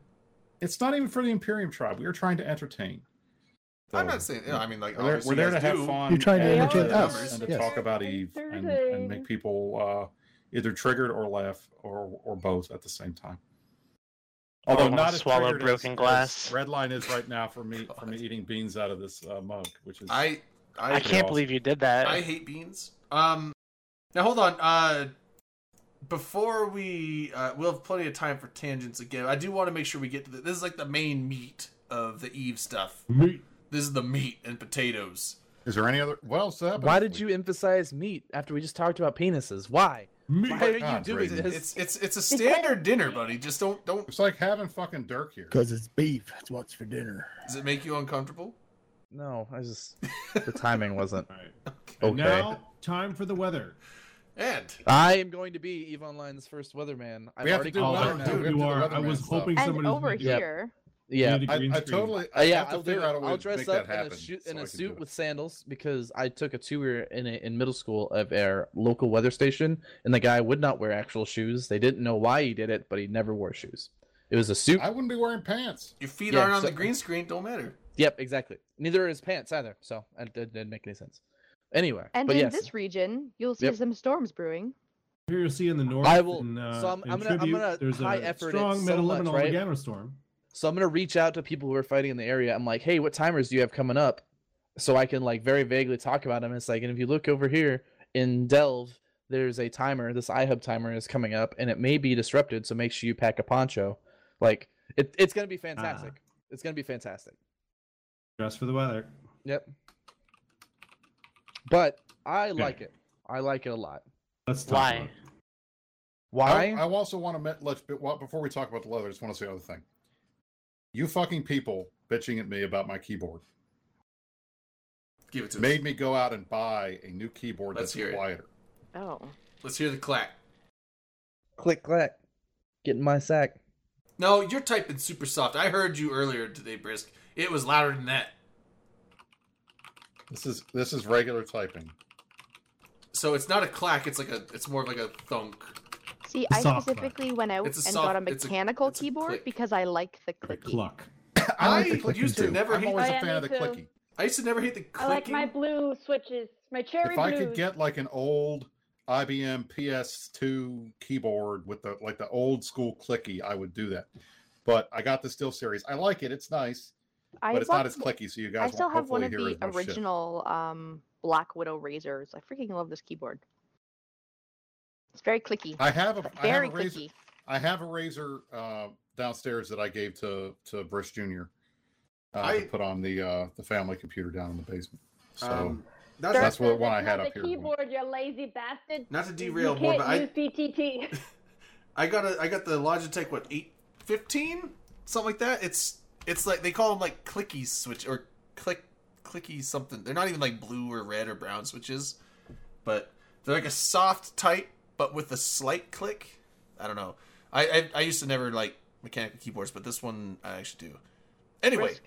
Speaker 2: It's not even for the Imperium tribe. We are trying to entertain.
Speaker 1: I'm
Speaker 2: So,
Speaker 1: not saying. You know, I mean, like
Speaker 2: Oh. we're there,
Speaker 1: obviously
Speaker 2: we're there
Speaker 1: you
Speaker 2: to
Speaker 1: guys
Speaker 2: have
Speaker 1: do.
Speaker 2: fun.
Speaker 8: You're trying to
Speaker 2: and uh,
Speaker 1: entertain us,
Speaker 2: and to
Speaker 8: yes.
Speaker 2: talk about Eve and, and make people uh, either triggered or laugh or or both at the same time.
Speaker 4: Oh,
Speaker 9: Or
Speaker 2: Although
Speaker 9: wanna
Speaker 2: not as
Speaker 9: swallow
Speaker 2: triggered
Speaker 9: broken
Speaker 2: as-
Speaker 9: glass.
Speaker 2: as Red line is right now for me for me eating beans out of this uh, mug, which is
Speaker 1: I I,
Speaker 9: I can't
Speaker 2: awesome.
Speaker 9: believe you did that.
Speaker 1: I hate beans. Um, now hold on. Uh, before we uh, we'll have plenty of time for tangents again. I do want to make sure we get to the, this is like the main meat of the Eve stuff.
Speaker 3: Meat.
Speaker 1: This is the meat and potatoes.
Speaker 2: Is there any other? Well, so
Speaker 4: Why did you emphasize meat after we just talked about penises? Why?
Speaker 3: Meat.
Speaker 4: Why are you
Speaker 2: God,
Speaker 4: doing
Speaker 2: Brayden.
Speaker 4: this?
Speaker 1: It's it's it's a standard dinner, buddy. Just don't don't.
Speaker 2: It's like having fucking Dirk here.
Speaker 8: Because it's beef. That's what's for dinner.
Speaker 1: Does it make you uncomfortable?
Speaker 4: No, I just the timing wasn't.
Speaker 3: All right.
Speaker 4: Okay.
Speaker 3: And now, time for the weather.
Speaker 1: And
Speaker 4: I am going to be Eve Online's first weatherman. I've
Speaker 2: We have
Speaker 4: already
Speaker 2: to do
Speaker 3: Oh,
Speaker 2: weather
Speaker 4: called.
Speaker 2: now.
Speaker 3: I dude,
Speaker 2: We have to do
Speaker 3: you are.
Speaker 2: weather
Speaker 3: I was
Speaker 2: man stuff.
Speaker 3: hoping
Speaker 5: And
Speaker 3: somebody
Speaker 5: over
Speaker 3: was gonna do
Speaker 5: here,
Speaker 4: Yeah,
Speaker 3: the
Speaker 2: I,
Speaker 3: green
Speaker 2: I
Speaker 3: screen.
Speaker 2: totally.
Speaker 4: Uh,
Speaker 2: I
Speaker 4: yeah,
Speaker 2: have to
Speaker 4: I'll do
Speaker 2: figure
Speaker 4: it.
Speaker 2: out a way
Speaker 4: I'll
Speaker 2: to
Speaker 4: dress
Speaker 2: make
Speaker 4: up
Speaker 2: that happen.
Speaker 4: in a, shoot,
Speaker 2: so
Speaker 4: in
Speaker 2: I
Speaker 4: a
Speaker 2: can do
Speaker 4: suit
Speaker 2: it.
Speaker 4: with sandals because I took a tour in a, in middle school of our local weather station, and the guy would not wear actual shoes. They didn't know why he did it, but he never wore shoes. It was a suit.
Speaker 2: I wouldn't be wearing pants.
Speaker 1: your feet
Speaker 4: Yeah,
Speaker 1: aren't on
Speaker 4: so-
Speaker 1: the green screen. Don't matter.
Speaker 4: Yep, exactly. Neither are his pants either, so it did- didn't make any sense. Anyway,
Speaker 5: and
Speaker 4: but
Speaker 5: in
Speaker 4: yes,
Speaker 5: this region, you'll see
Speaker 4: Yep.
Speaker 5: some storms brewing.
Speaker 3: Here you'll see in the north.
Speaker 4: I will-
Speaker 3: In, uh,
Speaker 4: so I'm-
Speaker 3: in
Speaker 4: I'm gonna- I'm
Speaker 3: tribute,
Speaker 4: gonna
Speaker 3: there's
Speaker 4: high
Speaker 3: a
Speaker 4: effort it
Speaker 3: strong
Speaker 4: so
Speaker 3: metal
Speaker 4: much,
Speaker 3: Lebanon
Speaker 4: right?
Speaker 3: Gamma storm.
Speaker 4: so I'm gonna reach out to people who are fighting in the area. I'm like, hey, what timers do you have coming up? So I can like very vaguely talk about them. It's like, and if you look over here in Delve, there's a timer. This iHub timer is coming up, and it may be disrupted. So make sure you pack a poncho. Like it, it's gonna be fantastic.
Speaker 2: Ah.
Speaker 4: It's gonna be fantastic.
Speaker 3: Dress for the weather.
Speaker 4: Yep. But I like it. I like it a lot.
Speaker 3: Let's talk
Speaker 9: Why? Oh
Speaker 3: about it.
Speaker 4: Why?
Speaker 2: I, I also want to met, let's but what- before we talk about the leather. I just want to say another thing. You fucking people bitching at me about my keyboard
Speaker 1: Give it to us.
Speaker 2: made me go out and buy a new keyboard
Speaker 1: Let's hear
Speaker 2: that's
Speaker 1: it.
Speaker 2: quieter.
Speaker 5: Oh,
Speaker 1: Let's hear the clack.
Speaker 4: click clack. Getting my sack.
Speaker 1: No, you're typing super soft. I heard you earlier today, Brisk. It was louder than that.
Speaker 2: This is this is regular typing.
Speaker 1: So it's not a clack. It's like a. It's more of like a thunk.
Speaker 5: see,
Speaker 3: a
Speaker 5: I
Speaker 3: soft button.
Speaker 5: specifically went out and
Speaker 1: It's a
Speaker 5: got a
Speaker 1: soft- it's a-
Speaker 5: mechanical
Speaker 1: it's a
Speaker 5: keyboard
Speaker 1: click.
Speaker 5: because I like the
Speaker 3: Like a
Speaker 5: clicky.
Speaker 3: cluck.
Speaker 1: I,
Speaker 2: like the clicking
Speaker 1: used to
Speaker 2: too.
Speaker 1: never
Speaker 2: I'm
Speaker 1: hate.
Speaker 2: always
Speaker 6: Oh,
Speaker 2: a
Speaker 6: yeah,
Speaker 2: fan of the
Speaker 6: me too.
Speaker 2: clicky.
Speaker 1: I used to never hate the
Speaker 6: I
Speaker 1: clicking.
Speaker 6: like my blue switches, my cherry
Speaker 2: if I
Speaker 6: blues.
Speaker 2: could get like an old IBM PS2 keyboard with the like the old school clicky, I would do that. But I got the Steel Series. I like it. It's nice,
Speaker 5: I
Speaker 2: but it's
Speaker 5: want-
Speaker 2: not as clicky. So you guys
Speaker 5: I still
Speaker 2: won't
Speaker 5: have one of
Speaker 2: hopefully hear
Speaker 5: the
Speaker 2: as much shit.
Speaker 5: original um, Black Widow razors. I freaking love this keyboard. It's very clicky.
Speaker 2: I have a I
Speaker 5: Very
Speaker 2: have a razor.
Speaker 5: clicky.
Speaker 2: I have a razor uh, downstairs that I gave to to Briss Jr. Uh,
Speaker 1: I-
Speaker 2: to put on the uh, the family computer down in the basement. So
Speaker 1: Um,
Speaker 6: Dirk
Speaker 1: that's-
Speaker 2: that's what
Speaker 6: says
Speaker 2: one I
Speaker 6: it's
Speaker 2: had
Speaker 6: not
Speaker 2: up
Speaker 6: the
Speaker 2: here.
Speaker 6: Keyboard, you lazy bastard.
Speaker 1: Not to
Speaker 6: You-
Speaker 1: derail
Speaker 6: you
Speaker 1: more,
Speaker 6: can't
Speaker 1: but I-
Speaker 6: use PTT.
Speaker 1: I got a. I got the Logitech. What eight fifteen? Something like that. It's it's like they call them like clicky switch or click clicky something. They're not even like blue or red or brown switches, but they're like a soft type, but with a slight click. I don't know. I I, I used to never like mechanical keyboards, but this one I actually do. Anyway,
Speaker 5: Brisk,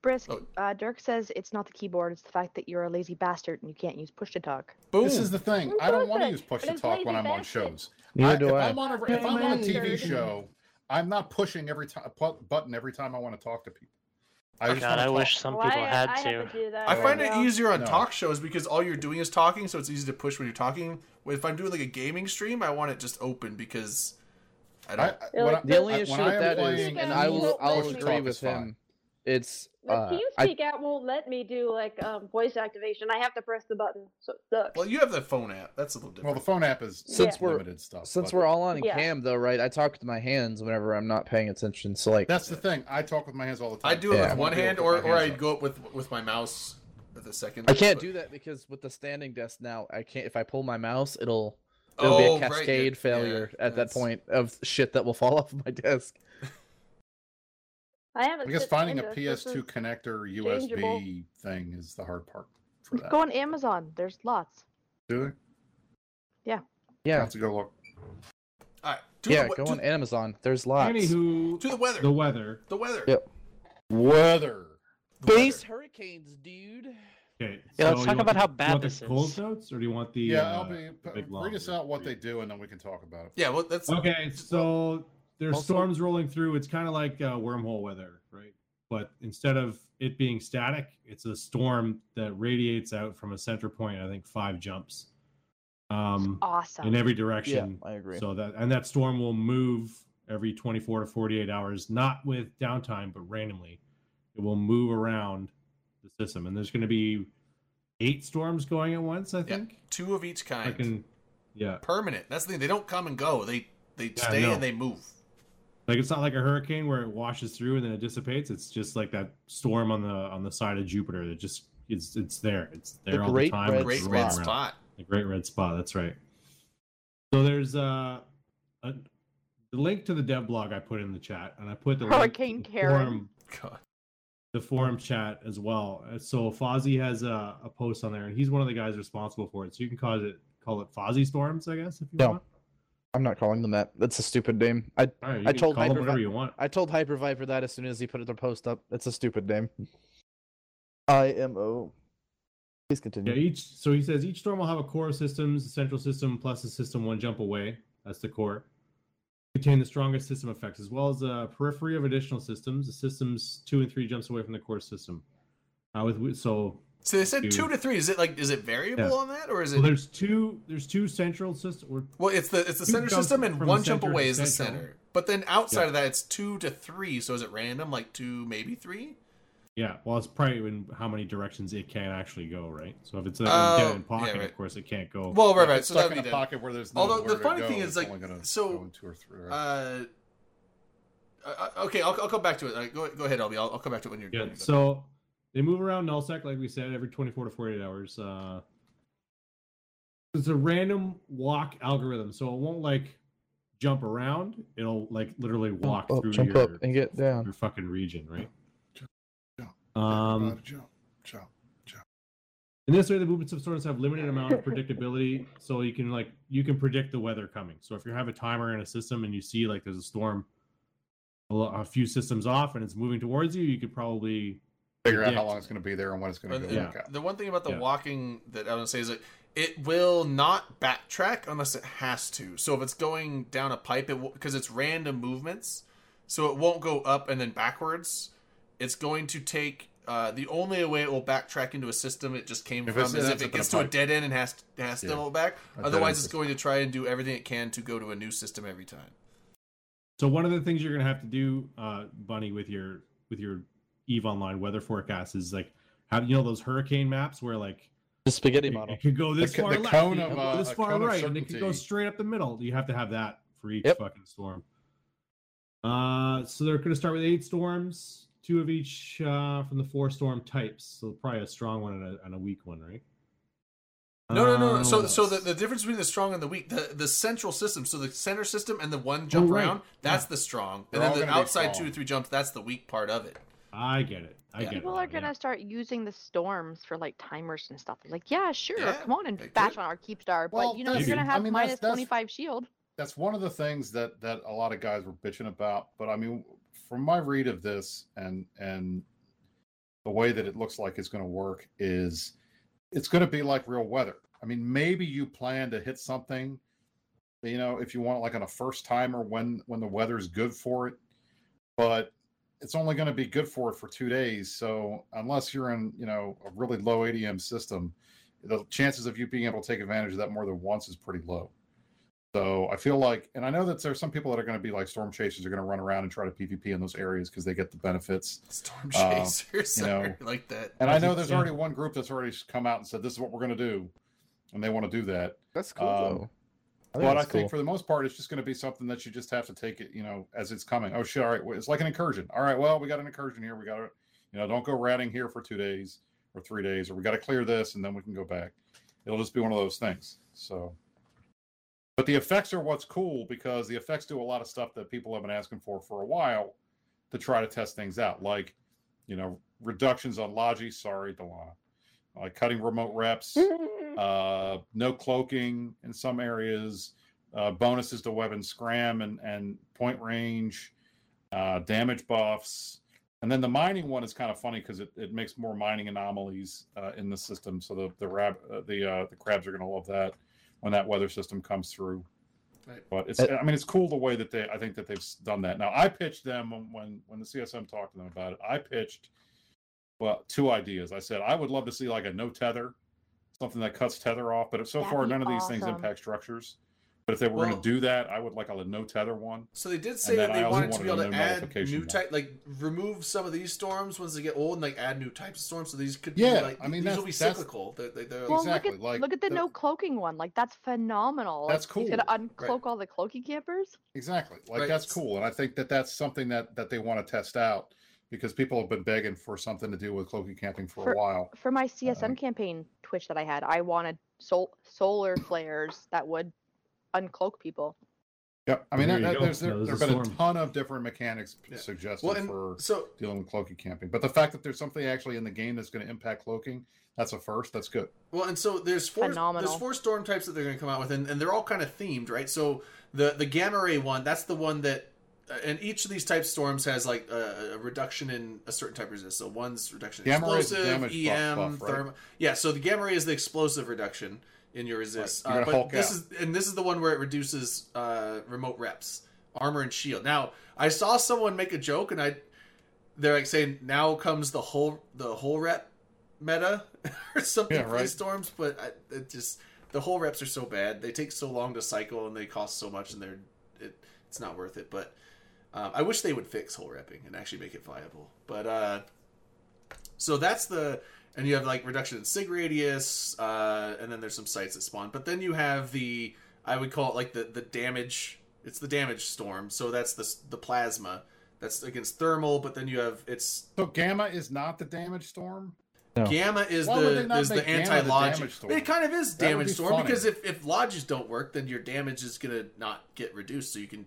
Speaker 5: Brisk
Speaker 1: Oh.
Speaker 5: uh, Dirk says it's not the keyboard, it's the fact that you're a lazy bastard and you can't use push to talk.
Speaker 1: boom.
Speaker 2: This is the thing.
Speaker 6: Of
Speaker 2: I don't
Speaker 6: course
Speaker 2: want to
Speaker 6: I-
Speaker 2: use push
Speaker 6: but
Speaker 2: to
Speaker 6: it's
Speaker 2: talk when I'm
Speaker 6: lazy
Speaker 2: on
Speaker 6: bastard.
Speaker 2: shows.
Speaker 4: Neither
Speaker 2: I-
Speaker 4: do
Speaker 2: if
Speaker 4: I.
Speaker 2: I'm on a, if
Speaker 6: Yeah,
Speaker 2: I'm on a
Speaker 6: man.
Speaker 2: TV
Speaker 6: Nerd.
Speaker 2: show, I'm not pushing every time button every time I want to talk to people. I just
Speaker 9: Oh God,
Speaker 2: wanna
Speaker 9: I
Speaker 2: talk.
Speaker 9: wish some
Speaker 6: Well, I
Speaker 9: people
Speaker 6: have-
Speaker 9: had
Speaker 6: I
Speaker 9: to.
Speaker 6: have to do that
Speaker 1: I
Speaker 2: Oh,
Speaker 1: find
Speaker 6: right
Speaker 1: it
Speaker 6: now.
Speaker 1: easier on
Speaker 2: No.
Speaker 1: talk shows because all you're doing is talking, so it's easy to push when you're talking. If I'm doing like a gaming stream, I want it just open because I
Speaker 2: I,
Speaker 1: don't.
Speaker 2: when I-
Speaker 4: The only
Speaker 2: I- when
Speaker 4: issue
Speaker 2: I
Speaker 4: with
Speaker 2: am
Speaker 4: that is,
Speaker 2: playing
Speaker 4: and I will,
Speaker 6: Don't
Speaker 4: I'll
Speaker 6: let me-
Speaker 4: agree
Speaker 2: Talk
Speaker 4: with
Speaker 2: is fine.
Speaker 4: him. It's
Speaker 6: My
Speaker 4: uh, I,
Speaker 6: TeamSpeak app won't let me do like um, voice activation. I have to press the button, so it sucks.
Speaker 1: Well, you have the phone app. That's a little
Speaker 2: Well,
Speaker 1: different.
Speaker 2: the phone app is
Speaker 4: Since
Speaker 2: limited
Speaker 4: we're-
Speaker 2: stuff.
Speaker 4: since
Speaker 2: but
Speaker 4: we're all on
Speaker 6: Yeah.
Speaker 4: cam though, right? I talk with my hands whenever I'm not paying attention. So like,
Speaker 2: that's the thing. I talk with my hands all the time.
Speaker 1: I do it
Speaker 4: Yeah.
Speaker 2: I
Speaker 1: with
Speaker 2: wanna
Speaker 1: one
Speaker 2: be able
Speaker 1: hand,
Speaker 2: to put
Speaker 1: or
Speaker 2: my
Speaker 1: or
Speaker 2: hands
Speaker 1: I
Speaker 2: up.
Speaker 1: go up with with my mouse at the second.
Speaker 4: I can't
Speaker 1: but-
Speaker 4: do that because with the standing desk now, I can't. If I pull my mouse, it'll it'll
Speaker 1: Oh,
Speaker 4: be a
Speaker 1: right,
Speaker 4: cascade
Speaker 1: yeah,
Speaker 4: failure
Speaker 1: yeah,
Speaker 4: at that
Speaker 1: that's-
Speaker 4: point of shit that will fall off my desk.
Speaker 6: I haven't.
Speaker 2: I guess
Speaker 6: sit-
Speaker 2: finding a
Speaker 6: and this- this
Speaker 2: PS2
Speaker 6: is-
Speaker 2: connector
Speaker 6: changeable.
Speaker 2: USB thing is the hard part for that.
Speaker 5: Go on Amazon, there's lots.
Speaker 2: do they? I
Speaker 4: Yeah,
Speaker 2: have to go look.
Speaker 1: All right, to
Speaker 4: yeah.
Speaker 1: the, we-
Speaker 4: Go
Speaker 1: to,
Speaker 4: on Amazon. There's lots.
Speaker 3: Anywho,
Speaker 1: to the weather.
Speaker 3: the weather.
Speaker 1: The weather.
Speaker 4: Yep.
Speaker 2: Weather.
Speaker 1: The
Speaker 4: Base
Speaker 1: weather.
Speaker 4: hurricanes, dude.
Speaker 3: Okay.
Speaker 9: Yeah, let's
Speaker 3: you
Speaker 9: talk
Speaker 3: want
Speaker 9: about
Speaker 3: the-
Speaker 9: how
Speaker 3: you
Speaker 9: bad
Speaker 3: want
Speaker 9: this
Speaker 3: the cold
Speaker 9: is.
Speaker 3: notes, or do you want the?
Speaker 2: yeah,
Speaker 3: uh,
Speaker 2: I'll be.
Speaker 3: the big long
Speaker 2: Read us
Speaker 3: one?
Speaker 2: out what they do, and then we can talk about it.
Speaker 1: Yeah, well, that's
Speaker 3: Okay, so there's
Speaker 4: Also-
Speaker 3: storms rolling through. It's kind of like uh, wormhole weather, right? But instead of it being static, it's a storm that radiates out from a center point. I think five jumps, um,
Speaker 5: Awesome.
Speaker 3: in every direction.
Speaker 4: I agree.
Speaker 3: So that and that storm will move every 24 to 48 hours, not with downtime, but randomly. It will move around the system, and there's going to be eight storms going at once. I
Speaker 1: Yeah.
Speaker 3: think.
Speaker 1: two of each
Speaker 3: I
Speaker 1: kind.
Speaker 3: can, yeah.
Speaker 1: Permanent. That's the thing. They don't come and go. They they
Speaker 3: Yeah, I
Speaker 1: stay
Speaker 3: know.
Speaker 1: and they move.
Speaker 3: Like it's not like a hurricane where it washes through and then it dissipates. It's just like that storm on the on the side of Jupiter that just it's it's there. It's there all the
Speaker 4: great
Speaker 3: time.
Speaker 4: red
Speaker 3: It's
Speaker 1: Great
Speaker 3: rolling
Speaker 1: red
Speaker 3: around.
Speaker 1: spot.
Speaker 3: The great red spot. That's right. So there's uh, a the link to the dev blog I put in the chat, and I put the link to
Speaker 5: Hurricane
Speaker 3: the
Speaker 5: Karen.
Speaker 3: forum-
Speaker 1: God.
Speaker 3: the forum chat as well. Uh, So Fozzie has a, a post on there, and he's one of the guys responsible for it. So you can call it call it Fozzie Storms, I guess. If you
Speaker 4: No.
Speaker 3: want,
Speaker 4: I'm not calling them that. That's a stupid name. I
Speaker 3: All right, you
Speaker 4: I
Speaker 3: can
Speaker 4: told
Speaker 3: call them
Speaker 4: Hypervi-
Speaker 3: whatever you want.
Speaker 4: I told Hyper Viper that as soon as he put the post up. That's a stupid name. IMO. Please
Speaker 3: Yeah,
Speaker 4: continue.
Speaker 3: each so he says each storm will have a core of systems, a central system plus a system one jump away. That's the core. Contain the strongest system effects as well as a periphery of additional systems. The systems two and three jumps away from the core system. Uh, with so
Speaker 1: So they said
Speaker 3: Dude.
Speaker 1: two to three. Is it like is it variable
Speaker 3: Yeah.
Speaker 1: on that or is
Speaker 3: well,
Speaker 1: it?
Speaker 3: there's two there's two central system or
Speaker 1: Well, it's the it's the
Speaker 3: Two
Speaker 1: center
Speaker 3: jumps
Speaker 1: system and
Speaker 3: from
Speaker 1: one
Speaker 3: the
Speaker 1: jump
Speaker 3: center
Speaker 1: away
Speaker 3: to
Speaker 1: is the
Speaker 3: central.
Speaker 1: center. But then outside
Speaker 3: Yeah.
Speaker 1: of that, it's two to three. So is it random? Like two, maybe three?
Speaker 3: yeah. Well, it's probably in how many directions it can actually go, right? So if it's like
Speaker 1: Oh,
Speaker 3: dead in
Speaker 1: yeah,
Speaker 3: pocket,
Speaker 1: right.
Speaker 3: of course it can't go.
Speaker 1: Well, right,
Speaker 2: If
Speaker 1: right.
Speaker 2: it's
Speaker 1: So
Speaker 2: stuck
Speaker 1: that'd
Speaker 2: in
Speaker 1: be
Speaker 2: a
Speaker 1: dead.
Speaker 2: pocket where there's.
Speaker 1: Although the
Speaker 2: nowhere to
Speaker 1: funny
Speaker 2: go,
Speaker 1: thing is,
Speaker 2: it's
Speaker 1: like,
Speaker 2: only gonna
Speaker 1: so,
Speaker 2: go in two or three. right?
Speaker 1: Uh, uh, okay, I'll, I'll come back to it. Like, go, go ahead, Elby. I'll, I'll come back to it when you're
Speaker 3: Yeah,
Speaker 1: when you're done.
Speaker 3: so they move around nullsec, like we said, every 24 to 48 hours. Uh, it's a random walk algorithm, so it won't like jump around. It'll like literally walk
Speaker 4: Jump up,
Speaker 3: through
Speaker 4: Oh, jump
Speaker 3: your,
Speaker 4: up and get down.
Speaker 3: your fucking region, right?
Speaker 2: jump,
Speaker 3: Um,
Speaker 2: Everybody jump, jump.
Speaker 3: In this way, the movements of storms have limited amount of predictability, so you can like you can predict the weather coming. So if you have a timer in a system and you see like there's a storm, a lo- a few systems off and it's moving towards you, you could probably
Speaker 2: Figure out how
Speaker 3: predict-
Speaker 2: long it's going to be there and when it's going to
Speaker 1: But
Speaker 2: go.
Speaker 1: the-
Speaker 2: back out.
Speaker 1: The one thing about the
Speaker 3: Yeah.
Speaker 1: walking that I want to say is that it will not backtrack unless it has to. So if it's going down a pipe, it because it's random movements, so it won't go up and then backwards. It's going to take uh, the only way it will backtrack into a system it just came
Speaker 2: If
Speaker 1: from
Speaker 2: it's-
Speaker 1: is
Speaker 2: it
Speaker 1: if
Speaker 2: ends up
Speaker 1: it
Speaker 2: in a
Speaker 1: gets to a
Speaker 2: pipe.
Speaker 1: dead end and has to, has to
Speaker 2: Yeah.
Speaker 1: go back.
Speaker 2: A dead end
Speaker 1: Otherwise, it's
Speaker 2: system.
Speaker 1: going to try and do everything it can to go to a new system every time.
Speaker 3: So one of the things you're going to have to do, uh, Bunny, with your with your Eve Online weather forecast is like have you know those hurricane maps where like
Speaker 4: The spaghetti
Speaker 3: it,
Speaker 4: model.
Speaker 3: it could go this
Speaker 2: co-
Speaker 3: far
Speaker 2: the
Speaker 3: left,
Speaker 2: cone
Speaker 3: it
Speaker 2: of,
Speaker 3: could go
Speaker 2: uh,
Speaker 3: this
Speaker 2: a
Speaker 3: far
Speaker 2: cone of
Speaker 3: right, and it could go
Speaker 2: certainty.
Speaker 3: straight up the middle. You have to have that for each
Speaker 4: Yep.
Speaker 3: fucking storm. Uh, so they're going to start with eight storms, two of each uh, from the four storm types. So probably a strong one and a, and a weak one, right?
Speaker 1: No, no, no. no.
Speaker 2: Oh,
Speaker 3: Uh,
Speaker 1: So,
Speaker 3: what
Speaker 1: so the,
Speaker 3: else?
Speaker 1: the difference between the strong and the weak, the, the central system, so the center system and the one jump
Speaker 3: Oh, right.
Speaker 1: around, that's the strong,
Speaker 2: They're
Speaker 1: and then
Speaker 2: all
Speaker 1: the
Speaker 2: gonna be
Speaker 1: outside
Speaker 2: strong.
Speaker 1: two or three jumps, that's the weak part of it.
Speaker 3: I get it. I
Speaker 1: Yeah.
Speaker 3: get it.
Speaker 5: People
Speaker 3: now,
Speaker 5: are
Speaker 3: yeah.
Speaker 5: gonna start using the storms for like timers and stuff. They're like, yeah, sure,
Speaker 1: Yeah,
Speaker 5: come on and
Speaker 1: they could.
Speaker 5: bash on our keep star,
Speaker 2: Well,
Speaker 5: but you know
Speaker 3: that's-
Speaker 5: you're gonna
Speaker 2: I
Speaker 5: have
Speaker 2: mean, that's-
Speaker 5: minus
Speaker 2: that's-
Speaker 5: twenty five shield.
Speaker 2: that's one of the things that that a lot of guys were bitching about but i mean from my read of this and and the way that it looks like it's going to work is it's going to be like real weather i mean maybe you plan to hit something you know if you want like on a first timer when when the weather is good for it but it's only going to be good for it for two days so unless you're in you know a really low adm system the chances of you being able to take advantage of that more than once is pretty low so I feel like, and I know that there's some people that are going to be like storm chasers are going to run around and try to PvP in those areas because they get the benefits.
Speaker 1: Storm
Speaker 2: Uh,
Speaker 1: chasers
Speaker 2: you
Speaker 1: are
Speaker 2: know,
Speaker 1: like that.
Speaker 2: And I
Speaker 3: That's
Speaker 2: know
Speaker 3: it,
Speaker 2: there's
Speaker 3: yeah.
Speaker 2: already one group that's already come out and said this is what we're going to do, and they want to do that.
Speaker 4: That's cool
Speaker 2: um,
Speaker 4: though.
Speaker 2: but I
Speaker 4: that's
Speaker 2: think
Speaker 4: cool.
Speaker 2: for the most part, it's just going to be something that you just have to take it, you know, as it's coming. Oh shit! All right, it's like an incursion. All right, well, we got an incursion here. We got to, you know, don't go ratting here for two days or three days, or we got to clear this and then we can go back. It'll just be one of those things. So, but the effects are what's cool because the effects do a lot of stuff that people have been asking for for a while to try to test things out, like, you know, reductions on logi. Sorry, Delana. Like cutting remote reps
Speaker 6: Hmm.
Speaker 2: uh, no cloaking in some areas, uh, bonuses to weapon scram and, and point range, uh, damage buffs, And then the mining one is kind of funny because it, it makes more mining anomalies uh, in the system. So the the rab, uh, the uh, the crabs are going to love that when that weather system comes through.
Speaker 1: Right.
Speaker 2: But it's I mean it's cool the way that they I think that they've s- done that. Now I pitched them when- when when the CSM talked to them about it. I pitched well two ideas. I said I would love to see like a no tether, something that cuts tether off. But so
Speaker 5: That'd
Speaker 2: far
Speaker 5: be
Speaker 2: none of these things
Speaker 5: awesome.
Speaker 2: impact structures. But if they were
Speaker 1: Well-
Speaker 2: going to do that, I would like a no tether one.
Speaker 1: So they did say
Speaker 2: then
Speaker 1: that they
Speaker 2: I also
Speaker 1: wanted to
Speaker 2: wanted
Speaker 1: be able
Speaker 2: a
Speaker 1: to
Speaker 2: no
Speaker 1: add
Speaker 2: notification
Speaker 1: new
Speaker 2: one.
Speaker 1: type, like remove some of these storms once they get old, and like add new types of storms. So these could,
Speaker 2: Yeah,
Speaker 1: be, like,
Speaker 2: I mean,
Speaker 1: these
Speaker 2: that's-
Speaker 1: will be
Speaker 2: that's-
Speaker 1: cyclical. They're, they they're
Speaker 5: Well,
Speaker 2: exactly.
Speaker 5: look at
Speaker 2: like
Speaker 5: look at the
Speaker 2: the-
Speaker 5: no cloaking one. Like that's phenomenal.
Speaker 2: That's
Speaker 5: Like,
Speaker 2: cool.
Speaker 5: It's gonna uncloak all the cloaking campers.
Speaker 2: Exactly. Like
Speaker 1: Right.
Speaker 2: that's cool. And I think that that's something that that they want to test out because people have been begging for something to do with cloaking camping for,
Speaker 5: For-
Speaker 2: a while.
Speaker 5: For my CSM campaign Twitch that I had, I wanted sol- solar flares that would uncloak people.
Speaker 2: Yep. I mean,
Speaker 3: There
Speaker 2: that,
Speaker 3: you
Speaker 2: that-
Speaker 3: go.
Speaker 2: there's there,
Speaker 3: That was
Speaker 2: there
Speaker 3: a
Speaker 2: have been a
Speaker 3: storm.
Speaker 2: ton of different mechanics
Speaker 1: Yeah.
Speaker 2: suggested
Speaker 1: well, and
Speaker 2: for
Speaker 1: so
Speaker 2: dealing with cloaking camping. But the fact that there's something actually in the game that's going to impact cloaking, that's a first. That's good.
Speaker 1: Well, and so there's four
Speaker 5: Phenomenal.
Speaker 1: there's four storm types that they're going to come out with, and, and they're all kind of themed, right? So the the gamma ray one, that's the one that, uh, and each of these type storms has like a, a reduction in a certain type of resist. So one's reduction in
Speaker 2: Gamma ray is the
Speaker 1: explosive,
Speaker 2: damage buff-
Speaker 1: EM,
Speaker 2: buff, right?
Speaker 1: therm- yeah. So the gamma ray is the explosive reduction in your resist,
Speaker 2: Right, you're
Speaker 1: uh,
Speaker 2: gonna
Speaker 1: but
Speaker 2: Hulk
Speaker 1: this
Speaker 2: out.
Speaker 1: is and this is the one where it reduces uh, remote reps, armor and shield. Now I saw someone make a joke, and I they're like saying now comes the whole the whole rep meta or something
Speaker 2: Yeah,
Speaker 1: for
Speaker 2: right.
Speaker 1: these storms but I, it just the whole reps are so bad they take so long to cycle and they cost so much and they're it, it's not worth it but um, i wish they would fix whole repping and actually make it viable but uh so that's the and you have like reduction in sig radius uh and then there's some sites that spawn but then you have the i would call it like the the damage it's the damage storm so that's the s- the plasma that's against thermal but then you have it's
Speaker 2: So gamma is not the damage storm.
Speaker 3: Oh.
Speaker 4: No.
Speaker 1: Gamma is
Speaker 2: Why would they
Speaker 1: the
Speaker 2: not
Speaker 1: is the
Speaker 2: make Gamma the
Speaker 1: anti
Speaker 2: damage
Speaker 1: lodge.
Speaker 2: storm?
Speaker 1: It kind of is
Speaker 2: That would
Speaker 1: damage
Speaker 2: be
Speaker 1: storm
Speaker 2: funny.
Speaker 1: because if if lodges don't work, then your damage is gonna not get reduced. So you can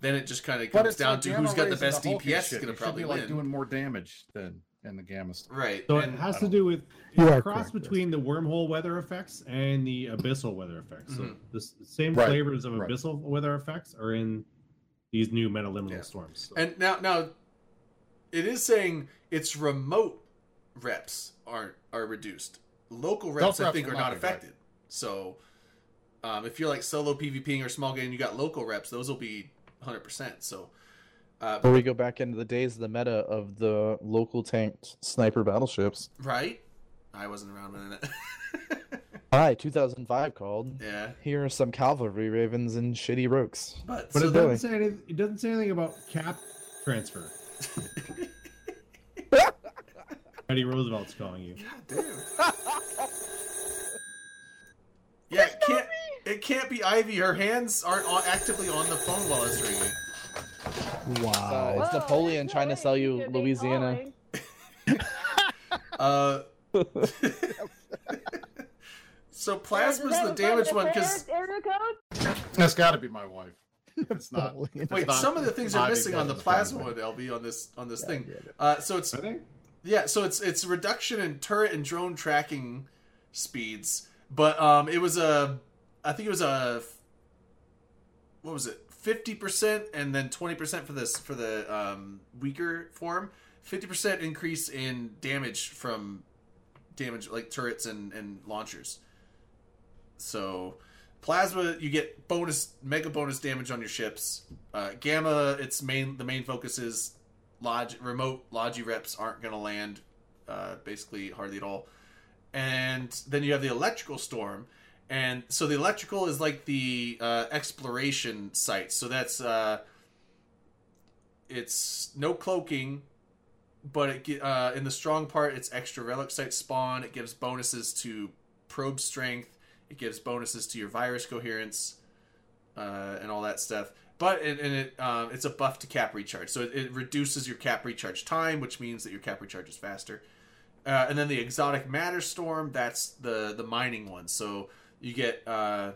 Speaker 1: then it just kind of
Speaker 2: But
Speaker 1: comes
Speaker 2: it's
Speaker 1: down
Speaker 2: like
Speaker 1: to
Speaker 2: gamma
Speaker 1: who's got the
Speaker 2: rays and
Speaker 1: best
Speaker 2: Hulk and
Speaker 1: DPS
Speaker 2: shit.
Speaker 1: is gonna
Speaker 2: You should
Speaker 1: probably
Speaker 2: be
Speaker 1: win.
Speaker 2: like doing more damage than in the gamma storm.
Speaker 1: Right.
Speaker 3: So
Speaker 1: and-
Speaker 3: it has
Speaker 2: I
Speaker 3: to
Speaker 2: don't-
Speaker 3: do with
Speaker 8: You
Speaker 3: a
Speaker 8: are
Speaker 3: cross
Speaker 8: correct, yes.
Speaker 3: between the wormhole weather effects and the abyssal weather effects. So
Speaker 1: Mhm.
Speaker 3: the s- same
Speaker 2: Right,
Speaker 3: flavors of
Speaker 2: right.
Speaker 3: abyssal weather effects are in these new metaliminal
Speaker 1: Yeah.
Speaker 3: storms. So-
Speaker 1: And now now it is saying it's remote reps are are reduced. Local reps I
Speaker 2: reps
Speaker 1: think
Speaker 2: will
Speaker 1: are
Speaker 2: not
Speaker 1: not
Speaker 2: be, right.
Speaker 1: affected. So um, if you're like solo PvPing or small game, you got local reps. Those will be 100. percent So uh,
Speaker 4: But we go back into the days of the meta of the local tanked sniper battleships.
Speaker 1: Right? I wasn't around when that.
Speaker 4: Hi, 2005 called.
Speaker 1: yeah.
Speaker 4: Here are some cavalry ravens and shitty rooks.
Speaker 1: But,
Speaker 3: but
Speaker 1: so
Speaker 3: it
Speaker 1: the-
Speaker 4: doing?
Speaker 3: doesn't say anything, it doesn't say anything about cap transfer. Teddy Roosevelt's calling you.
Speaker 1: God damn. yeah, it can't, it can't be Ivy. Her hands aren't on, actively on the phone while it's ringing.
Speaker 8: Wow.
Speaker 4: It's
Speaker 6: Whoa,
Speaker 4: Napoleon
Speaker 6: there's no
Speaker 4: trying to
Speaker 6: way
Speaker 4: sell
Speaker 6: he
Speaker 4: you
Speaker 6: could be
Speaker 4: Louisiana.
Speaker 6: calling.
Speaker 1: Uh, so plasma's
Speaker 6: Does
Speaker 1: the
Speaker 6: that
Speaker 1: damaged
Speaker 6: reflect
Speaker 1: one
Speaker 6: the
Speaker 1: because
Speaker 6: fair area code?
Speaker 2: That's got to be my wife. It's not.
Speaker 8: Napoleon.
Speaker 2: It's
Speaker 1: wait,
Speaker 2: not
Speaker 1: some of the things are
Speaker 2: Ivy
Speaker 1: missing on the
Speaker 2: Gardner's
Speaker 1: plasma
Speaker 2: phone.
Speaker 1: one, LB, on this on this thing.
Speaker 8: Yeah, yeah.
Speaker 1: Uh, so it's
Speaker 3: Are they?
Speaker 1: Yeah, so it's it's reduction in turret and drone tracking speeds, but um, it was a, I think it was a, what was it, fifty percent and then twenty percent for this for the um, weaker form, fifty percent increase in damage from damage like turrets and and launchers. So, plasma you get bonus mega bonus damage on your ships. Uh, gamma its main the main focus is lodge remote logi reps aren't going to land uh, basically hardly at all and then you have the electrical storm and so the electrical is like the uh, exploration site so that's uh, it's no cloaking but it ge- uh, in the strong part it's extra relic site spawn it gives bonuses to probe strength it gives bonuses to your virus coherence uh, and all that stuff but and, and it um, it's a buff to cap recharge, so it, it reduces your cap recharge time, which means that your cap recharge is faster. Uh, and then the exotic matter storm, that's the the mining one. So you get uh,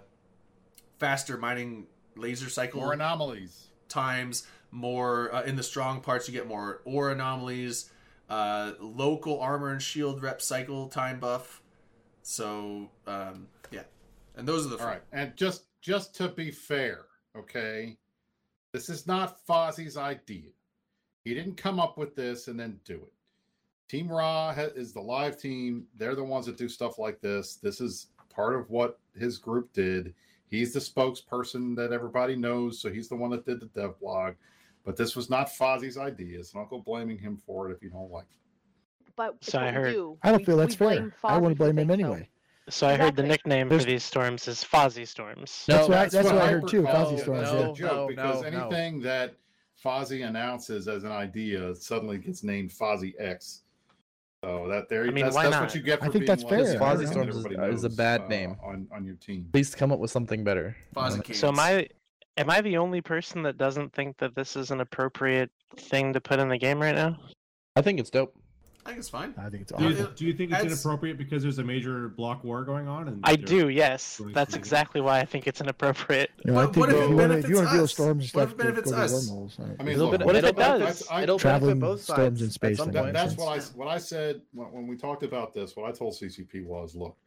Speaker 1: faster mining laser cycle
Speaker 2: More anomalies.
Speaker 1: times more uh, in the strong parts you get more ore anomalies uh, local armor and shield rep cycle time buff so um, yeah and those are the
Speaker 2: All right, and just just to be fair, okay, this is not Fozzie's idea. He didn't come up with this and then do it. Team Raw ha- is the live team. They're the ones that do stuff like this. This is part of what his group did. He's the spokesperson that everybody knows, so he's the one that did the dev blog. But this was not Fozzie's idea, so don't go blaming him for it if you don't like it.
Speaker 5: But it's
Speaker 9: So I
Speaker 5: what we
Speaker 9: heard-
Speaker 5: do.
Speaker 8: I don't
Speaker 5: We-
Speaker 8: feel that's
Speaker 5: we blame
Speaker 8: fair. I
Speaker 5: Fozzie
Speaker 8: want to
Speaker 5: for
Speaker 8: blame him
Speaker 5: things, though.
Speaker 8: anyway.
Speaker 9: So I heard the
Speaker 5: Exactly.
Speaker 9: nickname
Speaker 8: There's-
Speaker 9: for these storms is Fozzie storms.
Speaker 4: No,
Speaker 8: That's what I, that's what I heard
Speaker 2: hyper-
Speaker 8: too. Fozzie
Speaker 2: Oh,
Speaker 8: Storms.
Speaker 2: that's a
Speaker 4: No,
Speaker 2: joke
Speaker 4: no,
Speaker 2: because
Speaker 4: no, no.
Speaker 2: anything that Fozzie announces as an idea suddenly gets named Fozzie X. So that there,
Speaker 9: I mean,
Speaker 2: that's,
Speaker 9: why
Speaker 2: that's
Speaker 9: not?
Speaker 2: what you get. For
Speaker 8: I
Speaker 2: being
Speaker 8: think that's
Speaker 2: like,
Speaker 8: fair.
Speaker 2: the
Speaker 8: Fozzie
Speaker 2: person that
Speaker 8: Storms
Speaker 4: is-
Speaker 2: everybody
Speaker 4: is a bad
Speaker 2: uh,
Speaker 4: name.
Speaker 2: on on your team.
Speaker 4: Please come up with something better.
Speaker 1: Fozzie
Speaker 9: Uh, So am
Speaker 1: Cadence.
Speaker 9: I am I the only person that doesn't think that this is an appropriate thing to put in the game right now?
Speaker 4: I think it's dope.
Speaker 1: I think it's fine.
Speaker 2: Uh,
Speaker 8: I think it's
Speaker 3: Do
Speaker 8: awful.
Speaker 3: you, do you think it's
Speaker 1: That's-
Speaker 3: inappropriate because there's a major block war going on? And
Speaker 9: I
Speaker 3: they're-
Speaker 9: do, yes.
Speaker 3: Going
Speaker 9: That's
Speaker 3: through.
Speaker 9: exactly why I think it's inappropriate.
Speaker 8: You know, I
Speaker 1: What-
Speaker 8: think
Speaker 1: what if
Speaker 8: if
Speaker 1: it
Speaker 8: you wanna- if
Speaker 1: benefits
Speaker 8: you want to deal
Speaker 1: us?
Speaker 8: with storms
Speaker 1: What
Speaker 8: and
Speaker 1: if
Speaker 8: stuff,
Speaker 1: it
Speaker 8: go to
Speaker 1: benefits us?
Speaker 8: wormholes.
Speaker 2: I mean,
Speaker 4: It'll
Speaker 2: look,
Speaker 4: ben- what if
Speaker 2: I-
Speaker 4: it
Speaker 2: I-
Speaker 4: does?
Speaker 2: I-
Speaker 4: It'll benefit
Speaker 8: Traveling
Speaker 4: both
Speaker 8: storms
Speaker 4: sides.
Speaker 8: in space
Speaker 4: at some
Speaker 8: thing.
Speaker 2: That,
Speaker 4: point.
Speaker 2: that's
Speaker 1: Yes.
Speaker 2: what I what I said when, when we talked about this. What I told CCP was, look,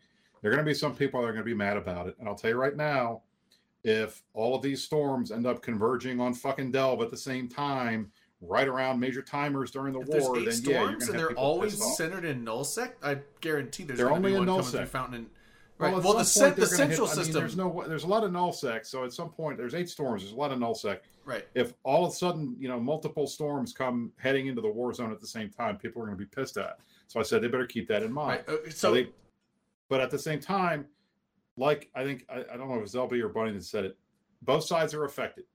Speaker 2: there are going to be some people that are going to be mad about it, and I'll tell you right now, if all of these storms end up converging on fucking Delve at the same time, right around major timers during the
Speaker 1: If there's
Speaker 2: war,
Speaker 1: eight
Speaker 2: then
Speaker 1: storms
Speaker 2: yeah, you're going to
Speaker 1: and
Speaker 2: have
Speaker 1: they're
Speaker 2: people
Speaker 1: always
Speaker 2: pissed off.
Speaker 1: centered in nullsec, I guarantee there's
Speaker 2: They're
Speaker 1: going to
Speaker 2: only
Speaker 1: be one
Speaker 2: in
Speaker 1: coming
Speaker 2: nullsec.
Speaker 1: through Fountain. and-
Speaker 2: Well,
Speaker 1: Right.
Speaker 2: at
Speaker 1: Well, the,
Speaker 2: some point,
Speaker 1: cent- the
Speaker 2: they're gonna hit-
Speaker 1: central
Speaker 2: I mean,
Speaker 1: system.
Speaker 2: there's no, there's a lot of null sec, so at some point, there's eight storms. There's a lot of null sec.
Speaker 1: Right.
Speaker 2: If all of a sudden, you know, multiple storms come heading into the war zone at the same time, people are going to be pissed at. So I said they better keep that in mind.
Speaker 1: Right. uh,
Speaker 2: So,
Speaker 1: So
Speaker 2: they, but at the same time, like I think I, I don't know if it was LB or Bunny that said it, both sides are affected.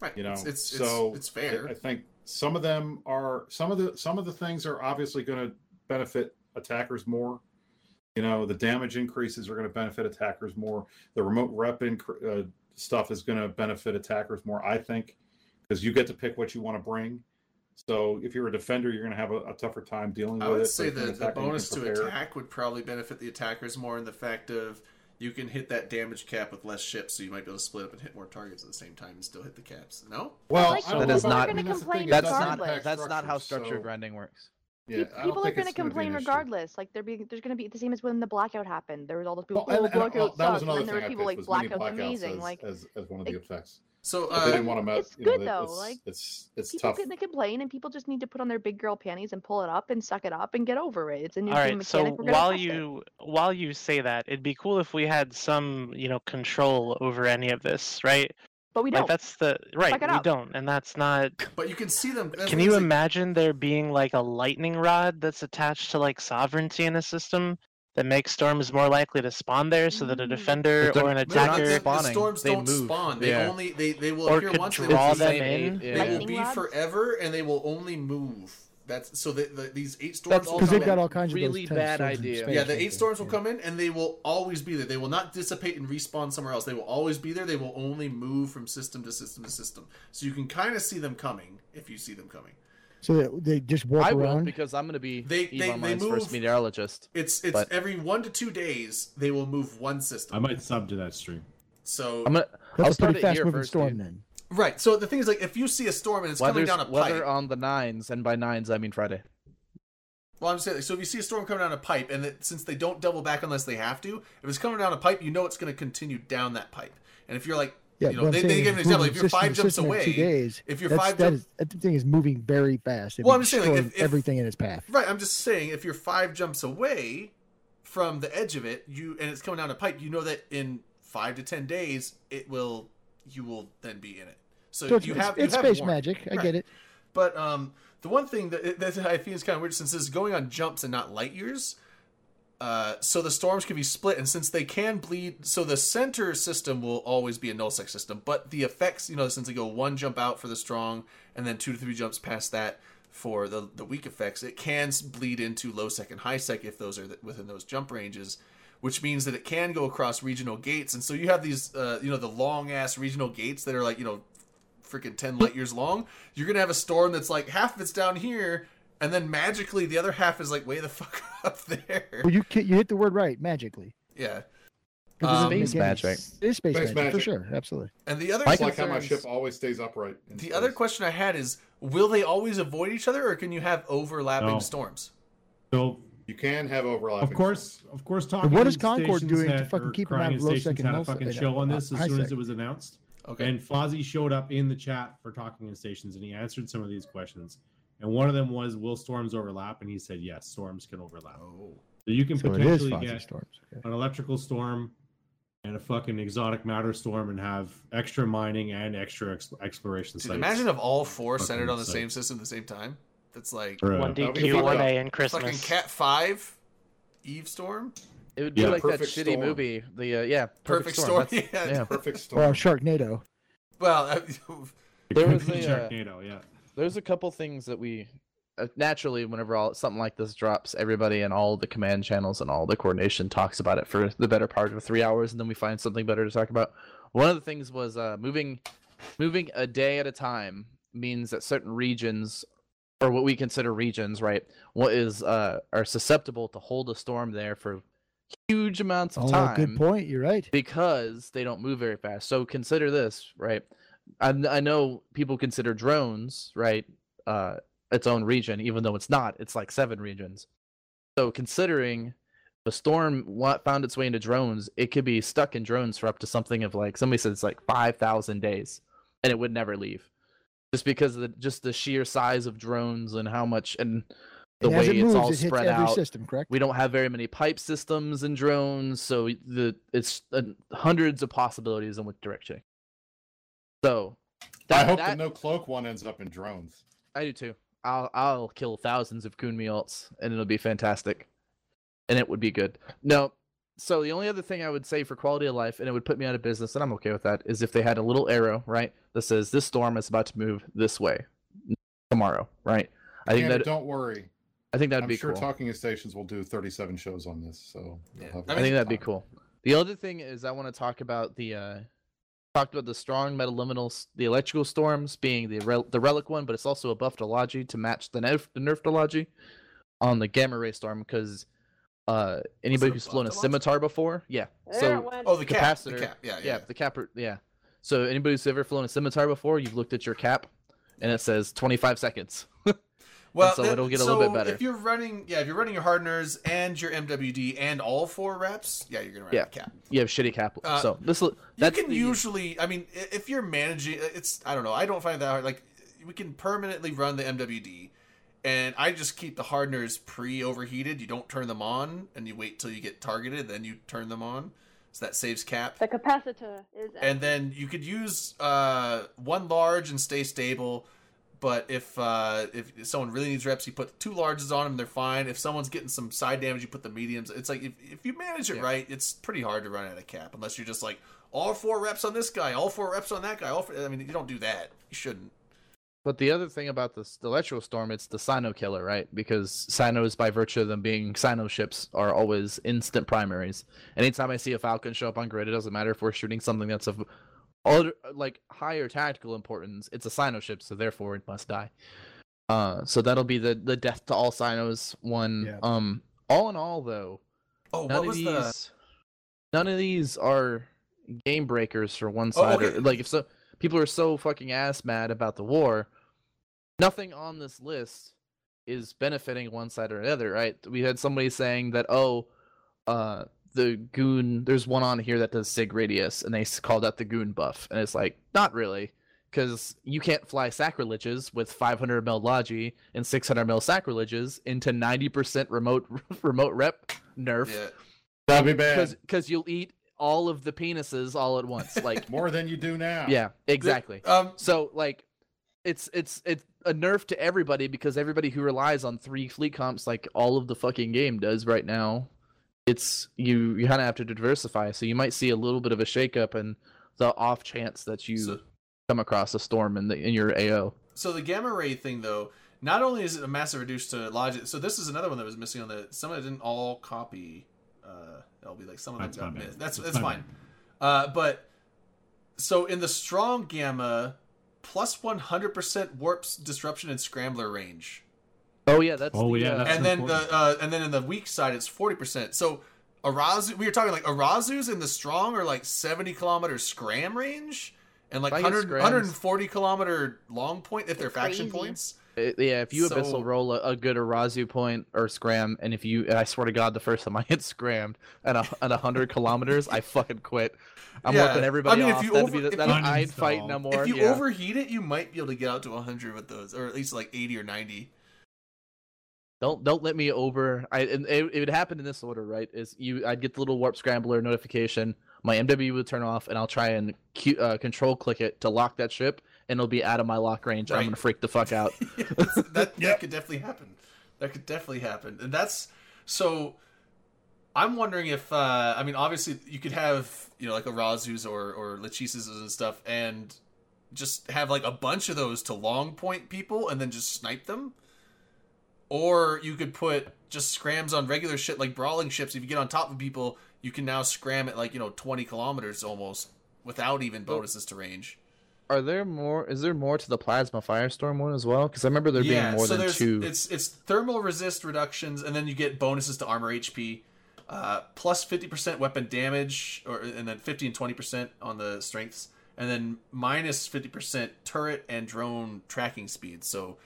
Speaker 1: right.
Speaker 2: You know,
Speaker 1: it's it's,
Speaker 2: so
Speaker 1: it's, it's
Speaker 2: I-
Speaker 1: fair.
Speaker 2: I, think some of them are some of the some of the things are obviously going to benefit attackers more. You know, the damage increases are going to benefit attackers more. The remote rep incre- uh, stuff is going to benefit attackers more, I think, because you get to pick what you want to bring. So if you're a defender, you're going to have a, a tougher time dealing
Speaker 1: I
Speaker 2: with it.
Speaker 1: would
Speaker 2: but
Speaker 1: say
Speaker 2: if you're
Speaker 1: the,
Speaker 2: an
Speaker 1: the
Speaker 2: attacker, you can
Speaker 1: bonus to
Speaker 2: prepare.
Speaker 1: attack would probably benefit the attackers more in the fact of you can hit that damage cap with less ships, so you might be able to split up and hit more targets at the same time and still hit the caps. No?
Speaker 2: Well,
Speaker 5: Like,
Speaker 2: I don't
Speaker 4: That
Speaker 2: know
Speaker 4: is
Speaker 2: about-
Speaker 4: not-
Speaker 2: I mean, the thing, it
Speaker 4: That's
Speaker 2: doesn't
Speaker 5: It's
Speaker 4: not
Speaker 2: impact
Speaker 5: regardless.
Speaker 4: that's not how
Speaker 2: structures,
Speaker 4: structure
Speaker 2: so-
Speaker 4: grinding works.
Speaker 2: Yeah, I
Speaker 5: Pe-
Speaker 2: don't
Speaker 5: people are
Speaker 2: think
Speaker 5: going to
Speaker 2: it's gonna be an
Speaker 5: complain
Speaker 2: issue.
Speaker 5: regardless. Like they're being, there's going to be the same as when the blackout happened. There was all those people.
Speaker 2: Well, and-
Speaker 5: oh,
Speaker 2: and, uh,
Speaker 5: blackout
Speaker 2: that
Speaker 5: sucks.
Speaker 2: was another
Speaker 5: and
Speaker 2: thing
Speaker 5: then
Speaker 2: I
Speaker 5: there were people
Speaker 2: picked
Speaker 5: like
Speaker 2: was mini
Speaker 5: blackout's
Speaker 2: blackouts
Speaker 5: amazing.
Speaker 2: as,
Speaker 5: like
Speaker 2: as, as one of the
Speaker 5: like,
Speaker 2: effects.
Speaker 1: So
Speaker 2: But they
Speaker 1: uh,
Speaker 2: didn't want to mess.
Speaker 5: it's
Speaker 2: you know,
Speaker 5: good,
Speaker 2: that-
Speaker 5: though,
Speaker 2: It's,
Speaker 5: like,
Speaker 2: it's it's
Speaker 5: people
Speaker 2: tough.
Speaker 5: going to complain, and people just need to put on their big girl panties and pull it up and suck it up and get over it. It's a new
Speaker 9: All
Speaker 5: game
Speaker 9: right,
Speaker 5: mechanic.
Speaker 9: so
Speaker 5: We're gonna
Speaker 9: while
Speaker 5: test it.
Speaker 9: you while you say that, it'd be cool if we had some, you know, control over any of this, right?
Speaker 5: but we
Speaker 9: Like
Speaker 5: don't.
Speaker 9: that's the right,
Speaker 5: Suck it
Speaker 9: we
Speaker 5: up.
Speaker 9: don't, and that's not
Speaker 1: but you can see them. that's
Speaker 9: Can
Speaker 1: what
Speaker 9: you
Speaker 1: it's like-
Speaker 9: imagine there being like a lightning rod that's attached to like sovereignty in a system that makes storms more likely to spawn there so that a
Speaker 5: Mm.
Speaker 9: defender
Speaker 4: But they're-
Speaker 9: or an
Speaker 1: They're not-
Speaker 9: attacker
Speaker 1: the- The
Speaker 4: spawning,
Speaker 1: storms
Speaker 4: they
Speaker 1: don't
Speaker 4: move.
Speaker 1: spawn. They
Speaker 4: Yeah.
Speaker 1: only they they will
Speaker 9: or
Speaker 1: appear
Speaker 9: could
Speaker 1: once. They
Speaker 9: draw
Speaker 1: will
Speaker 4: It's the
Speaker 9: them
Speaker 4: same
Speaker 9: in?
Speaker 4: eight-
Speaker 1: They
Speaker 4: yeah.
Speaker 1: will
Speaker 5: Lightning
Speaker 1: be
Speaker 5: rods?
Speaker 1: forever, and they will only move. That's so that the, these eight storms
Speaker 4: That's
Speaker 1: will
Speaker 8: Because
Speaker 1: come
Speaker 8: they've got
Speaker 1: in.
Speaker 8: all kinds of those
Speaker 4: Really
Speaker 8: tense
Speaker 4: bad
Speaker 8: storms in
Speaker 4: idea.
Speaker 8: space,
Speaker 1: Yeah, the
Speaker 8: I
Speaker 1: eight
Speaker 8: think,
Speaker 1: storms will
Speaker 8: yeah.
Speaker 1: come in, and they will always be there. They will not dissipate and respawn somewhere else. They will always be there. They will only move from system to system to system. So you can kind of see them coming if you see them coming.
Speaker 8: So they, they just walk
Speaker 4: I will
Speaker 8: around.
Speaker 4: because I'm gonna be
Speaker 1: They- they-
Speaker 4: Elon
Speaker 1: they
Speaker 4: Musk's first
Speaker 1: move-
Speaker 4: meteorologist.
Speaker 1: It's it's
Speaker 4: But-
Speaker 1: every one to two days they will move one
Speaker 3: I
Speaker 1: system.
Speaker 3: might sub to that stream.
Speaker 1: So
Speaker 4: I'm gonna I'll
Speaker 8: That's a
Speaker 4: start
Speaker 8: pretty
Speaker 4: it
Speaker 8: fast
Speaker 4: here
Speaker 8: moving
Speaker 4: first,
Speaker 8: storm
Speaker 4: dude.
Speaker 8: then.
Speaker 1: right. So the thing is, like, if you see a storm and it's coming
Speaker 4: weather's,
Speaker 1: down a pipe,
Speaker 4: weather on the nines, and by nines I mean Friday.
Speaker 1: Well, I'm saying, like, so if you see a storm coming down a pipe, and that, since they don't double back unless they have to, if it's coming down a pipe, you know it's going to continue down that pipe. And if you're like,
Speaker 8: Yeah,
Speaker 1: you
Speaker 8: but
Speaker 1: know,
Speaker 8: I'm
Speaker 1: they,
Speaker 8: saying
Speaker 1: they give an
Speaker 8: it's
Speaker 1: example.
Speaker 8: moving
Speaker 1: If you're
Speaker 8: system
Speaker 1: five
Speaker 8: to
Speaker 1: jumps
Speaker 8: system in Two
Speaker 1: away,
Speaker 8: days.
Speaker 1: if you're
Speaker 8: that's,
Speaker 1: five
Speaker 8: that
Speaker 1: jump-
Speaker 8: is that thing is moving very fast. It
Speaker 1: Well, I'm
Speaker 8: would
Speaker 1: just saying, like,
Speaker 8: destroy
Speaker 1: if- if-
Speaker 8: everything in its path.
Speaker 1: right? I'm just saying, if you're five jumps away from the edge of it, you and it's coming down a pipe, you know that in five to ten days, it will, you will then be in it. So,
Speaker 8: So it's,
Speaker 1: you
Speaker 8: it's-
Speaker 1: have
Speaker 8: it's
Speaker 1: you have
Speaker 8: space
Speaker 1: warning.
Speaker 8: magic. I
Speaker 1: Right.
Speaker 8: get it.
Speaker 1: But um, the one thing that, that I think is kind of weird since this is going on jumps and not light years, uh, so the storms can be split, and since they can bleed, so the center system will always be a nullsec system. But the effects, you know, since they go one jump out for the strong, and then two to three jumps past that for the the weak effects, it can s- bleed into low sec and high sec if those are th- within those jump ranges. Which means that it can go across regional gates, and so you have these, uh, you know, the long ass regional gates that are like, you know, freaking 10 light years long, you're going to have a storm that's like half of it's down here, and then magically the other half is like way the fuck up there.
Speaker 8: Well, you ki- you hit the word right magically.
Speaker 1: Yeah.
Speaker 8: 'Cause it doesn't
Speaker 1: Um,
Speaker 8: make
Speaker 4: Space
Speaker 8: any
Speaker 4: magic.
Speaker 8: s- It is space,
Speaker 2: Space
Speaker 8: magic, for
Speaker 2: magic.
Speaker 8: sure. Absolutely.
Speaker 1: And the other
Speaker 2: It's like how my
Speaker 1: concerns-
Speaker 2: ship always stays upright. in
Speaker 1: the
Speaker 2: space.
Speaker 1: other question I had is will they always avoid each other or can you have overlapping
Speaker 3: No.
Speaker 1: storms?
Speaker 3: So
Speaker 2: you can have overlapping.
Speaker 3: of course, of course, talking.
Speaker 8: what is
Speaker 3: to
Speaker 8: Concord
Speaker 3: stations
Speaker 8: doing to
Speaker 3: that
Speaker 8: fucking
Speaker 3: are
Speaker 8: keep
Speaker 3: crying
Speaker 8: around
Speaker 3: at
Speaker 8: low
Speaker 3: stations
Speaker 8: second
Speaker 3: had a
Speaker 8: null-
Speaker 3: fucking
Speaker 8: uh,
Speaker 3: chill on this as
Speaker 8: high
Speaker 3: soon as
Speaker 8: sec.
Speaker 3: it was announced.
Speaker 1: Okay.
Speaker 3: And Fozzie showed up in the chat for Talking in Stations, and he answered some of these questions. And one of them was, "Will storms overlap?" And he said, "Yes, storms can overlap."
Speaker 1: oh.
Speaker 3: So you can
Speaker 8: So it is
Speaker 3: potentially
Speaker 8: Fozzie
Speaker 3: get
Speaker 8: Storms. Okay.
Speaker 3: an electrical storm and a fucking exotic matter storm, and have extra mining and extra ex- exploration
Speaker 1: Dude,
Speaker 3: sites.
Speaker 1: imagine if all four centered on the
Speaker 3: Fucking
Speaker 1: same system at the same time. That's like
Speaker 3: Bruh.
Speaker 9: One
Speaker 7: That'd be fucked
Speaker 9: DQ, one
Speaker 7: up.
Speaker 9: A, and
Speaker 1: fucking
Speaker 9: Christmas.
Speaker 1: Cat Five, Eve Storm,
Speaker 4: It would be
Speaker 3: Yeah.
Speaker 4: like that
Speaker 7: Perfect
Speaker 4: shitty
Speaker 7: Storm.
Speaker 4: movie. The uh, yeah,
Speaker 1: Perfect, Storm.
Speaker 4: That's-
Speaker 1: Yeah.
Speaker 4: yeah.
Speaker 7: Perfect storm.
Speaker 8: Or Sharknado.
Speaker 1: Well, uh,
Speaker 3: It
Speaker 4: There
Speaker 3: could
Speaker 4: was
Speaker 3: be
Speaker 4: a, uh,
Speaker 3: Sharknado, yeah.
Speaker 4: There's a couple things that we uh, naturally, whenever all something like this drops, everybody and all the command channels and all the coordination talks about it for the better part of three hours, and then we find something better to talk about. One of the things was uh, moving, moving a day at a time means that certain regions, or what we consider regions, right, what is uh, are susceptible to hold a storm there for huge amounts of
Speaker 8: Oh,
Speaker 4: time
Speaker 8: good point. You're right.
Speaker 4: because they don't move very fast. So consider this, right? I, I know people consider drones, right, uh, its own region, even though it's not. It's like seven regions. So considering the storm wa- found its way into drones, it could be stuck in drones for up to something of like somebody said it's like five thousand days, and it would never leave, just because of the just the sheer size of drones and how much and the
Speaker 8: and
Speaker 4: way
Speaker 8: as it
Speaker 4: it's
Speaker 8: moves,
Speaker 4: all
Speaker 8: it hits
Speaker 4: spread
Speaker 8: every
Speaker 4: out
Speaker 8: system, correct?
Speaker 4: we don't have very many pipe systems and drones, so the it's uh, hundreds of possibilities in which direction. So
Speaker 2: I
Speaker 4: that,
Speaker 2: hope the
Speaker 4: that,
Speaker 2: no cloak one ends up in drones.
Speaker 4: I do too. I'll I'll kill thousands of coon meals and it'll be fantastic, and it would be good. No, so the only other thing I would say for quality of life, and it would put me out of business, and I'm okay with that, is if they had a little arrow right that says this storm is about to move this way tomorrow, right? I think
Speaker 2: Tanner,
Speaker 4: that
Speaker 2: don't worry.
Speaker 4: I think that'd
Speaker 2: I'm
Speaker 4: be
Speaker 2: sure
Speaker 4: cool.
Speaker 2: talking stations will do 37 shows on this. So
Speaker 1: Yeah.
Speaker 2: you'll have
Speaker 1: I uh,
Speaker 4: I
Speaker 2: lots
Speaker 4: think that'd
Speaker 2: of
Speaker 4: be
Speaker 2: time.
Speaker 4: cool. The other thing is I want to talk about the uh talked about the strong metaliminal s- the electrical storms being the rel- the relic one, but it's also a buff Dology to match the nerf the nerf Dology on the gamma ray storm because uh anybody
Speaker 1: it a
Speaker 4: who's
Speaker 1: buff
Speaker 4: flown a
Speaker 1: Dology?
Speaker 4: scimitar before, yeah.
Speaker 6: There
Speaker 4: So
Speaker 6: it went.
Speaker 1: oh, the cap, the
Speaker 4: Capacitor.
Speaker 1: cap, yeah,
Speaker 4: yeah,
Speaker 1: yeah.
Speaker 4: the cap yeah. So anybody who's ever flown a scimitar before, you've looked at your cap and it says 25 seconds.
Speaker 1: Well,
Speaker 4: so
Speaker 1: that-
Speaker 4: it'll get a little bit
Speaker 1: so
Speaker 4: better.
Speaker 1: If you're running, yeah, if you're running your hardeners and your MWD and all four reps, yeah, you're gonna run
Speaker 4: Yeah.
Speaker 1: out of cap.
Speaker 4: You have shitty cap.
Speaker 1: Uh,
Speaker 4: so this l-
Speaker 1: You
Speaker 4: that's
Speaker 1: can
Speaker 4: the-
Speaker 1: usually, I mean, i- if you're managing, it's I don't know, I don't find that hard. Like we can permanently run the MWD, and I just keep the hardeners pre-overheated. You don't turn them on, and you wait till you get targeted, then you turn them on. So that saves cap.
Speaker 6: The capacitor is.
Speaker 1: and then you could use uh, one large and stay stable. But if uh, if someone really needs reps, you put two larges on them; they're fine. If someone's getting some side damage, you put the mediums. It's like if, if you manage it
Speaker 4: Yeah.
Speaker 1: right, it's pretty hard to run out of cap unless you're just like all four reps on this guy, all four reps on that guy. All four, I mean, you don't do that. You shouldn't.
Speaker 4: But the other thing about this the electrical storm, it's the Sino killer, right? Because Sinos, by virtue of them being Sino ships, are always instant primaries. Anytime I see a Falcon show up on grid, it doesn't matter if we're shooting something that's of other, like higher tactical importance. It's a Sino ship, so therefore it must die. Uh, so that'll be the the death to all Sinos one.
Speaker 8: Yeah.
Speaker 4: Um, all in all, though,
Speaker 1: Oh,
Speaker 4: none
Speaker 1: what
Speaker 4: of
Speaker 1: was
Speaker 4: these
Speaker 1: the?
Speaker 4: none of these are game breakers for one side
Speaker 1: Oh, okay.
Speaker 4: or like if so people are so fucking ass mad about the war nothing on this list is benefiting one side or another right we had somebody saying that oh uh the goon there's one on here that does sig radius and they s- called that the goon buff and it's like not really because you can't fly sacrileges with 500 mil logi and 600 mil sacrileges into 90% remote remote rep nerf
Speaker 1: Yeah.
Speaker 2: That'd be bad.
Speaker 4: because because you'll eat all of the penises all at once like
Speaker 2: More than you do now.
Speaker 4: yeah exactly
Speaker 1: Um,
Speaker 4: so like it's it's it's a nerf to everybody because everybody who relies on three fleet comps like all of the fucking game does right now it's you you kind of have to diversify so you might see a little bit of a shakeup and the off chance that you
Speaker 1: So-
Speaker 4: come across a storm in the in your AO
Speaker 1: So the gamma ray thing, though, not only is it a massive reduce to logic. So this is another one that was missing on the. Some of it didn't all copy. Uh, it'll be like some of them
Speaker 3: That's my
Speaker 1: got
Speaker 3: bad.
Speaker 1: missed. That's that's,
Speaker 3: my
Speaker 1: fine. Uh, but so in the strong gamma, plus one hundred percent warps disruption and scrambler range,
Speaker 4: oh yeah that's
Speaker 3: Oh,
Speaker 4: the,
Speaker 3: yeah,
Speaker 4: uh,
Speaker 3: that's-
Speaker 1: and then
Speaker 3: important.
Speaker 1: the uh, and then in the weak side it's forty percent. So. Arazu, we were talking like Arazu's in the strong are like 70 kilometer scram range and like
Speaker 4: I guess
Speaker 1: 100,
Speaker 4: scrams-
Speaker 1: 140 kilometer long point if they're faction
Speaker 5: Crazy.
Speaker 1: points.
Speaker 4: It- Uh, yeah, if you
Speaker 1: So-
Speaker 4: abyssal roll a, a good Arazu point or scram, and if you, and I swear to God, the first time I hit scrammed and a and a hundred kilometers, I fucking quit. I'm
Speaker 1: Yeah,
Speaker 4: working
Speaker 1: I
Speaker 4: everybody
Speaker 1: mean, if
Speaker 4: off.
Speaker 1: you
Speaker 4: That'd
Speaker 1: over-
Speaker 4: be the,
Speaker 1: if
Speaker 4: that
Speaker 3: you-
Speaker 4: I'd fight no more.
Speaker 1: If you
Speaker 4: yeah.
Speaker 1: overheat it, you might be able to get out to 100 with those, or at least like 80 or 90.
Speaker 4: Don't don't let me over. I and it, it would happen in this order, right? Is you I'd get the little warp scrambler notification. My MW would turn off, and I'll try and Q, uh, control click it to lock that ship, and it'll be out of my lock range.
Speaker 1: Right.
Speaker 4: I'm gonna freak the fuck out.
Speaker 1: Yes, that that could definitely happen. That could definitely happen, and that's so. I'm wondering if uh, I mean, obviously, you could have you know like a Razus or or Lachesis and stuff, and just have like a bunch of those to long point people, and then just snipe them. Or you could put just scrams on regular shit like brawling ships. If you get on top of people, you can now scram at like you know 20 kilometers almost without even
Speaker 4: Well-
Speaker 1: bonuses to range.
Speaker 4: Are there more? Is there more to the plasma firestorm one as well? Because I remember there being more than
Speaker 1: there's-
Speaker 4: two.
Speaker 1: It's it's thermal resist reductions, and then you get bonuses to armor HP, uh, plus fifty percent weapon damage, or and then fifty and twenty percent on the strengths, and then minus fifty percent turret and drone tracking speed. So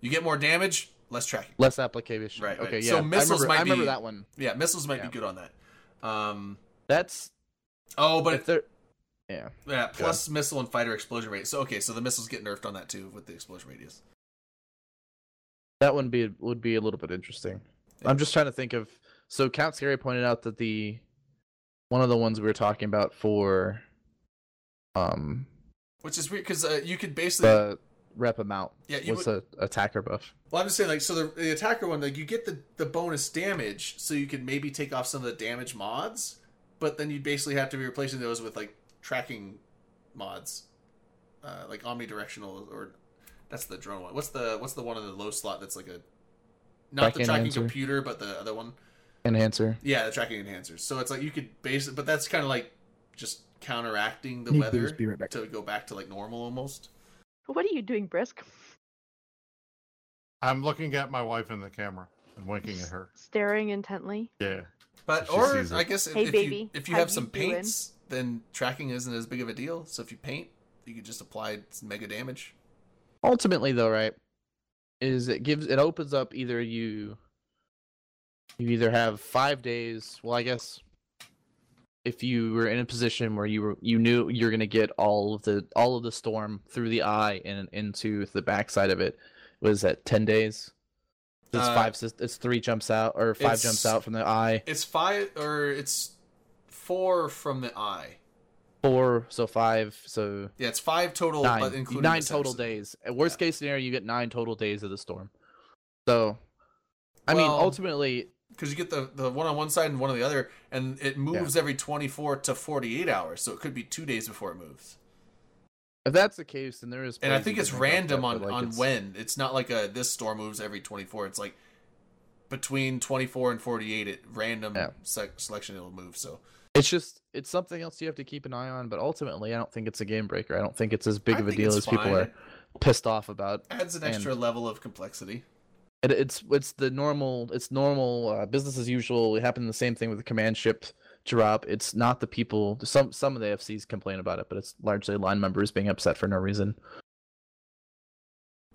Speaker 1: you get more damage, less tracking.
Speaker 4: Less application.
Speaker 1: Right, right.
Speaker 4: Okay.
Speaker 1: So
Speaker 4: Yeah.
Speaker 1: missiles
Speaker 4: I remember,
Speaker 1: might
Speaker 4: I remember
Speaker 1: be-
Speaker 4: that one.
Speaker 1: Yeah, missiles might
Speaker 4: Yeah.
Speaker 1: be good on that. Um,
Speaker 4: That's
Speaker 1: oh,
Speaker 4: but
Speaker 1: but
Speaker 4: if they're yeah.
Speaker 1: yeah, plus missile and fighter explosion rate. So okay, so the missiles get nerfed on that too with the explosion radius.
Speaker 4: That one be would be a little bit interesting. I'm just trying to think of. So Count Scary pointed out that the one of the ones we were talking about for um
Speaker 1: Which is weird because uh, you could basically
Speaker 4: the rep amount
Speaker 1: yeah you
Speaker 4: was a attacker buff.
Speaker 1: Well, I'm just saying, like, so the, the attacker one, like, you get the, the bonus damage, so you can maybe take off some of the damage mods, but then you basically have to be replacing those with, like, tracking mods, uh, like omnidirectional, or that's the drone one. What's the what's the one in the low slot that's like a not the
Speaker 4: Tracking
Speaker 1: tracking
Speaker 4: enhancer.
Speaker 1: computer, but the other one?
Speaker 4: Enhancer.
Speaker 1: Yeah, the tracking enhancers. So it's like you could base it, but that's kind of like just counteracting the
Speaker 8: Need
Speaker 1: weather
Speaker 8: booze, be right back.
Speaker 1: to go back to like normal almost.
Speaker 5: What are you doing, Brisk?
Speaker 2: I'm looking at my wife in the camera and winking at her.
Speaker 5: Staring intently.
Speaker 2: Yeah.
Speaker 1: But
Speaker 2: She
Speaker 1: or
Speaker 2: sees it.
Speaker 1: I guess if,
Speaker 5: Hey,
Speaker 1: if you
Speaker 5: baby,
Speaker 1: if you
Speaker 5: how
Speaker 1: have
Speaker 5: you
Speaker 1: some
Speaker 5: doing?
Speaker 1: paints, then tracking isn't as big of a deal. So if you paint, you could just apply some mega damage.
Speaker 4: Ultimately, though, right, is it gives it opens up either you you either have five days. Well, I guess if you were in a position where you were you knew you're gonna get all of the all of the storm through the eye and into the backside of it, was that ten days? It's
Speaker 1: Uh,
Speaker 4: five. sys- It's three jumps out or five jumps
Speaker 1: it's-
Speaker 4: out from the eye.
Speaker 1: It's five or it's four from the eye.
Speaker 4: Four, so five, so
Speaker 1: Yeah, it's five total,
Speaker 4: nine,
Speaker 1: but including
Speaker 4: nine
Speaker 1: this
Speaker 4: total
Speaker 1: episode.
Speaker 4: days. At worst case scenario, you get nine total days of the storm. So, I mean,
Speaker 1: Well-
Speaker 4: ultimately,
Speaker 1: because you get the the one on one side and one on the other, and it moves every twenty four to forty eight hours. So it could be two days before it moves.
Speaker 4: if that's the case, then there is.
Speaker 1: And I
Speaker 4: ways
Speaker 1: think
Speaker 4: you
Speaker 1: it's
Speaker 4: can make up
Speaker 1: random
Speaker 4: that,
Speaker 1: on
Speaker 4: but, like,
Speaker 1: on
Speaker 4: it's-
Speaker 1: when. It's not like a this store moves every twenty four. It's like between twenty four and forty eight. It random
Speaker 4: Yeah.
Speaker 1: sec- selection it'll move. So.
Speaker 4: It's just it's something else you have to keep an eye on. But ultimately, I don't think it's a game breaker. I don't think it's as big
Speaker 1: I
Speaker 4: of a
Speaker 1: think
Speaker 4: deal
Speaker 1: it's
Speaker 4: as people
Speaker 1: fine.
Speaker 4: are pissed off about.
Speaker 1: adds an
Speaker 4: And-
Speaker 1: extra level of complexity.
Speaker 4: It, it's it's the normal it's normal uh, business as usual. It happened the same thing with the command ship drop. It's not the people. Some some of the FCs complain about it, but it's largely line members being upset for no reason.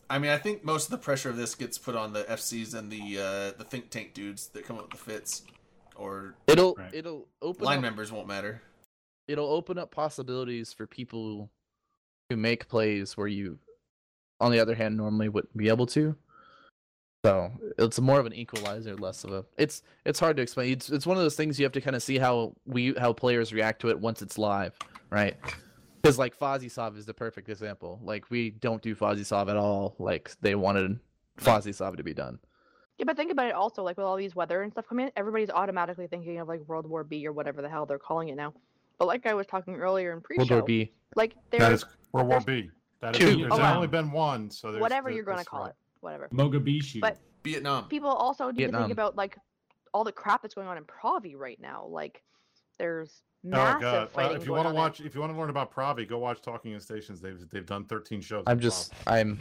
Speaker 1: I mean, I think most of the pressure of this gets put on the FCs and the uh, the think tank dudes that come up with the fits, or
Speaker 4: It'll
Speaker 3: Right.
Speaker 4: it'll open
Speaker 1: line
Speaker 4: up
Speaker 1: members won't matter.
Speaker 4: it'll open up possibilities for people who make plays where you on the other hand normally wouldn't be able to so it's more of an equalizer less of a it's it's hard to explain it's, it's one of those things you have to kind of see how we how players react to it once it's live right because like Fozzie is the perfect example like we don't do Fozzie at all like they wanted Fozzie to be done
Speaker 5: Yeah, but think about it also, like with all these weather and stuff coming in, everybody's automatically thinking of like World War B or whatever the hell they're calling it now. But like I was talking earlier in pre-show,
Speaker 4: World War B
Speaker 5: like
Speaker 2: That
Speaker 5: there's
Speaker 2: is World War B. That is,
Speaker 9: Two.
Speaker 2: there's
Speaker 3: Oh, wow.
Speaker 2: only been one, so there's,
Speaker 5: whatever
Speaker 2: there-
Speaker 5: you're going to
Speaker 2: that's
Speaker 5: call
Speaker 2: right.
Speaker 5: it, whatever.
Speaker 3: Mogabishi.
Speaker 5: But-
Speaker 1: Vietnam.
Speaker 5: People also need to
Speaker 4: Vietnam.
Speaker 5: think about like all the crap that's going on in Pravi right now. Like there's
Speaker 2: Oh
Speaker 5: massive
Speaker 2: god! Uh,
Speaker 5: fighting.
Speaker 2: if you
Speaker 5: going
Speaker 2: want to
Speaker 5: on in-
Speaker 2: watch, if you want to learn about Pravi, go watch Talking in Stations. They've they've done 13 shows.
Speaker 4: I'm
Speaker 2: on
Speaker 4: just
Speaker 2: Pravi.
Speaker 4: I'm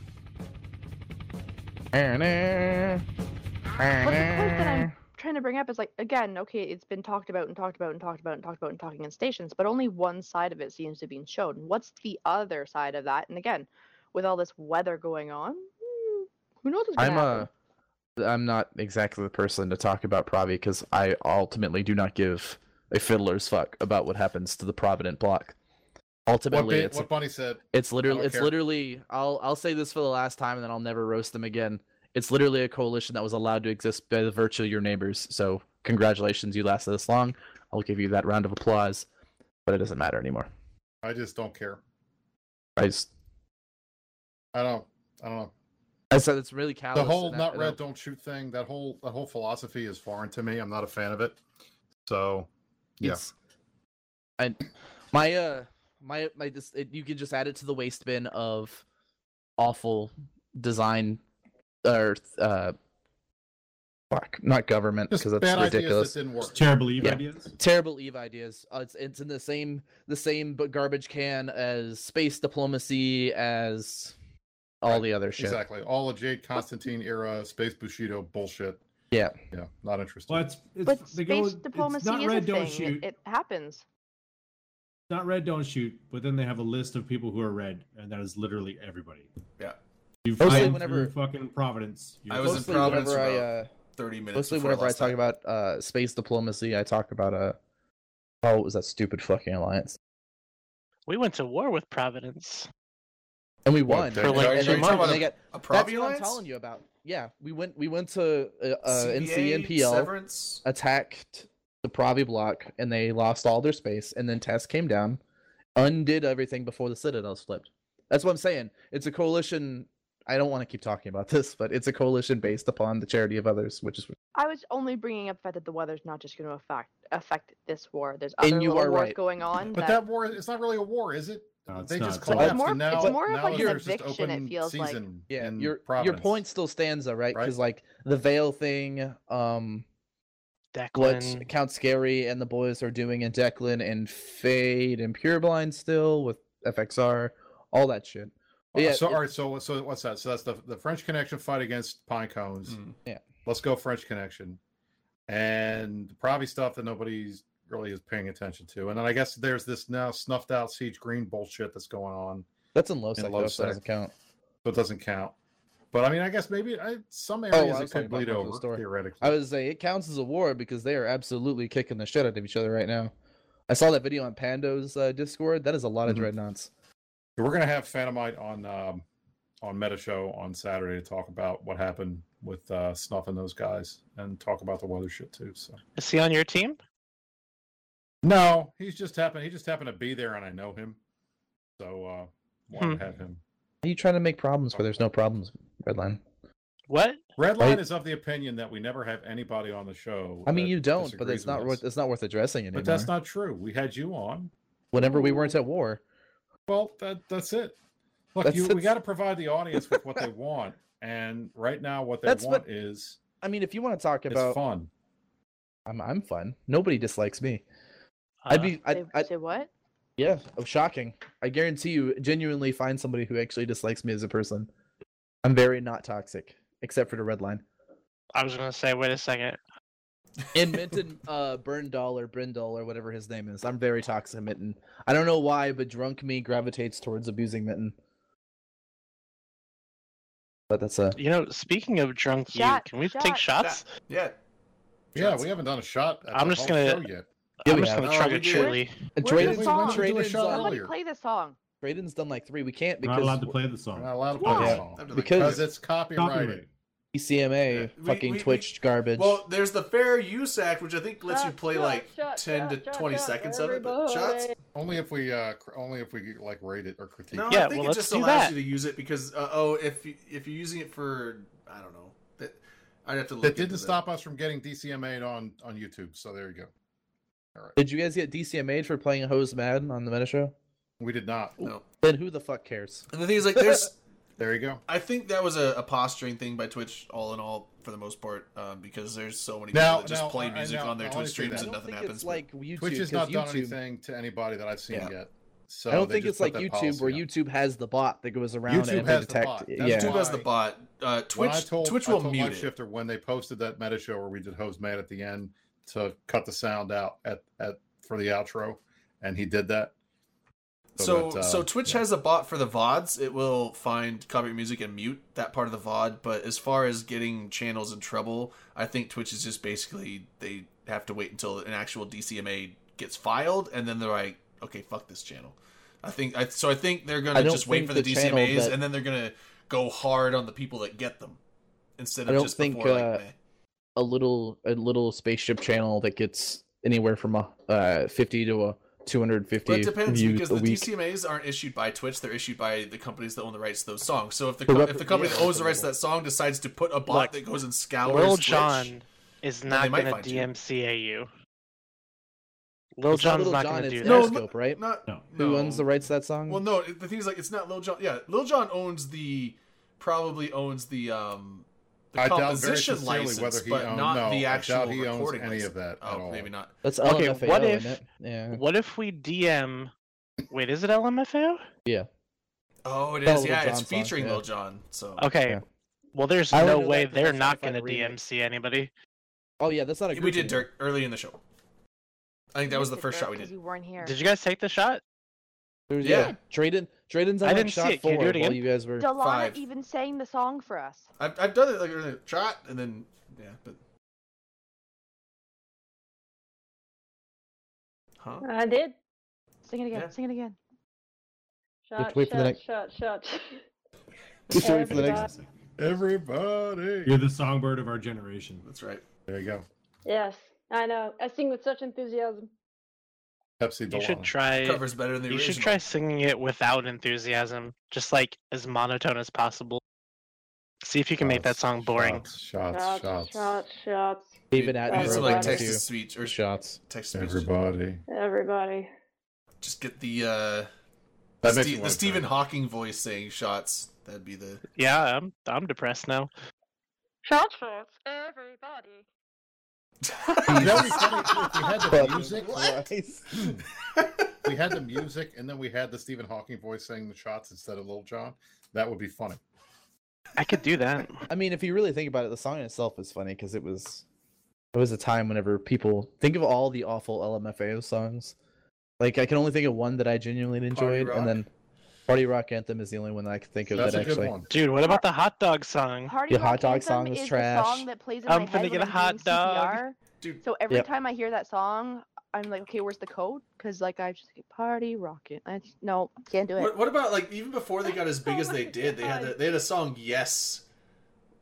Speaker 5: But the point that I'm trying to bring up is like again, okay, it's been talked about and talked about and talked about and talked about and talking in stations, but only one side of it seems to be shown. What's the other side of that? And again, with all this weather going on, mm, Who knows what's gonna
Speaker 4: I'm uh,
Speaker 5: happen?
Speaker 4: a. I'm not exactly the person to talk about Pravi because I ultimately do not give a fiddler's fuck about what happens to the Provident block.
Speaker 2: What,
Speaker 4: Ultimately,
Speaker 2: ba-
Speaker 4: it's
Speaker 2: what Bunny said.
Speaker 4: It's literally
Speaker 2: don't
Speaker 4: it's
Speaker 2: care.
Speaker 4: literally I'll I'll say this for the last time and then I'll never roast them again. It's literally a coalition that was allowed to exist by the virtue of your neighbors. So congratulations, you lasted this long. I'll give you that round of applause. But it doesn't matter anymore.
Speaker 2: I just don't care.
Speaker 4: I just
Speaker 2: I don't. I don't know.
Speaker 4: I said it's really callous.
Speaker 2: the whole
Speaker 4: and I-
Speaker 2: not
Speaker 4: I
Speaker 2: red
Speaker 4: don't-
Speaker 2: don't shoot thing that whole that whole philosophy is foreign to me i'm not a fan of it so yeah
Speaker 4: It's, and my uh my my this it, you can just add it to the waste bin of awful design or uh fuck not government
Speaker 2: just
Speaker 4: because
Speaker 2: bad
Speaker 4: that's ridiculous.
Speaker 2: ideas that didn't work
Speaker 3: Terrible Eve
Speaker 4: Yeah.
Speaker 3: ideas.
Speaker 4: terrible Eve ideas. Uh, it's it's in the same the same but garbage can as space diplomacy as all
Speaker 2: Right,
Speaker 4: the other shit.
Speaker 2: exactly all of jade constantine era space bushido bullshit
Speaker 4: Yeah.
Speaker 2: yeah not interested
Speaker 3: Well, it's, it's
Speaker 5: But
Speaker 3: they
Speaker 5: space
Speaker 3: go- it's
Speaker 5: diplomacy
Speaker 3: not
Speaker 5: is
Speaker 3: red,
Speaker 5: a
Speaker 3: don't
Speaker 5: thing.
Speaker 3: shoot.
Speaker 5: It, it happens.
Speaker 3: not red, don't shoot. But then they have a list of people who are red, and that is literally everybody.
Speaker 1: Yeah.
Speaker 3: You
Speaker 4: Mostly
Speaker 3: find
Speaker 4: whenever-
Speaker 3: through fucking Providence. you-
Speaker 1: I was in
Speaker 4: mostly
Speaker 1: Providence
Speaker 4: whenever I
Speaker 1: for
Speaker 4: uh,
Speaker 1: Thirty minutes.
Speaker 4: mostly
Speaker 1: before I
Speaker 4: whenever I
Speaker 1: lost
Speaker 4: talk
Speaker 1: that.
Speaker 4: about uh space diplomacy, I talk about uh oh what was that stupid fucking alliance
Speaker 9: We went to war with Providence.
Speaker 4: and we
Speaker 2: What,
Speaker 4: won
Speaker 2: for
Speaker 4: and
Speaker 9: like
Speaker 4: they- and
Speaker 9: two
Speaker 4: they-
Speaker 9: months?
Speaker 4: and they got-
Speaker 1: a Provi
Speaker 4: that's what I'm
Speaker 1: alliance?
Speaker 4: telling you about. Yeah, we went we went to uh, uh,
Speaker 1: CBA,
Speaker 4: NCNPL.
Speaker 1: Severance.
Speaker 4: attacked the Pravi block and they lost all their space. And then Tess came down, undid everything before the Citadels flipped. That's what I'm saying. It's a coalition. I don't want to keep talking about this, but it's a coalition based upon the charity of others, which is.
Speaker 5: I was only bringing up the fact that the weather's not just going to affect affect this war. There's
Speaker 4: And
Speaker 5: other
Speaker 4: you
Speaker 5: little
Speaker 4: are
Speaker 5: wars
Speaker 4: right.
Speaker 5: going on.
Speaker 2: but that war it's not really a war is it
Speaker 3: No, it's
Speaker 2: they
Speaker 3: not.
Speaker 2: just
Speaker 3: It's all-
Speaker 2: collapsed
Speaker 5: It's more-
Speaker 2: and now,
Speaker 5: it's more of
Speaker 2: now
Speaker 5: like an
Speaker 2: there's just
Speaker 5: eviction, it
Speaker 2: open
Speaker 5: feels like.
Speaker 2: season
Speaker 4: Yeah,
Speaker 2: in
Speaker 4: your your
Speaker 2: Providence.
Speaker 4: point still stands though, right?
Speaker 2: right?
Speaker 4: Because like the veil thing, um, what
Speaker 9: Declan.
Speaker 4: Count Scary and the boys are doing in Declan and Fade and Pureblind still with FXR, all that shit. But yeah,
Speaker 2: Oh, Uh, so
Speaker 4: it-
Speaker 2: all right so so what's that so that's the, the french connection fight against pine cones
Speaker 1: Mm.
Speaker 2: let's go French Connection, and probably stuff that nobody's really is paying attention to. And then I guess there's this now snuffed out Siege Green bullshit that's going on,
Speaker 4: that's in low sec.
Speaker 2: low
Speaker 4: though, so that
Speaker 2: sec.
Speaker 4: doesn't count.
Speaker 2: so it doesn't count. But I mean, I guess maybe I, some
Speaker 4: Oh, I
Speaker 2: areas
Speaker 4: was
Speaker 2: it could
Speaker 4: talking about
Speaker 2: bleed
Speaker 4: French
Speaker 2: over
Speaker 4: Story.
Speaker 2: theoretically.
Speaker 4: I would say it counts as a war because they are absolutely kicking the shit out of each other right now. I saw that video on Pando's uh, Discord. That is a lot of
Speaker 2: Mhm.
Speaker 4: dreadnoughts.
Speaker 2: So we're gonna have Phantomite on um, on Meta Show on Saturday to talk about what happened with uh, snuffing those guys and talk about the weather shit too. So
Speaker 9: Is he on your team?
Speaker 2: no, he's just happened. He just happened to be there, and I know him, so uh, wanted
Speaker 4: Hmm.
Speaker 2: to have him.
Speaker 4: Are you trying to make problems where there's no problems, Redline?
Speaker 9: What?
Speaker 2: Redline
Speaker 4: I-
Speaker 2: is of the opinion that we never have anybody on the show.
Speaker 4: I mean,
Speaker 2: that
Speaker 4: you don't, but
Speaker 2: disagrees
Speaker 4: it's not
Speaker 2: with
Speaker 4: worth
Speaker 2: us.
Speaker 4: it's not worth addressing anymore.
Speaker 2: But that's not true. We had you on.
Speaker 4: Whenever we weren't at war,
Speaker 2: Well, that that's it. Look,
Speaker 4: That's-
Speaker 2: you, we
Speaker 4: that's-
Speaker 2: got to provide the audience with what they want, and right now, what they
Speaker 4: That's
Speaker 2: want
Speaker 4: what-
Speaker 2: is
Speaker 4: I mean, if you want to talk
Speaker 2: it's
Speaker 4: about,
Speaker 2: fun.
Speaker 4: I'm I'm fun. Nobody dislikes me.
Speaker 9: Uh,
Speaker 4: I'd be,
Speaker 5: Say-
Speaker 4: I, I,
Speaker 5: say what?
Speaker 4: yeah, oh, shocking. I guarantee you, genuinely find somebody who actually dislikes me as a person. I'm very not toxic, except for the red line.
Speaker 9: I was gonna say, wait a second.
Speaker 4: in Minton uh Burndall or Brindle or whatever his name is. I'm very toxic to Minton. I don't know why, but drunk me gravitates towards abusing Minton. But that's a
Speaker 9: You know, speaking of drunk,
Speaker 5: Shot,
Speaker 9: you can we
Speaker 5: shot,
Speaker 9: take shots?
Speaker 1: yeah.
Speaker 2: Yeah, we haven't done a shot. At
Speaker 9: I'm
Speaker 2: the
Speaker 9: just
Speaker 2: whole
Speaker 9: gonna-
Speaker 2: show yet.
Speaker 4: Yeah,
Speaker 9: I'm
Speaker 4: we
Speaker 9: just
Speaker 4: have.
Speaker 9: gonna
Speaker 1: Oh,
Speaker 9: chug
Speaker 1: we
Speaker 9: a
Speaker 1: do.
Speaker 9: chilly.
Speaker 5: Where's
Speaker 4: Drayden's,
Speaker 5: the song?
Speaker 4: Drayden's,
Speaker 2: Shot
Speaker 4: on,
Speaker 5: Somebody
Speaker 2: earlier.
Speaker 5: play the song.
Speaker 4: Drayden's done like three. We can't
Speaker 3: not allowed
Speaker 4: because
Speaker 3: to play the song.
Speaker 2: We're not allowed to
Speaker 5: Why?
Speaker 2: play
Speaker 4: Yeah.
Speaker 2: the song
Speaker 4: Because
Speaker 2: because it's copyrighted.
Speaker 3: Copyright.
Speaker 4: ECMA
Speaker 1: Yeah, we-
Speaker 4: fucking
Speaker 1: we- we-
Speaker 4: Twitch garbage.
Speaker 1: Well, there's the Fair Use Act, which I think lets you
Speaker 6: Shot,
Speaker 1: play
Speaker 6: shot,
Speaker 1: like
Speaker 6: shot,
Speaker 1: 10
Speaker 6: shot,
Speaker 1: to
Speaker 6: shot,
Speaker 1: 20
Speaker 6: shot,
Speaker 1: seconds of it, but shots.
Speaker 6: everybody.
Speaker 2: Only if we uh, cr- only if we like rate it or critique.
Speaker 1: No,
Speaker 2: it.
Speaker 9: Yeah,
Speaker 1: I think
Speaker 9: well,
Speaker 1: it
Speaker 9: let's
Speaker 1: just
Speaker 9: do
Speaker 1: allows
Speaker 9: that.
Speaker 1: you to use it because uh, oh, if you, if you're using it for I don't know, that, I'd have to look.
Speaker 2: That
Speaker 1: into
Speaker 2: didn't
Speaker 1: that.
Speaker 2: stop us from getting DCMA'd on on YouTube. So there you go. All right,
Speaker 4: Did you guys get DCMA'd for playing Hose Madden on the meta show?
Speaker 2: we did not.
Speaker 1: No,
Speaker 4: Then who the fuck cares?
Speaker 1: and the thing is, like, there's
Speaker 2: There you go.
Speaker 1: I think that was a, a posturing thing by Twitch, all in all, for the most part, um, because there's so many people
Speaker 2: Now-
Speaker 1: that just
Speaker 2: now,
Speaker 1: play
Speaker 2: I- I
Speaker 1: music
Speaker 2: know-
Speaker 1: on their
Speaker 2: I wanna
Speaker 1: Twitch
Speaker 2: say
Speaker 1: streams
Speaker 2: that.
Speaker 1: and
Speaker 4: I don't
Speaker 1: nothing
Speaker 4: think
Speaker 1: happens.
Speaker 4: it's like YouTube.
Speaker 2: Twitch has
Speaker 4: 'cause
Speaker 2: not
Speaker 4: YouTube,
Speaker 2: done anything to anybody that I've seen
Speaker 1: Yeah.
Speaker 2: yet. So
Speaker 4: I don't
Speaker 2: they
Speaker 4: think
Speaker 2: just
Speaker 4: it's
Speaker 2: put
Speaker 4: like
Speaker 2: that
Speaker 4: YouTube
Speaker 2: policy
Speaker 4: where
Speaker 2: out.
Speaker 4: YouTube has the bot that goes around
Speaker 2: YouTube has
Speaker 4: and
Speaker 2: the
Speaker 4: they detect.
Speaker 2: bot. That's
Speaker 4: yeah.
Speaker 1: YouTube has the
Speaker 2: Why?
Speaker 1: bot. Uh,
Speaker 2: When I
Speaker 1: Twitch
Speaker 2: told,
Speaker 1: Twlich
Speaker 2: I
Speaker 1: will
Speaker 2: told
Speaker 1: mute
Speaker 2: Live
Speaker 1: it.
Speaker 2: Shifter when they posted that meta show where we did Hose Mad at the end to cut the sound out at, at for the outro, and he did that.
Speaker 1: So
Speaker 2: that, uh,
Speaker 1: so Twitch
Speaker 2: yeah.
Speaker 1: has a bot for the VODs. It will find copyright music and mute that part of the VOD, but as far as getting channels in trouble, I think Twitch is just basically they have to wait until an actual DCMA gets filed and then they're like, Okay, fuck this channel. I think I so I think they're
Speaker 4: I
Speaker 1: gonna
Speaker 4: don't
Speaker 1: just wait
Speaker 4: think
Speaker 1: for the,
Speaker 4: the channel
Speaker 1: DCMAs
Speaker 4: that-
Speaker 1: and then they're gonna go hard on the people that get them. Instead
Speaker 4: I
Speaker 1: of
Speaker 4: don't
Speaker 1: just
Speaker 4: think,
Speaker 1: before like
Speaker 4: uh,
Speaker 1: meh.
Speaker 4: a little a little spaceship channel that gets anywhere from a uh, 50 to a 250
Speaker 1: Well, it depends
Speaker 4: views
Speaker 1: because
Speaker 4: a
Speaker 1: the
Speaker 4: week.
Speaker 1: DCMAs aren't issued by Twitch; they're issued by the companies that own the rights to those songs. So if the
Speaker 4: The
Speaker 1: co-
Speaker 4: rep-
Speaker 1: if the company that
Speaker 4: yeah,
Speaker 1: owns the rights to that song decides to put a bot
Speaker 9: Look,
Speaker 1: that goes and scours
Speaker 9: Lil
Speaker 1: Twitch,
Speaker 9: John is
Speaker 1: then
Speaker 9: not
Speaker 1: they might
Speaker 9: going to
Speaker 1: find you.
Speaker 9: DMCA you. Lil
Speaker 4: It's not
Speaker 9: John's
Speaker 4: Lil
Speaker 9: not
Speaker 4: Jon,
Speaker 9: going to
Speaker 4: it's
Speaker 9: do
Speaker 1: No,
Speaker 9: that.
Speaker 4: Interscope, right?
Speaker 1: not
Speaker 3: No.
Speaker 4: Who owns the
Speaker 1: no.
Speaker 4: rights to that song?
Speaker 1: Well, no, it- the thing is, like, it's not Lil John. Yeah, Lil John owns the probably owns the um the
Speaker 2: I doubt very
Speaker 1: composition
Speaker 2: sincerely
Speaker 1: license,
Speaker 2: whether he
Speaker 1: but
Speaker 2: owned,
Speaker 1: not
Speaker 2: no,
Speaker 1: the actual
Speaker 2: I doubt he owns
Speaker 1: recording
Speaker 2: any
Speaker 1: license.
Speaker 2: of that at
Speaker 1: oh,
Speaker 2: all.
Speaker 1: maybe not.
Speaker 4: That's
Speaker 9: Okay,
Speaker 4: LMFAO,
Speaker 9: what
Speaker 4: isn't
Speaker 9: if-
Speaker 4: it? Yeah.
Speaker 9: What if we DM? Wait, is it LMFAO?
Speaker 1: Oh, it
Speaker 4: That
Speaker 1: is.
Speaker 4: Lil
Speaker 1: Yeah,
Speaker 4: Jon
Speaker 1: it's
Speaker 4: song,
Speaker 1: featuring
Speaker 4: yeah.
Speaker 1: Lil John. So
Speaker 9: Okay.
Speaker 4: Yeah.
Speaker 9: Well, there's
Speaker 4: I only
Speaker 9: no
Speaker 4: know
Speaker 9: way
Speaker 4: that 'cause I
Speaker 9: they're
Speaker 4: saw
Speaker 9: not
Speaker 4: if I
Speaker 9: going to
Speaker 4: had a remake.
Speaker 9: DMC anybody.
Speaker 4: Oh yeah, that's not a group
Speaker 1: we did
Speaker 4: anymore.
Speaker 1: Dirk early in the show. I think that was the first shot we did.
Speaker 5: You weren't here.
Speaker 9: Did you guys take the shot?
Speaker 4: There was,
Speaker 1: Yeah.
Speaker 4: yeah. Drayden Drayden's on
Speaker 9: I
Speaker 4: like,
Speaker 9: didn't see
Speaker 4: shot
Speaker 9: it. Can
Speaker 4: four
Speaker 9: you do it
Speaker 4: while
Speaker 9: again?
Speaker 4: you guys were
Speaker 5: Delana
Speaker 1: Five.
Speaker 5: even sang the song for us.
Speaker 1: I've I've done it like earlier. Shot and then yeah, but huh.
Speaker 6: I did.
Speaker 5: Sing it again.
Speaker 1: Yeah.
Speaker 5: Sing it again.
Speaker 6: Shot,
Speaker 4: have to wait
Speaker 6: shot,
Speaker 4: for the next-
Speaker 6: shot, shot,
Speaker 4: Just wait for the
Speaker 6: Everybody.
Speaker 4: next
Speaker 2: Everybody.
Speaker 3: You're the songbird of our generation.
Speaker 1: That's right.
Speaker 2: There you go.
Speaker 6: Yes, I know. I sing with such enthusiasm.
Speaker 2: Pepsi
Speaker 9: You should
Speaker 2: Delana.
Speaker 9: try.
Speaker 1: Cover's better than the
Speaker 9: You
Speaker 1: original.
Speaker 9: should try singing it without enthusiasm, just like as monotone as possible. See if you can make that
Speaker 2: Shots,
Speaker 9: song boring.
Speaker 2: Shots, shots,
Speaker 6: Shots,
Speaker 2: shots.
Speaker 6: shots, shots,
Speaker 4: David
Speaker 1: We need some
Speaker 4: Attenborough
Speaker 1: like
Speaker 6: Attenborough.
Speaker 1: text to speech or
Speaker 4: shots.
Speaker 1: text to speech.
Speaker 2: Everybody.
Speaker 6: Everybody.
Speaker 1: Just get the uh
Speaker 2: That
Speaker 1: Ste-
Speaker 2: makes me
Speaker 1: the
Speaker 2: wanna
Speaker 1: Stephen
Speaker 2: cry.
Speaker 1: Hawking voice saying shots. That'd be the
Speaker 9: Yeah, I'm I'm depressed now.
Speaker 6: Shots, shots, everybody.
Speaker 2: That would be funny too if we had the
Speaker 4: Fucking
Speaker 2: music.
Speaker 4: Christ.
Speaker 2: we had the music, and then we had the Stephen Hawking voice saying the shots instead of Lil John. That would be funny.
Speaker 9: I could do that.
Speaker 4: I mean, if you really think about it, the song itself is funny because it was it was a time whenever people think of all the awful LMFAO songs. Like I can only think of one that I genuinely enjoyed,
Speaker 1: Rock?
Speaker 4: and then Party Rock Anthem is the only one that I can think of
Speaker 2: That's
Speaker 4: that
Speaker 2: a good
Speaker 4: actually.
Speaker 2: one.
Speaker 9: Dude, what about the hot dog song?
Speaker 5: Party
Speaker 4: Mm. Your hot
Speaker 5: Rock
Speaker 4: dog
Speaker 5: Anthem
Speaker 4: song was
Speaker 5: is
Speaker 4: trash.
Speaker 5: the song that plays in
Speaker 9: I'm
Speaker 5: my
Speaker 9: finna
Speaker 5: head when
Speaker 9: get a
Speaker 5: I'm
Speaker 9: hot
Speaker 5: doing
Speaker 9: dog.
Speaker 5: CPR.
Speaker 1: Dude.
Speaker 5: So every
Speaker 4: Yep.
Speaker 5: time I hear that song, I'm like, okay, where's the code? Because like I just get party rocking. I just- no, can't do it.
Speaker 1: What, what about like even before they got as big
Speaker 6: Oh
Speaker 1: as they
Speaker 6: my
Speaker 1: did, they had
Speaker 6: God.
Speaker 1: the, they had a song Yes.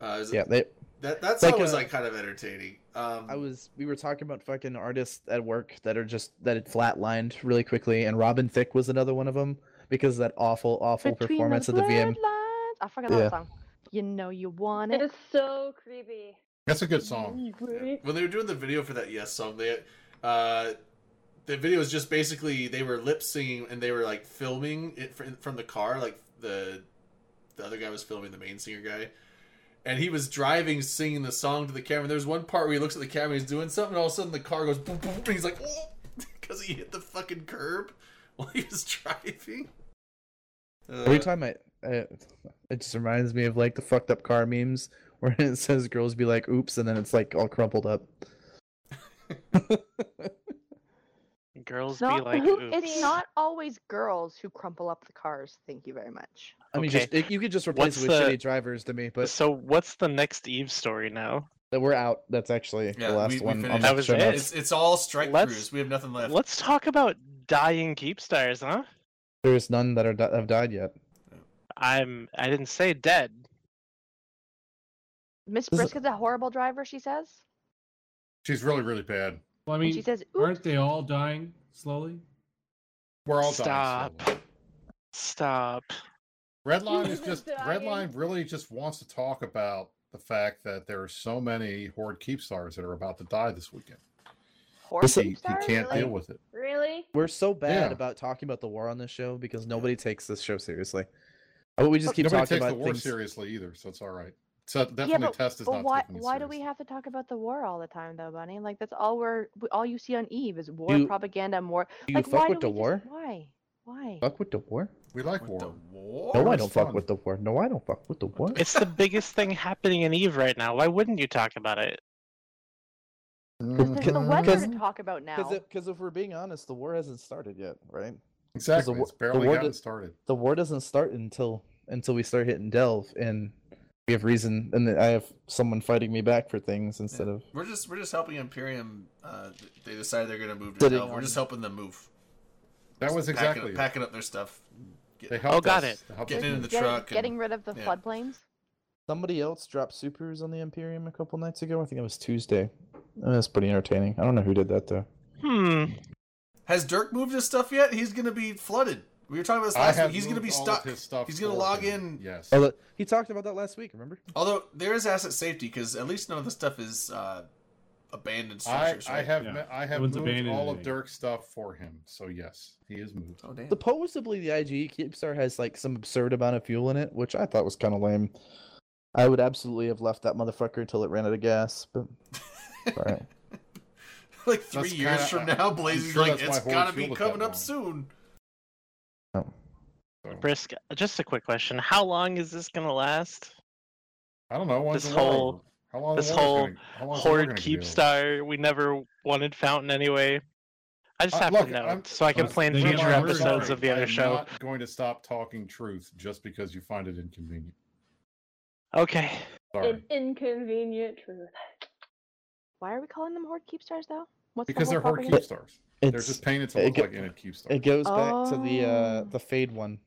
Speaker 1: Uh, is it-
Speaker 4: Yeah, they,
Speaker 1: that that song
Speaker 4: Like uh,
Speaker 1: was
Speaker 4: a-
Speaker 1: like kind of entertaining. Um,
Speaker 4: I was we were talking about fucking artists at work that are just that had flatlined really quickly, and Robin Thicke was another one of them because of that awful, awful performance at the VM.
Speaker 5: bloodlines- I fucking love
Speaker 4: Yeah.
Speaker 5: that song. You know you want
Speaker 6: It
Speaker 5: it.
Speaker 6: is so creepy.
Speaker 2: That's a good song.
Speaker 1: Yeah. When they were doing the video for that Yes song, they uh, the video is just basically they were lip singing and they were like filming it fr- from the car. Like the the other guy was filming the main singer guy, and he was driving singing the song to the camera. There's one part where he looks at the camera, he's doing something, and all of a sudden the car goes boom boom, boom and he's like, oh, because he hit the fucking curb while he was driving.
Speaker 4: Every
Speaker 1: Uh,
Speaker 4: time I, I, it just reminds me of like the fucked up car memes where it says girls be like, "Oops," and then it's like all crumpled up.
Speaker 9: Girls
Speaker 5: No,
Speaker 9: be like,
Speaker 5: it's
Speaker 9: "Oops."
Speaker 5: not always girls who crumple up the cars. Thank you very much.
Speaker 4: I mean,
Speaker 9: Okay.
Speaker 4: just it, you could just replace
Speaker 9: What's
Speaker 4: it with
Speaker 9: the-
Speaker 4: shitty drivers to me, but
Speaker 9: So what's the next Eve story now?
Speaker 4: that we're out. That's actually
Speaker 1: Yeah,
Speaker 4: the last
Speaker 1: we- we
Speaker 4: one. on
Speaker 1: finished.
Speaker 4: the
Speaker 9: That was
Speaker 4: show
Speaker 9: it.
Speaker 4: notes.
Speaker 1: it's it's all strike
Speaker 9: Let's-
Speaker 1: crews. We have nothing left.
Speaker 9: Let's talk about dying keep stars, huh?
Speaker 4: There's none that are di- have died yet.
Speaker 9: I'm I didn't say dead.
Speaker 5: Miss
Speaker 4: This is-
Speaker 5: Brisket's a horrible driver, she says.
Speaker 2: She's really, really bad.
Speaker 3: Well, I
Speaker 5: And
Speaker 3: mean,
Speaker 5: she says,
Speaker 3: aren't
Speaker 5: Oops.
Speaker 3: they all dying slowly?
Speaker 2: We're all
Speaker 9: Stop.
Speaker 2: dying. slowly.
Speaker 9: Stop.
Speaker 2: Redline is
Speaker 6: We're
Speaker 2: just
Speaker 6: dying.
Speaker 2: Redline really just wants to talk about the fact that there are so many Horde Keep stars that are about to die this weekend.
Speaker 5: horrible
Speaker 2: He, he
Speaker 5: star,
Speaker 2: can't
Speaker 5: really?"
Speaker 2: deal with it.
Speaker 6: Really?
Speaker 4: We're so bad
Speaker 2: Yeah.
Speaker 4: about talking about the war on this show because nobody takes this show seriously. But we just keep
Speaker 2: Nobody
Speaker 4: talking
Speaker 2: takes the
Speaker 4: about
Speaker 2: war
Speaker 4: things.
Speaker 2: seriously either, so it's all right. So definitely
Speaker 5: but-
Speaker 2: test is
Speaker 5: But
Speaker 2: not
Speaker 5: why?
Speaker 2: taking it
Speaker 5: Why do we
Speaker 2: seriously.
Speaker 5: have to talk about the war all the time, though, Bunny? Like that's all we're we- all you see on Eve is war
Speaker 4: You-
Speaker 5: propaganda, and war.
Speaker 4: Do you
Speaker 5: like why
Speaker 4: fuck with
Speaker 5: do
Speaker 4: the
Speaker 5: we just-
Speaker 4: war?
Speaker 5: Why? Why?
Speaker 4: Fuck with the war?
Speaker 2: We like
Speaker 1: With
Speaker 2: war.
Speaker 1: the war?
Speaker 4: No,
Speaker 2: War
Speaker 4: I
Speaker 2: is
Speaker 4: don't fuck
Speaker 2: fun.
Speaker 4: with the war. No, I don't fuck with the war.
Speaker 9: It's the biggest thing happening in Eve right now. Why wouldn't you talk about it?
Speaker 5: There's the
Speaker 2: Mhm.
Speaker 5: weather
Speaker 4: Because-
Speaker 2: Mm-hmm.
Speaker 5: to talk about now.
Speaker 4: Because if we're being honest, the war hasn't started yet, right?
Speaker 2: Exactly.
Speaker 4: wo-
Speaker 2: It's
Speaker 4: the
Speaker 2: barely
Speaker 4: word
Speaker 2: gotten
Speaker 4: is-
Speaker 2: started.
Speaker 4: the war doesn't start until until we start hitting delve and we have reason and i have someone fighting me back for things instead of
Speaker 1: We're just we're just helping Imperium. Uh, they decide they're going to move to
Speaker 4: Did it-
Speaker 1: Delve. We're just helping them move.
Speaker 2: That was
Speaker 1: Just packing-
Speaker 2: exactly. it.
Speaker 1: packing, up their stuff. Get-
Speaker 2: They helped
Speaker 9: Oh, got
Speaker 2: us. They helped
Speaker 1: Getting
Speaker 2: us
Speaker 1: in
Speaker 2: move.
Speaker 1: the
Speaker 5: Getting,
Speaker 1: truck and-
Speaker 5: getting rid of the
Speaker 1: yeah.
Speaker 5: floodplains.
Speaker 4: somebody else dropped supers on the imperium a couple nights ago i think it was tuesday and that's pretty entertaining i don't know who did that though
Speaker 9: Hmm.
Speaker 1: Has Dirk moved his stuff yet? He's going to be flooded. We were talking about this
Speaker 2: I
Speaker 1: last
Speaker 2: have
Speaker 1: week. He's going to
Speaker 2: moved
Speaker 1: be
Speaker 2: all of
Speaker 1: stuck.
Speaker 2: his stuff
Speaker 1: He's gonna
Speaker 2: forward
Speaker 1: log
Speaker 2: and-
Speaker 1: in.
Speaker 2: Yes.
Speaker 4: oh look, he talked about that last week remember
Speaker 1: Although there is asset safety because at least none of the stuff is uh, abandoned
Speaker 2: I,
Speaker 1: structures.
Speaker 2: I
Speaker 1: right?
Speaker 2: have
Speaker 3: Yeah.
Speaker 2: me- I have
Speaker 3: one's
Speaker 2: moved
Speaker 3: abandoned
Speaker 2: all of
Speaker 3: anything.
Speaker 2: Dirk's stuff for him. So yes, he is moved.
Speaker 1: Oh damn!
Speaker 4: supposedly the ige keepstar has like some absurd amount of fuel in it which i thought was kind of lame i would absolutely have left that motherfucker until it ran out of gas but all right
Speaker 1: like 3
Speaker 2: That's
Speaker 1: years
Speaker 2: kinda-
Speaker 1: from now, Blaze
Speaker 2: I'm
Speaker 1: is
Speaker 2: sure
Speaker 1: like,
Speaker 2: that's why
Speaker 1: it's
Speaker 2: Horn
Speaker 1: got to be
Speaker 2: Shield is
Speaker 1: coming
Speaker 2: that
Speaker 1: up
Speaker 2: long."
Speaker 1: soon.
Speaker 2: So,
Speaker 9: Brisk. Just a quick question. How long is this gonna last?
Speaker 2: I don't know. when's
Speaker 9: This
Speaker 2: the war
Speaker 9: whole-
Speaker 2: over? how long
Speaker 9: this
Speaker 2: the war is
Speaker 9: whole
Speaker 2: gonna, how long is the war
Speaker 9: Horde
Speaker 2: gonna
Speaker 9: keep
Speaker 2: go?
Speaker 9: star. We never wanted Fountain anyway. I just
Speaker 2: Uh,
Speaker 9: have
Speaker 2: look,
Speaker 9: to know
Speaker 2: I'm- uh,
Speaker 9: so I can
Speaker 3: Well,
Speaker 9: plan
Speaker 3: they
Speaker 2: Where
Speaker 3: get
Speaker 9: future
Speaker 2: am I?
Speaker 3: worried.
Speaker 9: episodes
Speaker 2: Sorry,
Speaker 9: of the
Speaker 2: I
Speaker 9: other
Speaker 2: am
Speaker 9: show.
Speaker 2: Not going to stop talking truth just because you find it inconvenient.
Speaker 9: Okay.
Speaker 2: Sorry,
Speaker 6: An inconvenient truth.
Speaker 5: Why are we calling them horde keepstars though? What's the
Speaker 2: because
Speaker 5: whole
Speaker 2: they're hard
Speaker 5: point
Speaker 2: keep
Speaker 5: of it?
Speaker 2: stars. They're
Speaker 4: it's
Speaker 2: just painted to
Speaker 4: it
Speaker 2: look
Speaker 4: go-
Speaker 2: like in keep stars.
Speaker 4: It goes back to the uh
Speaker 5: Oh.
Speaker 4: the fade one.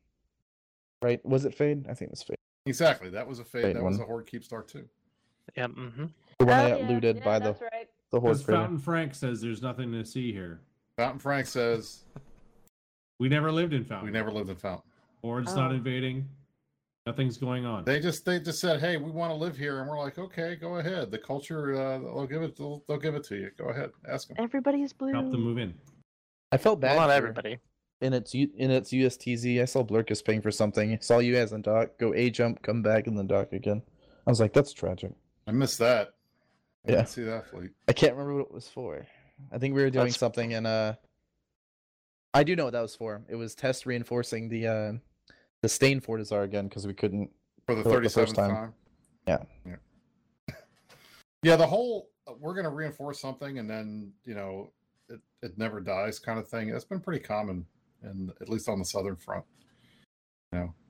Speaker 4: Right? Was it fade? I think it was fade.
Speaker 2: Exactly. That was a fade.
Speaker 4: Fade
Speaker 2: That was
Speaker 4: one.
Speaker 2: a horde keep star too.
Speaker 9: Yeah. hmm
Speaker 4: The one
Speaker 6: Oh,
Speaker 4: I got
Speaker 6: yeah,
Speaker 4: looted
Speaker 6: yeah,
Speaker 4: by the
Speaker 6: that's right.
Speaker 4: the horse
Speaker 3: Because
Speaker 4: trader.
Speaker 3: Fountain Frank says there's nothing to see here.
Speaker 2: Fountain Frank says
Speaker 3: We never lived in Fountain.
Speaker 2: we never lived in Fountain.
Speaker 3: Horde's not
Speaker 5: Oh.
Speaker 3: invading. Nothing's going on.
Speaker 2: They just they just said, "Hey, we want to live here," and we're like, "Okay, go ahead." The culture, uh, they'll give it. They'll, they'll give it to you. Go ahead, ask them.
Speaker 5: Everybody's blue.
Speaker 3: Help them move in.
Speaker 4: I felt bad.
Speaker 9: Well, not
Speaker 4: for-
Speaker 9: everybody.
Speaker 4: In its U- in its USTZ, I saw Blurk is paying for something. Saw you as in dock. Go a jump, come back in the dock again. I was like, that's tragic.
Speaker 2: I missed that. I
Speaker 4: Yeah.
Speaker 2: didn't see that fleet.
Speaker 4: I can't remember what it was for. I think we were doing
Speaker 9: That's-
Speaker 4: something and uh I do know what that was for. It was test reinforcing the uh the stain fortizar again because we couldn't
Speaker 2: for the
Speaker 4: the
Speaker 2: thirty
Speaker 4: first
Speaker 2: seventh time.
Speaker 4: time. Yeah.
Speaker 2: yeah. Yeah, the whole uh, we're going to reinforce something and then you know it, it never dies kind of thing. That's been pretty common, and at least on the southern front.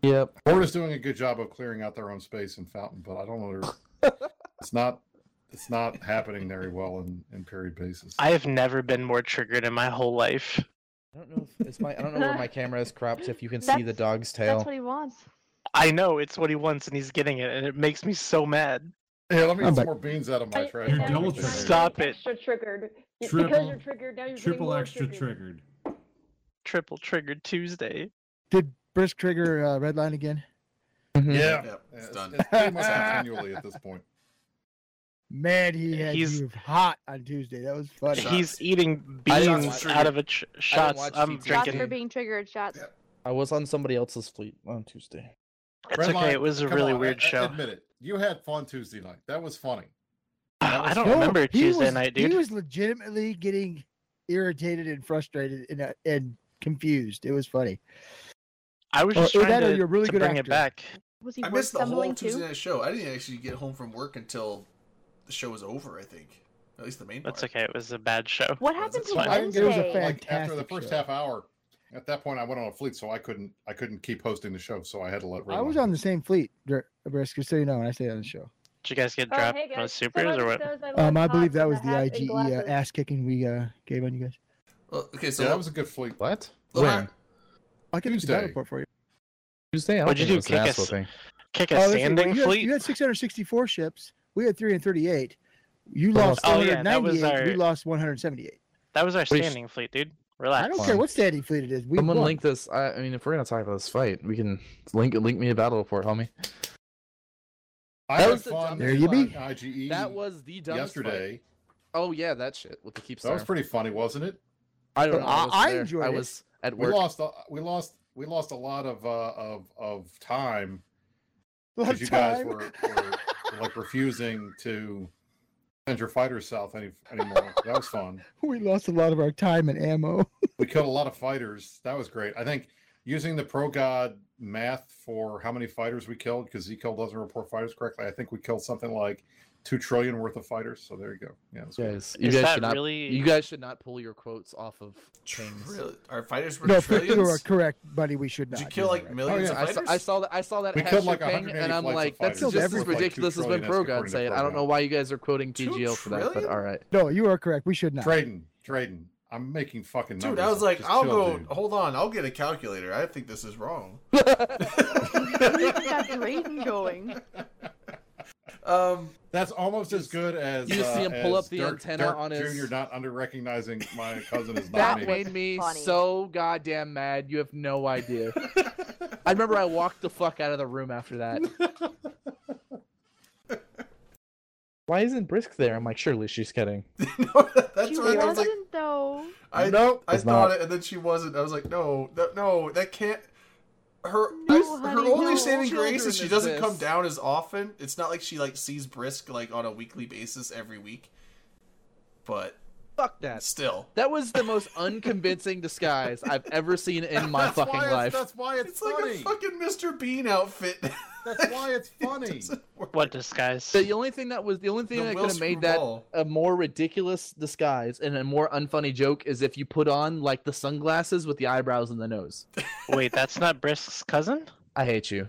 Speaker 4: Yep.
Speaker 2: Ford is doing a good job of clearing out their own space in Fountain, but I don't know. they're- it's not. It's not happening very well in, in period bases.
Speaker 9: I have never been more triggered in my whole life.
Speaker 4: I don't know if it's my I don't know where my camera is cropped if you can see the
Speaker 5: That's-
Speaker 4: dog's tail.
Speaker 5: That's what he wants.
Speaker 9: I know it's what he wants and he's getting it, and it makes me so mad.
Speaker 2: Here, let me
Speaker 8: I'm
Speaker 2: get some
Speaker 8: back.
Speaker 2: more beans out of my
Speaker 6: Right,
Speaker 2: trash.
Speaker 3: You're
Speaker 6: now
Speaker 2: I'll
Speaker 3: double
Speaker 6: you're
Speaker 2: take
Speaker 6: trying to
Speaker 2: those.
Speaker 9: triggered. Stop
Speaker 6: get
Speaker 9: it.
Speaker 6: Extra triggered. You- because
Speaker 3: Triple-
Speaker 6: you're triggered now. You're getting
Speaker 3: Triple
Speaker 6: more
Speaker 3: extra
Speaker 6: triggered.
Speaker 3: triggered.
Speaker 9: Triple triggered Tuesday.
Speaker 8: Did Brisk trigger uh, red line again?
Speaker 4: Mhm.
Speaker 2: Yeah,
Speaker 1: Yep,
Speaker 2: yeah,
Speaker 1: it's
Speaker 2: it's,
Speaker 1: done.
Speaker 2: it's pretty much continually at this point.
Speaker 8: Man, he had
Speaker 9: He's-
Speaker 8: you hot on Tuesday. That was funny.
Speaker 1: Shots.
Speaker 9: He's eating
Speaker 4: I didn't
Speaker 9: beans
Speaker 1: watch-
Speaker 9: out of a tr- shots.
Speaker 4: watch
Speaker 9: I'm
Speaker 4: TTT.
Speaker 5: Shots for
Speaker 9: drinking.
Speaker 5: being triggered. Shots.
Speaker 1: Yep.
Speaker 4: I was on somebody else's fleet on Tuesday.
Speaker 9: It's
Speaker 2: Red
Speaker 9: okay.
Speaker 2: Line,
Speaker 9: it was a
Speaker 2: come
Speaker 9: really
Speaker 2: on,
Speaker 9: weird
Speaker 2: I- I
Speaker 9: show.
Speaker 2: Admit it. You had fun Tuesday night. That was funny.
Speaker 9: I,
Speaker 2: That was
Speaker 9: don't
Speaker 8: No,
Speaker 9: remember
Speaker 8: he
Speaker 9: Tuesday
Speaker 8: was-
Speaker 9: night,
Speaker 8: He
Speaker 9: dude.
Speaker 8: was legitimately getting irritated and frustrated and uh, and confused. It was funny.
Speaker 9: I was
Speaker 8: Oh,
Speaker 9: just
Speaker 8: either
Speaker 9: trying
Speaker 8: that or
Speaker 9: to,
Speaker 8: you're a really
Speaker 9: to
Speaker 8: good
Speaker 9: bring it
Speaker 8: actor.
Speaker 9: back.
Speaker 5: Was he
Speaker 1: I
Speaker 5: word
Speaker 1: missed the whole
Speaker 5: stumbling
Speaker 1: Tuesday
Speaker 5: too?
Speaker 1: night show. I didn't actually get home from work until the show was over. I think, at least the main
Speaker 9: That's
Speaker 1: part.
Speaker 9: okay. It was a bad show.
Speaker 5: What
Speaker 1: That's
Speaker 5: happened to
Speaker 9: fine.
Speaker 2: I didn't get
Speaker 8: It was a
Speaker 5: Wednesday?
Speaker 8: fan-
Speaker 2: like after the
Speaker 8: fantastic
Speaker 2: first
Speaker 8: show.
Speaker 2: half hour. At that point, I went on a fleet, so I couldn't. I couldn't keep hosting the show, so I had to let. Red
Speaker 8: I was
Speaker 2: Line-
Speaker 8: on the same fleet, Dur- Brisk, just so you know, and I stayed on the show.
Speaker 9: Did you guys get
Speaker 6: Oh,
Speaker 9: dropped
Speaker 6: hey
Speaker 9: on
Speaker 6: guys.
Speaker 9: supers or
Speaker 6: someone
Speaker 9: what?
Speaker 6: says I love
Speaker 8: Um, I believe
Speaker 6: tots
Speaker 8: that
Speaker 6: and
Speaker 8: was
Speaker 6: a
Speaker 8: the
Speaker 6: hat and
Speaker 8: IGE uh,
Speaker 6: glasses.
Speaker 8: ass kicking we uh, gave on you guys.
Speaker 1: Well, okay, so
Speaker 2: Yeah, that was a good fleet.
Speaker 4: What?
Speaker 1: Lamar-
Speaker 4: When?
Speaker 8: I can use the battle
Speaker 2: Tuesday.
Speaker 8: report for you.
Speaker 4: Tuesday? I
Speaker 9: What'd
Speaker 4: don't
Speaker 9: you
Speaker 4: think
Speaker 9: do,
Speaker 4: it was
Speaker 9: kick
Speaker 4: an
Speaker 9: us?
Speaker 4: ass whooping.
Speaker 9: Kick a
Speaker 8: Oh, that's right,
Speaker 9: standing
Speaker 8: you Had,
Speaker 9: fleet?
Speaker 8: you had 664 ships. We had 338. You
Speaker 4: Oh,
Speaker 8: lost
Speaker 9: oh, yeah, that was
Speaker 8: 198. We
Speaker 9: our-
Speaker 8: lost 178.
Speaker 9: That was our
Speaker 4: Pretty sh-
Speaker 9: standing fleet, dude.
Speaker 8: I
Speaker 9: Relax.
Speaker 8: don't
Speaker 4: fun.
Speaker 8: care what standing fleet it is. We
Speaker 4: Someone
Speaker 8: won.
Speaker 4: link this. I, I mean, if we're gonna talk about this fight, we can link link me a battle report, homie.
Speaker 2: I
Speaker 4: That
Speaker 2: had
Speaker 4: was the
Speaker 2: fun.
Speaker 4: dumbest
Speaker 8: There you
Speaker 2: on
Speaker 8: be.
Speaker 2: IGE
Speaker 4: That was the dumbest fight.
Speaker 2: E yesterday.
Speaker 4: Oh yeah, that shit with the keep
Speaker 2: That
Speaker 4: star.
Speaker 2: was pretty funny, wasn't it?
Speaker 4: I don't know.
Speaker 8: But I-
Speaker 4: I, was
Speaker 8: I
Speaker 4: there.
Speaker 8: enjoyed
Speaker 4: I
Speaker 8: it.
Speaker 4: was at
Speaker 2: We
Speaker 4: work.
Speaker 2: lost. A, we lost. We lost a lot of uh, of of time
Speaker 8: A lot
Speaker 2: because you
Speaker 8: of
Speaker 2: guys
Speaker 8: time.
Speaker 2: were, were like refusing to send your fighters south any anymore. that was fun.
Speaker 8: we lost a lot of our time and ammo.
Speaker 2: We killed a lot of fighters. That was great. I think using the pro god math for how many fighters we killed, because Ekel doesn't report fighters correctly, I think we killed something like two trillion worth of fighters. So there you go. Yeah, that's good.
Speaker 4: Guys, you
Speaker 9: Is
Speaker 4: guys
Speaker 9: that
Speaker 4: should not.
Speaker 9: really-
Speaker 4: You guys should not pull your quotes off of things.
Speaker 1: Trill- our fighters were
Speaker 8: No, for
Speaker 1: trillions.
Speaker 8: you are correct, buddy. We should not.
Speaker 1: Did you
Speaker 8: do
Speaker 1: kill
Speaker 8: that
Speaker 1: like
Speaker 8: right.
Speaker 1: millions
Speaker 2: Oh,
Speaker 1: of
Speaker 2: yeah.
Speaker 4: I saw,
Speaker 1: fighters?
Speaker 4: I saw that I saw that
Speaker 2: We killed,
Speaker 4: hashtag
Speaker 2: like,
Speaker 4: thing,
Speaker 2: 180
Speaker 4: and I'm
Speaker 2: flights of
Speaker 4: like, that's
Speaker 8: fighters.
Speaker 4: just as
Speaker 8: Killed everyone.
Speaker 4: ridiculous
Speaker 2: Like,
Speaker 4: as
Speaker 2: two
Speaker 4: when
Speaker 2: trillion, that's
Speaker 4: Progon
Speaker 2: according to
Speaker 4: say it. I don't
Speaker 2: Progon.
Speaker 4: know why you guys are quoting
Speaker 1: Two
Speaker 4: PGL for that, but
Speaker 1: trillion?
Speaker 4: all right.
Speaker 8: No, you are correct. We should not.
Speaker 2: Trading, trading. I'm making fucking numbers.
Speaker 1: Dude, I was like,
Speaker 2: Just
Speaker 1: I'll
Speaker 2: chill,
Speaker 1: go.
Speaker 2: dude.
Speaker 1: Hold on, I'll get a calculator. I think this is wrong.
Speaker 5: Where's that rain going?
Speaker 1: Um,
Speaker 2: That's almost as good as
Speaker 4: You just see
Speaker 2: uh,
Speaker 4: him pull
Speaker 2: as
Speaker 4: up the
Speaker 2: Dirk-
Speaker 4: antenna
Speaker 2: Dirk
Speaker 4: on his-
Speaker 2: Junior not under recognizing my cousin is not
Speaker 4: That
Speaker 2: me.
Speaker 4: made me
Speaker 5: funny.
Speaker 4: so goddamn mad. You have no idea. I remember I walked the fuck out of the room after that. Why isn't Brisk there? I'm like, surely she's kidding.
Speaker 1: no, that's
Speaker 5: she
Speaker 1: what I was
Speaker 5: wasn't
Speaker 1: like.
Speaker 5: though.
Speaker 1: I
Speaker 2: Nope.
Speaker 1: I
Speaker 4: It's
Speaker 1: thought
Speaker 4: not.
Speaker 1: it, and then she wasn't. I was like, no, that, no, that can't. Her
Speaker 5: No,
Speaker 1: I- her
Speaker 5: honey,
Speaker 1: only
Speaker 5: no.
Speaker 1: saving grace
Speaker 4: Children
Speaker 1: is she
Speaker 4: is
Speaker 1: doesn't
Speaker 4: this.
Speaker 1: come down as often. It's not like she like sees Brisk like on a weekly basis every week, but
Speaker 4: Fuck that.
Speaker 1: still,
Speaker 4: That was the most unconvincing disguise I've ever seen in my
Speaker 2: That's
Speaker 4: fucking
Speaker 2: why it's-
Speaker 4: life.
Speaker 2: That's why it's,
Speaker 1: it's like
Speaker 2: funny.
Speaker 1: a fucking Mr. Bean outfit.
Speaker 2: That's why it's
Speaker 1: It
Speaker 2: funny.
Speaker 1: doesn't work.
Speaker 9: What disguise?
Speaker 4: The only thing that was the only thing
Speaker 1: The
Speaker 4: that
Speaker 1: Will
Speaker 4: could have made that
Speaker 1: Screwball.
Speaker 4: a more ridiculous disguise and a more unfunny joke is if you put on like the sunglasses with the eyebrows and the nose.
Speaker 9: Wait, that's not Brisk's cousin?
Speaker 4: I hate you.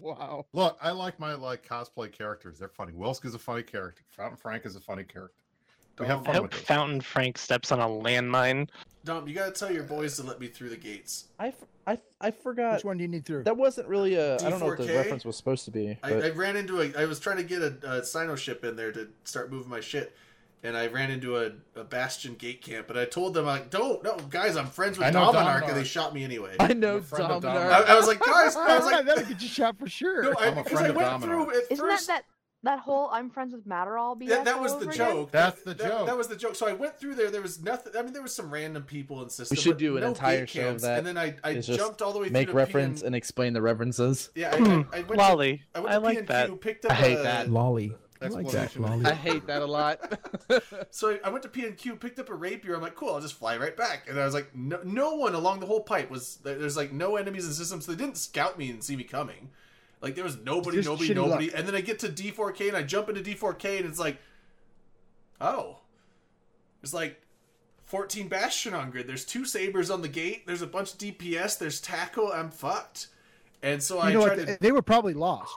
Speaker 8: Wow.
Speaker 2: Look, I like my like cosplay characters. They're funny. Welsk is a funny character. Fountain Frank is a funny character. We have
Speaker 9: I
Speaker 2: fun with
Speaker 9: hope
Speaker 2: this.
Speaker 9: Fountain Frank steps on a landmine.
Speaker 1: Dom, you gotta tell your boys to let me through the gates.
Speaker 4: I, f- I, f- I forgot
Speaker 8: Which one do you need through?
Speaker 4: that wasn't really a. I don't know what the
Speaker 1: D4K?
Speaker 4: reference was supposed to be.
Speaker 1: I,
Speaker 4: but-
Speaker 1: I ran into a. I was trying to get a, a Sino ship in there to start moving my shit, and I ran into a, a Bastion gate camp. And I told them like, "Don't, no, guys, I'm friends with
Speaker 2: I know
Speaker 1: Dominark," and
Speaker 2: Dominark.
Speaker 1: they shot me anyway.
Speaker 4: I
Speaker 1: I,
Speaker 4: know
Speaker 2: a friend of
Speaker 4: Dom
Speaker 2: Dom.
Speaker 1: I
Speaker 4: Nerd.
Speaker 1: was like, "Guys," I was like,
Speaker 8: that'll get you shot for sure.
Speaker 1: "No, I,
Speaker 2: I'm a
Speaker 1: 'cause
Speaker 2: friend
Speaker 1: I
Speaker 2: of
Speaker 1: went
Speaker 2: Dominark.
Speaker 1: through at
Speaker 5: Isn't
Speaker 1: first.
Speaker 5: that that that whole I'm friends with Matterall BS?
Speaker 1: that, that was
Speaker 5: all
Speaker 1: the
Speaker 5: over again?
Speaker 1: joke.
Speaker 2: That's the
Speaker 1: that,
Speaker 2: joke.
Speaker 1: That was the joke. So I went through there. There was nothing. I mean, there was some random people and systems.
Speaker 4: should
Speaker 1: but
Speaker 4: do an
Speaker 1: no
Speaker 4: entire
Speaker 1: gate
Speaker 4: show of
Speaker 1: camps.
Speaker 4: that.
Speaker 1: And then I, I
Speaker 4: It's just
Speaker 1: jumped all the way through
Speaker 4: Make
Speaker 1: to
Speaker 4: reference
Speaker 1: PN.
Speaker 4: and explain the references.
Speaker 1: yeah, I, I, I went. To,
Speaker 9: Lolly,
Speaker 1: I
Speaker 9: I,
Speaker 1: went to
Speaker 9: like
Speaker 1: PNQ,
Speaker 9: that.
Speaker 1: Picked up
Speaker 4: I hate
Speaker 1: a-
Speaker 4: that.
Speaker 8: Lolly. I like that.
Speaker 2: Explanation.
Speaker 8: Lolly.
Speaker 4: I hate that a lot.
Speaker 1: So I- I went to PNQ, picked up a rapier. I'm like, cool, I'll just fly right back. And I was like, no, no one along the whole pipe was. there- There's like no enemies and systems. So they didn't scout me and see me coming. Like there was nobody,
Speaker 8: Just
Speaker 1: nobody,
Speaker 8: shitty luck.
Speaker 1: nobody. And then I get to D4K and I jump into D4K and it's like, oh, it's like 14 Bastion on grid. There's two sabers on the gate. There's a bunch of DPS. There's tackle. I'm fucked. And so I
Speaker 8: You know
Speaker 1: tried
Speaker 8: what?
Speaker 1: to.
Speaker 8: They were probably lost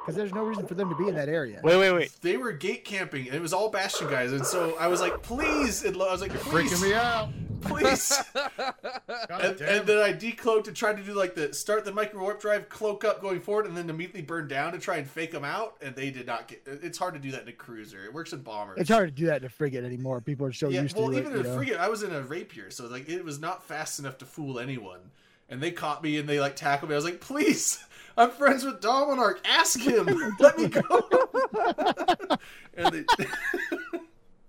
Speaker 8: because there's no reason for them to be in that area.
Speaker 9: Wait, wait, wait.
Speaker 1: They were gate camping, and it was all Bastion guys. And so I was like, please, and I was like, please,
Speaker 2: Freaking me out.
Speaker 1: please.
Speaker 2: God
Speaker 1: and,
Speaker 2: damn
Speaker 1: and then I decloaked and tried to do like the start the micro warp drive, cloak up going forward, and then immediately burn down to try and fake them out. And they did not get. It's hard to do that in a cruiser. It works in bombers.
Speaker 8: It's hard to do that in a frigate anymore. People are so
Speaker 1: yeah,
Speaker 8: used
Speaker 1: well,
Speaker 8: to
Speaker 1: even
Speaker 8: it.
Speaker 1: in
Speaker 8: you
Speaker 1: a
Speaker 8: know?
Speaker 1: frigate, I was in a rapier, so like it was not fast enough to fool anyone. And they caught me and they like tackled me. I was like, please, I'm friends with Dominarch. Ask him. Let me go. and they,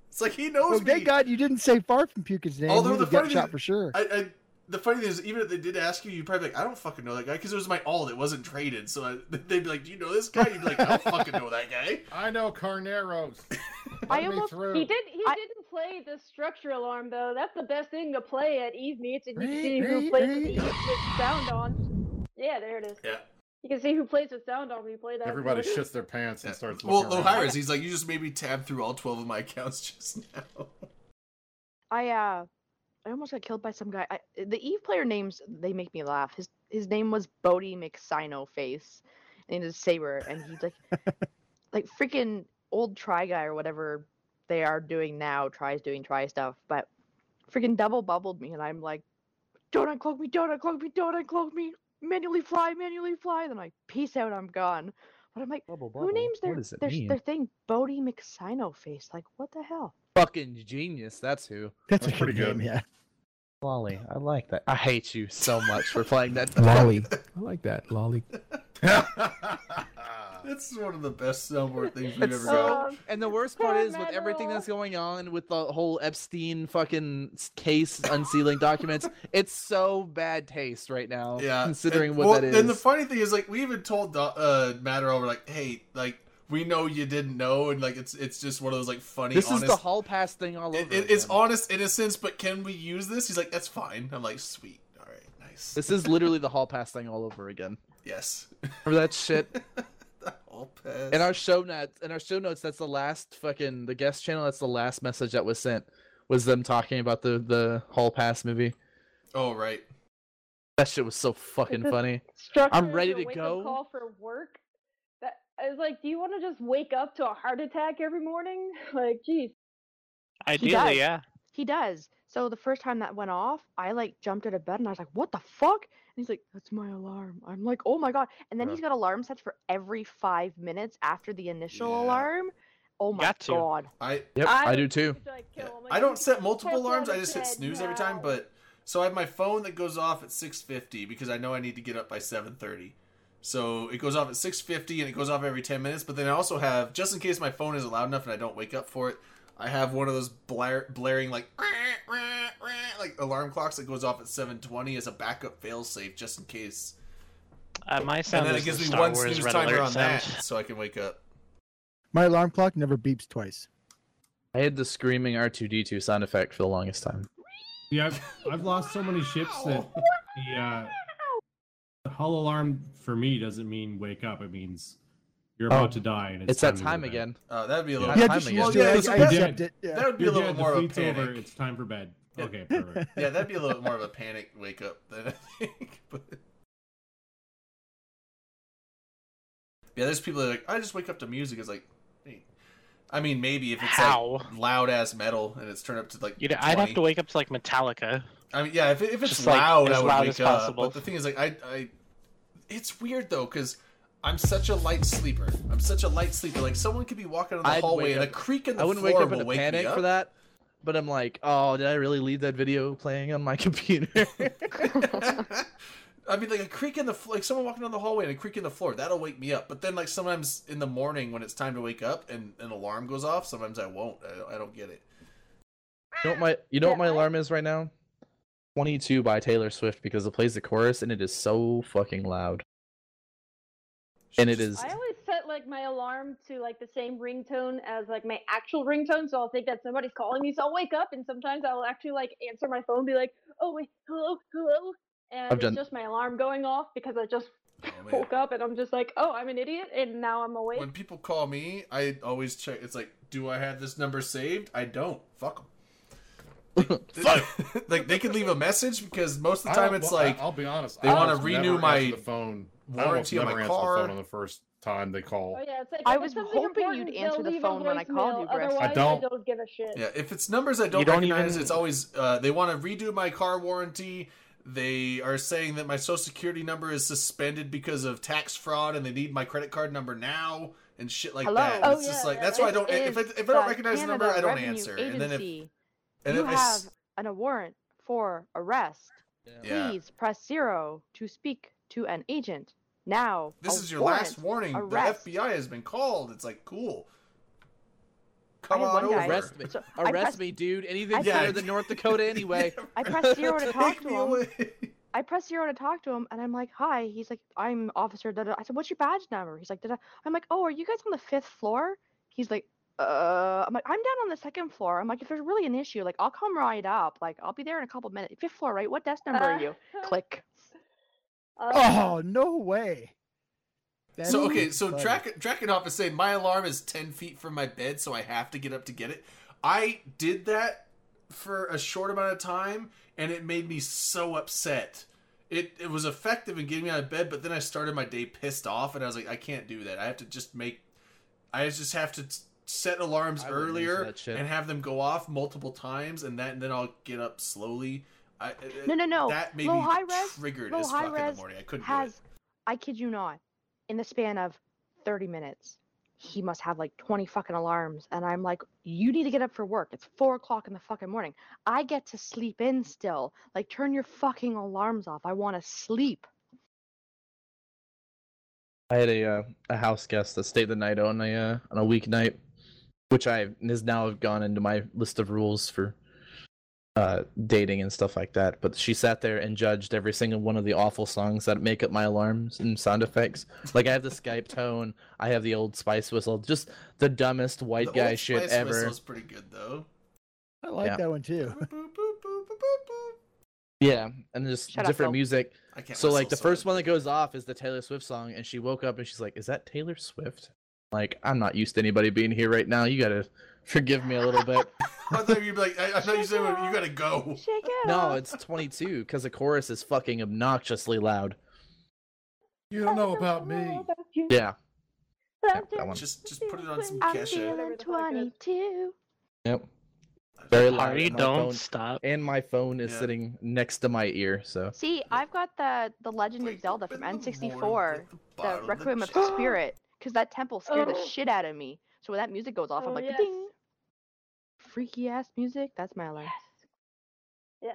Speaker 1: it's like he knows
Speaker 8: Well,
Speaker 1: me.
Speaker 8: thank God you didn't say far from Pukin's name.
Speaker 1: Although
Speaker 8: Although
Speaker 1: the
Speaker 8: the got
Speaker 1: funny
Speaker 8: shot
Speaker 1: thing-
Speaker 8: for sure.
Speaker 1: I, I the funny thing is, even if they did ask you, you'd probably be like, I don't fucking know that guy because it was my all that wasn't traded. So I, they'd be like, Do you know this guy? You'd be like, I don't fucking know that guy.
Speaker 2: I know Carneros. Let
Speaker 5: I
Speaker 2: me
Speaker 5: almost-
Speaker 2: through.
Speaker 6: He did. He
Speaker 5: I-
Speaker 6: didn't play the structure alarm though. That's the best thing to play at Eve meets, and you can
Speaker 8: Right,
Speaker 6: see who
Speaker 8: right,
Speaker 6: plays with the
Speaker 8: right.
Speaker 6: Eve Meets sound on. Yeah, there it is.
Speaker 1: Yeah.
Speaker 6: You can see who plays with sound on when you play that. Um,
Speaker 2: Everybody shits their pants and starts.
Speaker 1: well, e-
Speaker 2: looking around.
Speaker 1: Lohiris, he's like, You just made me tab through all 12 of my accounts just now.
Speaker 5: I uh, I almost got killed by some guy. I, the Eve player names they make me laugh. His his name was Bodie McSino Face, and he had a saber, and he's like, like freaking old try guy or whatever they are doing now. Tries doing try stuff, but freaking double bubbled me, and I'm like, don't uncloak me, don't uncloak me, don't uncloak me. Manually fly, manually fly. Then I peace out, I'm gone. But I'm like, who names their
Speaker 4: What does it
Speaker 5: their,
Speaker 4: mean?
Speaker 5: their thing Bodie McSino Face? Like, what the hell?
Speaker 4: Fucking genius. That's who.
Speaker 8: That's,
Speaker 2: That's
Speaker 8: a
Speaker 2: pretty
Speaker 8: good
Speaker 2: good.
Speaker 8: name, yeah.
Speaker 4: Lolly. I like that. I hate you so much for playing that.
Speaker 10: I like that. Lolly.
Speaker 1: This is one of the best soundboard things we've
Speaker 4: It's
Speaker 1: ever
Speaker 4: so-
Speaker 1: got.
Speaker 6: Um,
Speaker 4: And the worst part is with everything
Speaker 6: Criminal.
Speaker 4: that's going on with the whole Epstein fucking s- case unsealing documents, it's so bad taste right now.
Speaker 1: Yeah.
Speaker 4: Considering
Speaker 1: and,
Speaker 4: what
Speaker 1: well,
Speaker 4: that is.
Speaker 1: And the funny thing is, like, we even told Do- uh, Matterall, we're like, Hey, like, we know you didn't know. And, like, it's it's just one of those, like, funny,
Speaker 4: this
Speaker 1: honest.
Speaker 4: is the hall pass thing all over.
Speaker 1: it, it- it's
Speaker 4: again.
Speaker 1: honest innocence, but can we use this? He's like, That's fine. I'm like, Sweet. All right. Nice.
Speaker 4: This is literally the hall pass thing all over again.
Speaker 1: Yes.
Speaker 4: Remember that shit?
Speaker 1: All pissed.
Speaker 4: In our show notes, in our show notes, that's the last fucking the guest channel. That's the last message that was sent. Was them talking about the the Hall Pass movie?
Speaker 1: oh right.
Speaker 4: That shit was so fucking
Speaker 6: It's a
Speaker 4: funny.
Speaker 6: Structure
Speaker 4: I'm
Speaker 6: is
Speaker 4: ready
Speaker 6: a
Speaker 4: to
Speaker 6: wake-up
Speaker 4: go.
Speaker 6: Call for work. That I was like, do you want to just wake up to a heart attack every morning? Like, geez.
Speaker 5: does.
Speaker 9: Ideally, yeah.
Speaker 5: He does. So the first time that went off, I like jumped out of bed and I was like, "What the fuck?" And he's like, "That's my alarm." I'm like, "Oh my god!" And then
Speaker 1: Uh-huh.
Speaker 2: Yeah.
Speaker 5: he's got alarm sets for every five minutes after the initial
Speaker 1: Yeah.
Speaker 5: alarm. Oh my
Speaker 9: Got to.
Speaker 5: god!
Speaker 1: I
Speaker 4: Yep, I, do too.
Speaker 6: used to, like,
Speaker 1: Yeah.
Speaker 6: kill him, like,
Speaker 1: I
Speaker 6: you
Speaker 1: don't set
Speaker 6: can't
Speaker 1: multiple
Speaker 6: get out
Speaker 1: alarms. I
Speaker 6: of
Speaker 1: just hit
Speaker 6: bed
Speaker 1: snooze every
Speaker 6: now.
Speaker 1: time, but so I have my phone that goes off at 6:50 because I know I need to get up by 7:30. So it goes off at 6:50 and it goes off every 10 minutes, but then I also have just in case my phone isn't loud enough and I don't wake up for it, I have one of those blare, blaring like like alarm clocks that goes off at 7:20 as a backup failsafe just in case.
Speaker 9: Uh, my
Speaker 1: And
Speaker 9: sound
Speaker 1: then
Speaker 9: is
Speaker 1: it gives
Speaker 9: the
Speaker 1: me
Speaker 9: Star
Speaker 1: one
Speaker 9: Wars
Speaker 1: snooze
Speaker 9: red
Speaker 1: timer
Speaker 9: alert
Speaker 1: on that
Speaker 9: sound.
Speaker 1: so I can wake up.
Speaker 8: My alarm clock never beeps twice.
Speaker 4: I had the screaming R2D2 sound effect for the longest time.
Speaker 3: Yeah, I've, I've lost so many ships that the, uh, the hull alarm for me doesn't mean wake up. It means you're
Speaker 4: Oh,
Speaker 3: about to die, and it's,
Speaker 4: It's, that
Speaker 3: to
Speaker 4: time
Speaker 3: go to bed.
Speaker 4: again.
Speaker 1: Uh, that'd be a little
Speaker 4: Yeah,
Speaker 8: Yeah,
Speaker 4: time
Speaker 8: just
Speaker 4: again.
Speaker 8: used
Speaker 1: Well,
Speaker 8: to
Speaker 1: yeah,
Speaker 8: it.
Speaker 1: so
Speaker 8: I, I
Speaker 1: that's-
Speaker 8: accept it. Yeah.
Speaker 1: That would be
Speaker 3: You're
Speaker 1: a little
Speaker 3: dead,
Speaker 1: bit more
Speaker 3: the
Speaker 1: of a
Speaker 3: fleet's
Speaker 1: panic.
Speaker 3: over. It's time for bed.
Speaker 1: Yeah.
Speaker 3: Okay, perfect.
Speaker 1: Yeah, that'd be a little bit more of a panic wake up than I think. But yeah, there's people that are like, I just wake up to music. It's like, hey. I mean, maybe if it's
Speaker 9: How?
Speaker 1: like loud ass metal and it's turned up to like,
Speaker 9: You'd, I'd have
Speaker 1: 20.
Speaker 9: to wake up to like Metallica.
Speaker 1: I mean, yeah, if, if it's
Speaker 9: Just, like,
Speaker 1: loud,
Speaker 9: as
Speaker 1: I would
Speaker 9: loud
Speaker 1: wake
Speaker 9: as
Speaker 1: up.
Speaker 9: possible.
Speaker 1: But the thing is, like, I, I, it's weird though, because I'm such a light sleeper. I'm such a light sleeper. Like, someone could be walking down the
Speaker 4: I'd
Speaker 1: hallway
Speaker 4: wake
Speaker 1: and a
Speaker 4: up-
Speaker 1: creak in the
Speaker 4: I wouldn't wake
Speaker 1: floor
Speaker 4: up in
Speaker 1: will
Speaker 4: a
Speaker 1: wake me
Speaker 4: panic
Speaker 1: up.
Speaker 4: for that, but I'm like, oh, did I really leave that video playing on my computer?
Speaker 1: I mean, like a creak in the fl- like someone walking down the hallway and a creak in the floor that'll wake me up. But then, like sometimes in the morning when it's time to wake up and an alarm goes off, sometimes I won't. I, don't- I don't get it.
Speaker 4: You know what my you know what my
Speaker 6: Yeah, I-
Speaker 4: alarm is right now? 22 by Taylor Swift because it plays the chorus and it is so fucking loud. And it is
Speaker 6: I always set like my alarm to like the same ringtone as like my actual ringtone, so I'll think that somebody's calling me, so I'll wake up, and sometimes I'll actually like answer my phone, and be like, "Oh wait, hello, hello," and it's
Speaker 4: done-
Speaker 6: just my alarm going off because I just
Speaker 1: Oh, man.
Speaker 6: woke up, and I'm just like, "Oh, I'm an idiot," and now I'm awake.
Speaker 1: When people call me, I always check. It's like, do I have this number saved? I don't. Fuck them. Like, like they can leave a message because most of the
Speaker 2: I
Speaker 1: time
Speaker 2: don't-
Speaker 1: it's
Speaker 2: well, I-
Speaker 1: like
Speaker 2: I'll be honest.
Speaker 1: they
Speaker 2: I
Speaker 1: wanna
Speaker 2: almost
Speaker 1: renew
Speaker 2: never
Speaker 1: my
Speaker 2: answer the phone. I almost
Speaker 1: warranty on
Speaker 2: never
Speaker 1: my
Speaker 2: answer
Speaker 1: car.
Speaker 2: the phone on the first time they call.
Speaker 6: Oh yeah, it's like
Speaker 5: I
Speaker 6: if
Speaker 5: was
Speaker 6: it's something
Speaker 5: hoping you'd
Speaker 6: important,
Speaker 5: answer
Speaker 6: they'll
Speaker 5: the
Speaker 6: leave a
Speaker 5: phone when I called you,
Speaker 6: voicemail,
Speaker 5: Brett. I
Speaker 6: Otherwise,
Speaker 2: don't.
Speaker 6: give a shit.
Speaker 1: Yeah, if it's numbers I don't,
Speaker 9: don't
Speaker 1: recognize,
Speaker 9: even-
Speaker 1: it's always uh, they want to redo my car warranty. They are saying that my social security number is suspended because of tax fraud, and they need my credit card number now and shit like
Speaker 5: Hello?
Speaker 1: that.
Speaker 5: Oh,
Speaker 1: it's just
Speaker 6: yeah,
Speaker 1: like
Speaker 6: yeah,
Speaker 1: that's why I don't. If I, if I don't recognize the number, I don't answer. And then if and
Speaker 5: you
Speaker 1: if I
Speaker 5: have
Speaker 1: s-
Speaker 5: an, a warrant for arrest,
Speaker 1: yeah,
Speaker 5: please press zero to speak to an agent now.
Speaker 1: this
Speaker 5: A
Speaker 1: is your
Speaker 5: warrant.
Speaker 1: last warning.
Speaker 5: arrest.
Speaker 1: The FBI has been called. It's like cool.
Speaker 5: I
Speaker 1: Come
Speaker 5: had
Speaker 1: on
Speaker 5: one guy-
Speaker 1: over.
Speaker 4: Arrest me.
Speaker 5: So I
Speaker 4: arrest
Speaker 5: pressed-
Speaker 4: me, dude. Anything
Speaker 5: I
Speaker 4: better
Speaker 1: pressed-
Speaker 4: than North Dakota anyway.
Speaker 5: I pressed zero to talk
Speaker 1: Take
Speaker 5: to
Speaker 1: me
Speaker 5: him.
Speaker 1: away.
Speaker 5: I press zero to talk to him, and I'm like, "Hi." He's like, "I'm officer." Da, da. I said, "What's your badge number?" He's like, da, da. "I'm like, oh, are you guys on the fifth floor?" He's like, "Uh," I'm like, "I'm down on the second floor." I'm like, "If there's really an issue, like, I'll come right up. Like, I'll be there in a couple minutes. Fifth floor, right? What desk number are you?" Click.
Speaker 6: Uh,
Speaker 8: Oh no way. That
Speaker 1: so
Speaker 8: is
Speaker 1: okay, so
Speaker 8: funny.
Speaker 1: Drac- Draconoff is saying my alarm is ten feet from my bed, so I have to get up to get it. I did that for a short amount of time, and it made me so upset. It it was effective in getting me out of bed, but then I started my day pissed off, and I was like, I can't do that. I have to just make, I just have to s- set alarms
Speaker 4: I wouldn't answer
Speaker 1: earlier
Speaker 4: that shit.
Speaker 1: and have them go off multiple times, and that, and then I'll get up slowly. I,
Speaker 5: No, no, no.
Speaker 1: That made
Speaker 5: Low
Speaker 1: me
Speaker 5: high res-
Speaker 1: triggered
Speaker 5: low
Speaker 1: as
Speaker 5: high
Speaker 1: fuck in the
Speaker 5: res
Speaker 1: morning. I couldn't do it.
Speaker 5: Has, I kid you not, in the span of 30 minutes, he must have like 20 fucking alarms, and I'm like, you need to get up for work. It's four o'clock in the fucking morning. I get to sleep in still. Like, turn your fucking alarms off. I want to sleep.
Speaker 4: I had a uh, a house guest that stayed the night on a uh, on a weeknight, which I has now gone into my list of rules for uh, dating and stuff like that. But she sat there and judged every single one of the awful songs that make up my alarms and sound effects. Like I have the Skype tone, I have the old Spice whistle, just the dumbest white
Speaker 1: The
Speaker 4: guy
Speaker 1: Old
Speaker 4: shit
Speaker 1: Spice
Speaker 4: ever.
Speaker 1: whistle's pretty good though.
Speaker 8: I like
Speaker 4: Yeah.
Speaker 8: that one too.
Speaker 1: Boop, boop, boop, boop, boop, boop.
Speaker 4: Yeah, and there's
Speaker 5: Shut up,
Speaker 4: different
Speaker 5: Phil.
Speaker 4: music.
Speaker 1: I can't.
Speaker 4: So like
Speaker 1: whistle,
Speaker 4: the first one that goes off is the Taylor Swift song, and she woke up and she's like, "Is that Taylor Swift?" Like I'm not used to anybody being here right now. You gotta forgive me a little bit.
Speaker 1: I thought you'd be like, I, I thought you said you gotta go.
Speaker 5: Shake it
Speaker 4: no,
Speaker 5: off.
Speaker 4: it's 22 because the chorus is fucking obnoxiously loud.
Speaker 2: You don't know about me.
Speaker 4: Yeah.
Speaker 6: Yeah,
Speaker 4: that one.
Speaker 1: Just, just put it on some
Speaker 5: I'm
Speaker 1: Kesha.
Speaker 5: feeling 22.
Speaker 4: Yep. Very loud.
Speaker 9: Party
Speaker 4: and my
Speaker 9: don't
Speaker 4: phone-
Speaker 9: stop.
Speaker 4: and my phone is
Speaker 1: Yeah.
Speaker 4: sitting next to my ear, so
Speaker 5: See, I've got the the Legend of
Speaker 1: Wake
Speaker 5: Zelda
Speaker 1: up
Speaker 5: from
Speaker 1: in the
Speaker 5: N64,
Speaker 1: morning, put the
Speaker 5: the
Speaker 1: bottle in the
Speaker 5: Requiem of
Speaker 1: jar.
Speaker 5: Spirit, because that temple scared the
Speaker 6: Oh.
Speaker 5: shit out of me. So when that music goes off, I'm
Speaker 6: Oh,
Speaker 5: like,
Speaker 6: yes.
Speaker 5: ding. Freaky ass music. That's my life.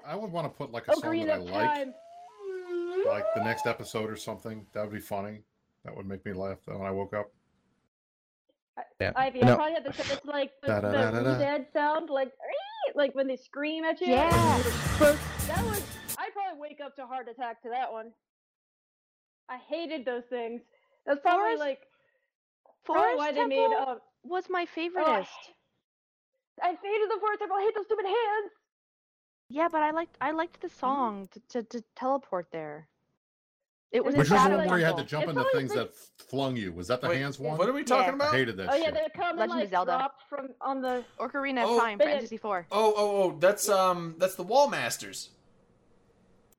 Speaker 2: I would want to put like a
Speaker 6: Oh,
Speaker 2: song
Speaker 6: green
Speaker 2: that I
Speaker 6: of
Speaker 2: like,
Speaker 6: time.
Speaker 2: like the next episode or something. That would be funny. That would make me laugh though, when I woke up.
Speaker 4: yeah.
Speaker 6: Ivy, I
Speaker 4: No.
Speaker 6: probably have the it's like the, the
Speaker 2: Da-da-da-da-da.
Speaker 6: dead sound, like "Ee!" like when they scream at you.
Speaker 5: Yeah.
Speaker 6: But that was I probably wake up to heart attack to that one. I hated those things. That's probably
Speaker 5: Forest-
Speaker 6: like probably
Speaker 5: Forest
Speaker 6: why they
Speaker 5: Temple
Speaker 6: made uh,
Speaker 5: was my
Speaker 6: oh, I,
Speaker 5: favoriteest.
Speaker 6: I hated the forest temple. I hate those stupid hands.
Speaker 5: Yeah, but I liked I liked the song to, to, to teleport there. It was a
Speaker 6: Is it
Speaker 2: Which was the
Speaker 5: shadow
Speaker 2: one where you had to
Speaker 5: temple.
Speaker 2: jump
Speaker 6: It's
Speaker 2: into
Speaker 6: always
Speaker 2: things
Speaker 6: like-
Speaker 2: that flung you? Was that the
Speaker 1: Wait,
Speaker 2: hands
Speaker 1: What
Speaker 2: one?
Speaker 1: are we talking
Speaker 5: Yeah.
Speaker 1: about?
Speaker 2: I hated that
Speaker 6: Oh yeah,
Speaker 2: shit.
Speaker 6: they come and
Speaker 5: Legend of
Speaker 6: like
Speaker 5: Zelda.
Speaker 6: drop from on the
Speaker 5: Ocarina of
Speaker 1: Oh.
Speaker 5: Time for
Speaker 6: But it-
Speaker 5: N64.
Speaker 1: Oh, oh, oh, that's um, that's the Wall Masters.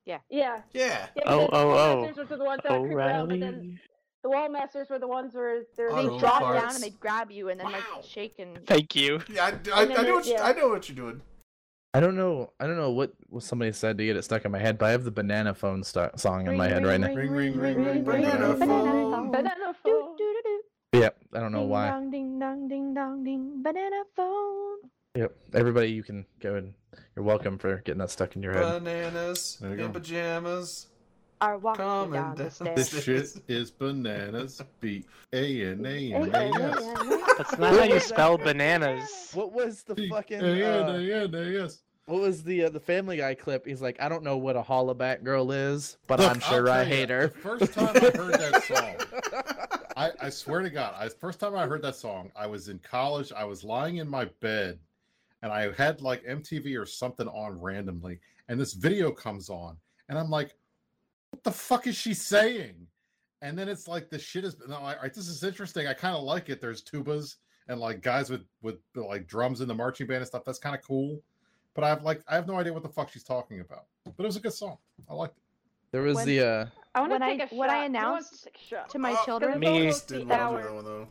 Speaker 6: yeah.
Speaker 1: Yeah.
Speaker 6: yeah
Speaker 9: Oh,
Speaker 6: because the Wall Masters were
Speaker 9: oh, oh.
Speaker 6: the ones that creeped out, but then
Speaker 9: O'Reilly.
Speaker 6: the wall masters were the ones where they're
Speaker 1: Oh,
Speaker 5: They
Speaker 1: Auto
Speaker 5: drop down
Speaker 1: parts.
Speaker 5: and they grab you and then
Speaker 1: Wow.
Speaker 5: like shake and
Speaker 9: Thank you.
Speaker 1: Yeah, I, I,
Speaker 6: And then
Speaker 1: I know
Speaker 6: there-
Speaker 1: what you,
Speaker 6: yeah.
Speaker 1: I know what you're doing.
Speaker 4: I don't know. I don't know what, what somebody said to get it stuck in my head, but I have the banana phone sta- song in my head right now.
Speaker 2: Ring, ring, ring, ring, ring,
Speaker 1: Banana
Speaker 2: ring.
Speaker 1: phone.
Speaker 6: Banana
Speaker 5: Do,
Speaker 6: phone.
Speaker 5: do, do, do.
Speaker 4: Yep, I don't know
Speaker 5: ding
Speaker 4: why.
Speaker 5: dong, ding dong, ding dong, ding. Banana phone.
Speaker 4: Yep, everybody, you can go and you're welcome for getting that stuck in your head.
Speaker 1: Bananas
Speaker 2: There you
Speaker 1: in
Speaker 2: go.
Speaker 1: pajamas.
Speaker 5: Are walking
Speaker 1: Come
Speaker 5: down
Speaker 1: and
Speaker 5: the
Speaker 1: dance.
Speaker 5: stairs.
Speaker 2: This shit is bananas. B A N A N A S.
Speaker 9: That's not how you spell bananas.
Speaker 4: What was the fucking? Uh,
Speaker 2: A-N-A-N-A-S.
Speaker 4: what was the uh, the Family Guy clip? He's like, I don't know what a hollaback girl is,
Speaker 1: uh,
Speaker 4: but
Speaker 2: Look,
Speaker 4: I'm
Speaker 2: I'll
Speaker 4: sure I
Speaker 2: tell you,
Speaker 4: hate
Speaker 2: The
Speaker 4: her.
Speaker 2: first time I heard that song, I, I swear to God, I, first time I heard that song, I was in college. I was lying in my bed, and I had like MTV or something on randomly, and this video comes on, and I'm like, "What the fuck is she saying?" And then it's like the shit is. No, I, I, this is interesting. I kind of like it. There's tubas and like guys with with like drums in the marching band and stuff. That's kind of cool. But I've like I have no idea what the fuck she's talking about. But it was a good song. I liked it.
Speaker 4: There was
Speaker 5: When-
Speaker 4: the uh,
Speaker 6: I want
Speaker 5: When
Speaker 6: to
Speaker 5: I-
Speaker 6: take a
Speaker 5: when
Speaker 6: shot.
Speaker 5: I
Speaker 6: You know what?
Speaker 5: announced
Speaker 6: Take a shot.
Speaker 5: To my
Speaker 1: Oh,
Speaker 5: children,
Speaker 9: Me.
Speaker 6: It's almost
Speaker 1: Didn't
Speaker 6: the
Speaker 1: want to do
Speaker 6: hour.
Speaker 1: that one though.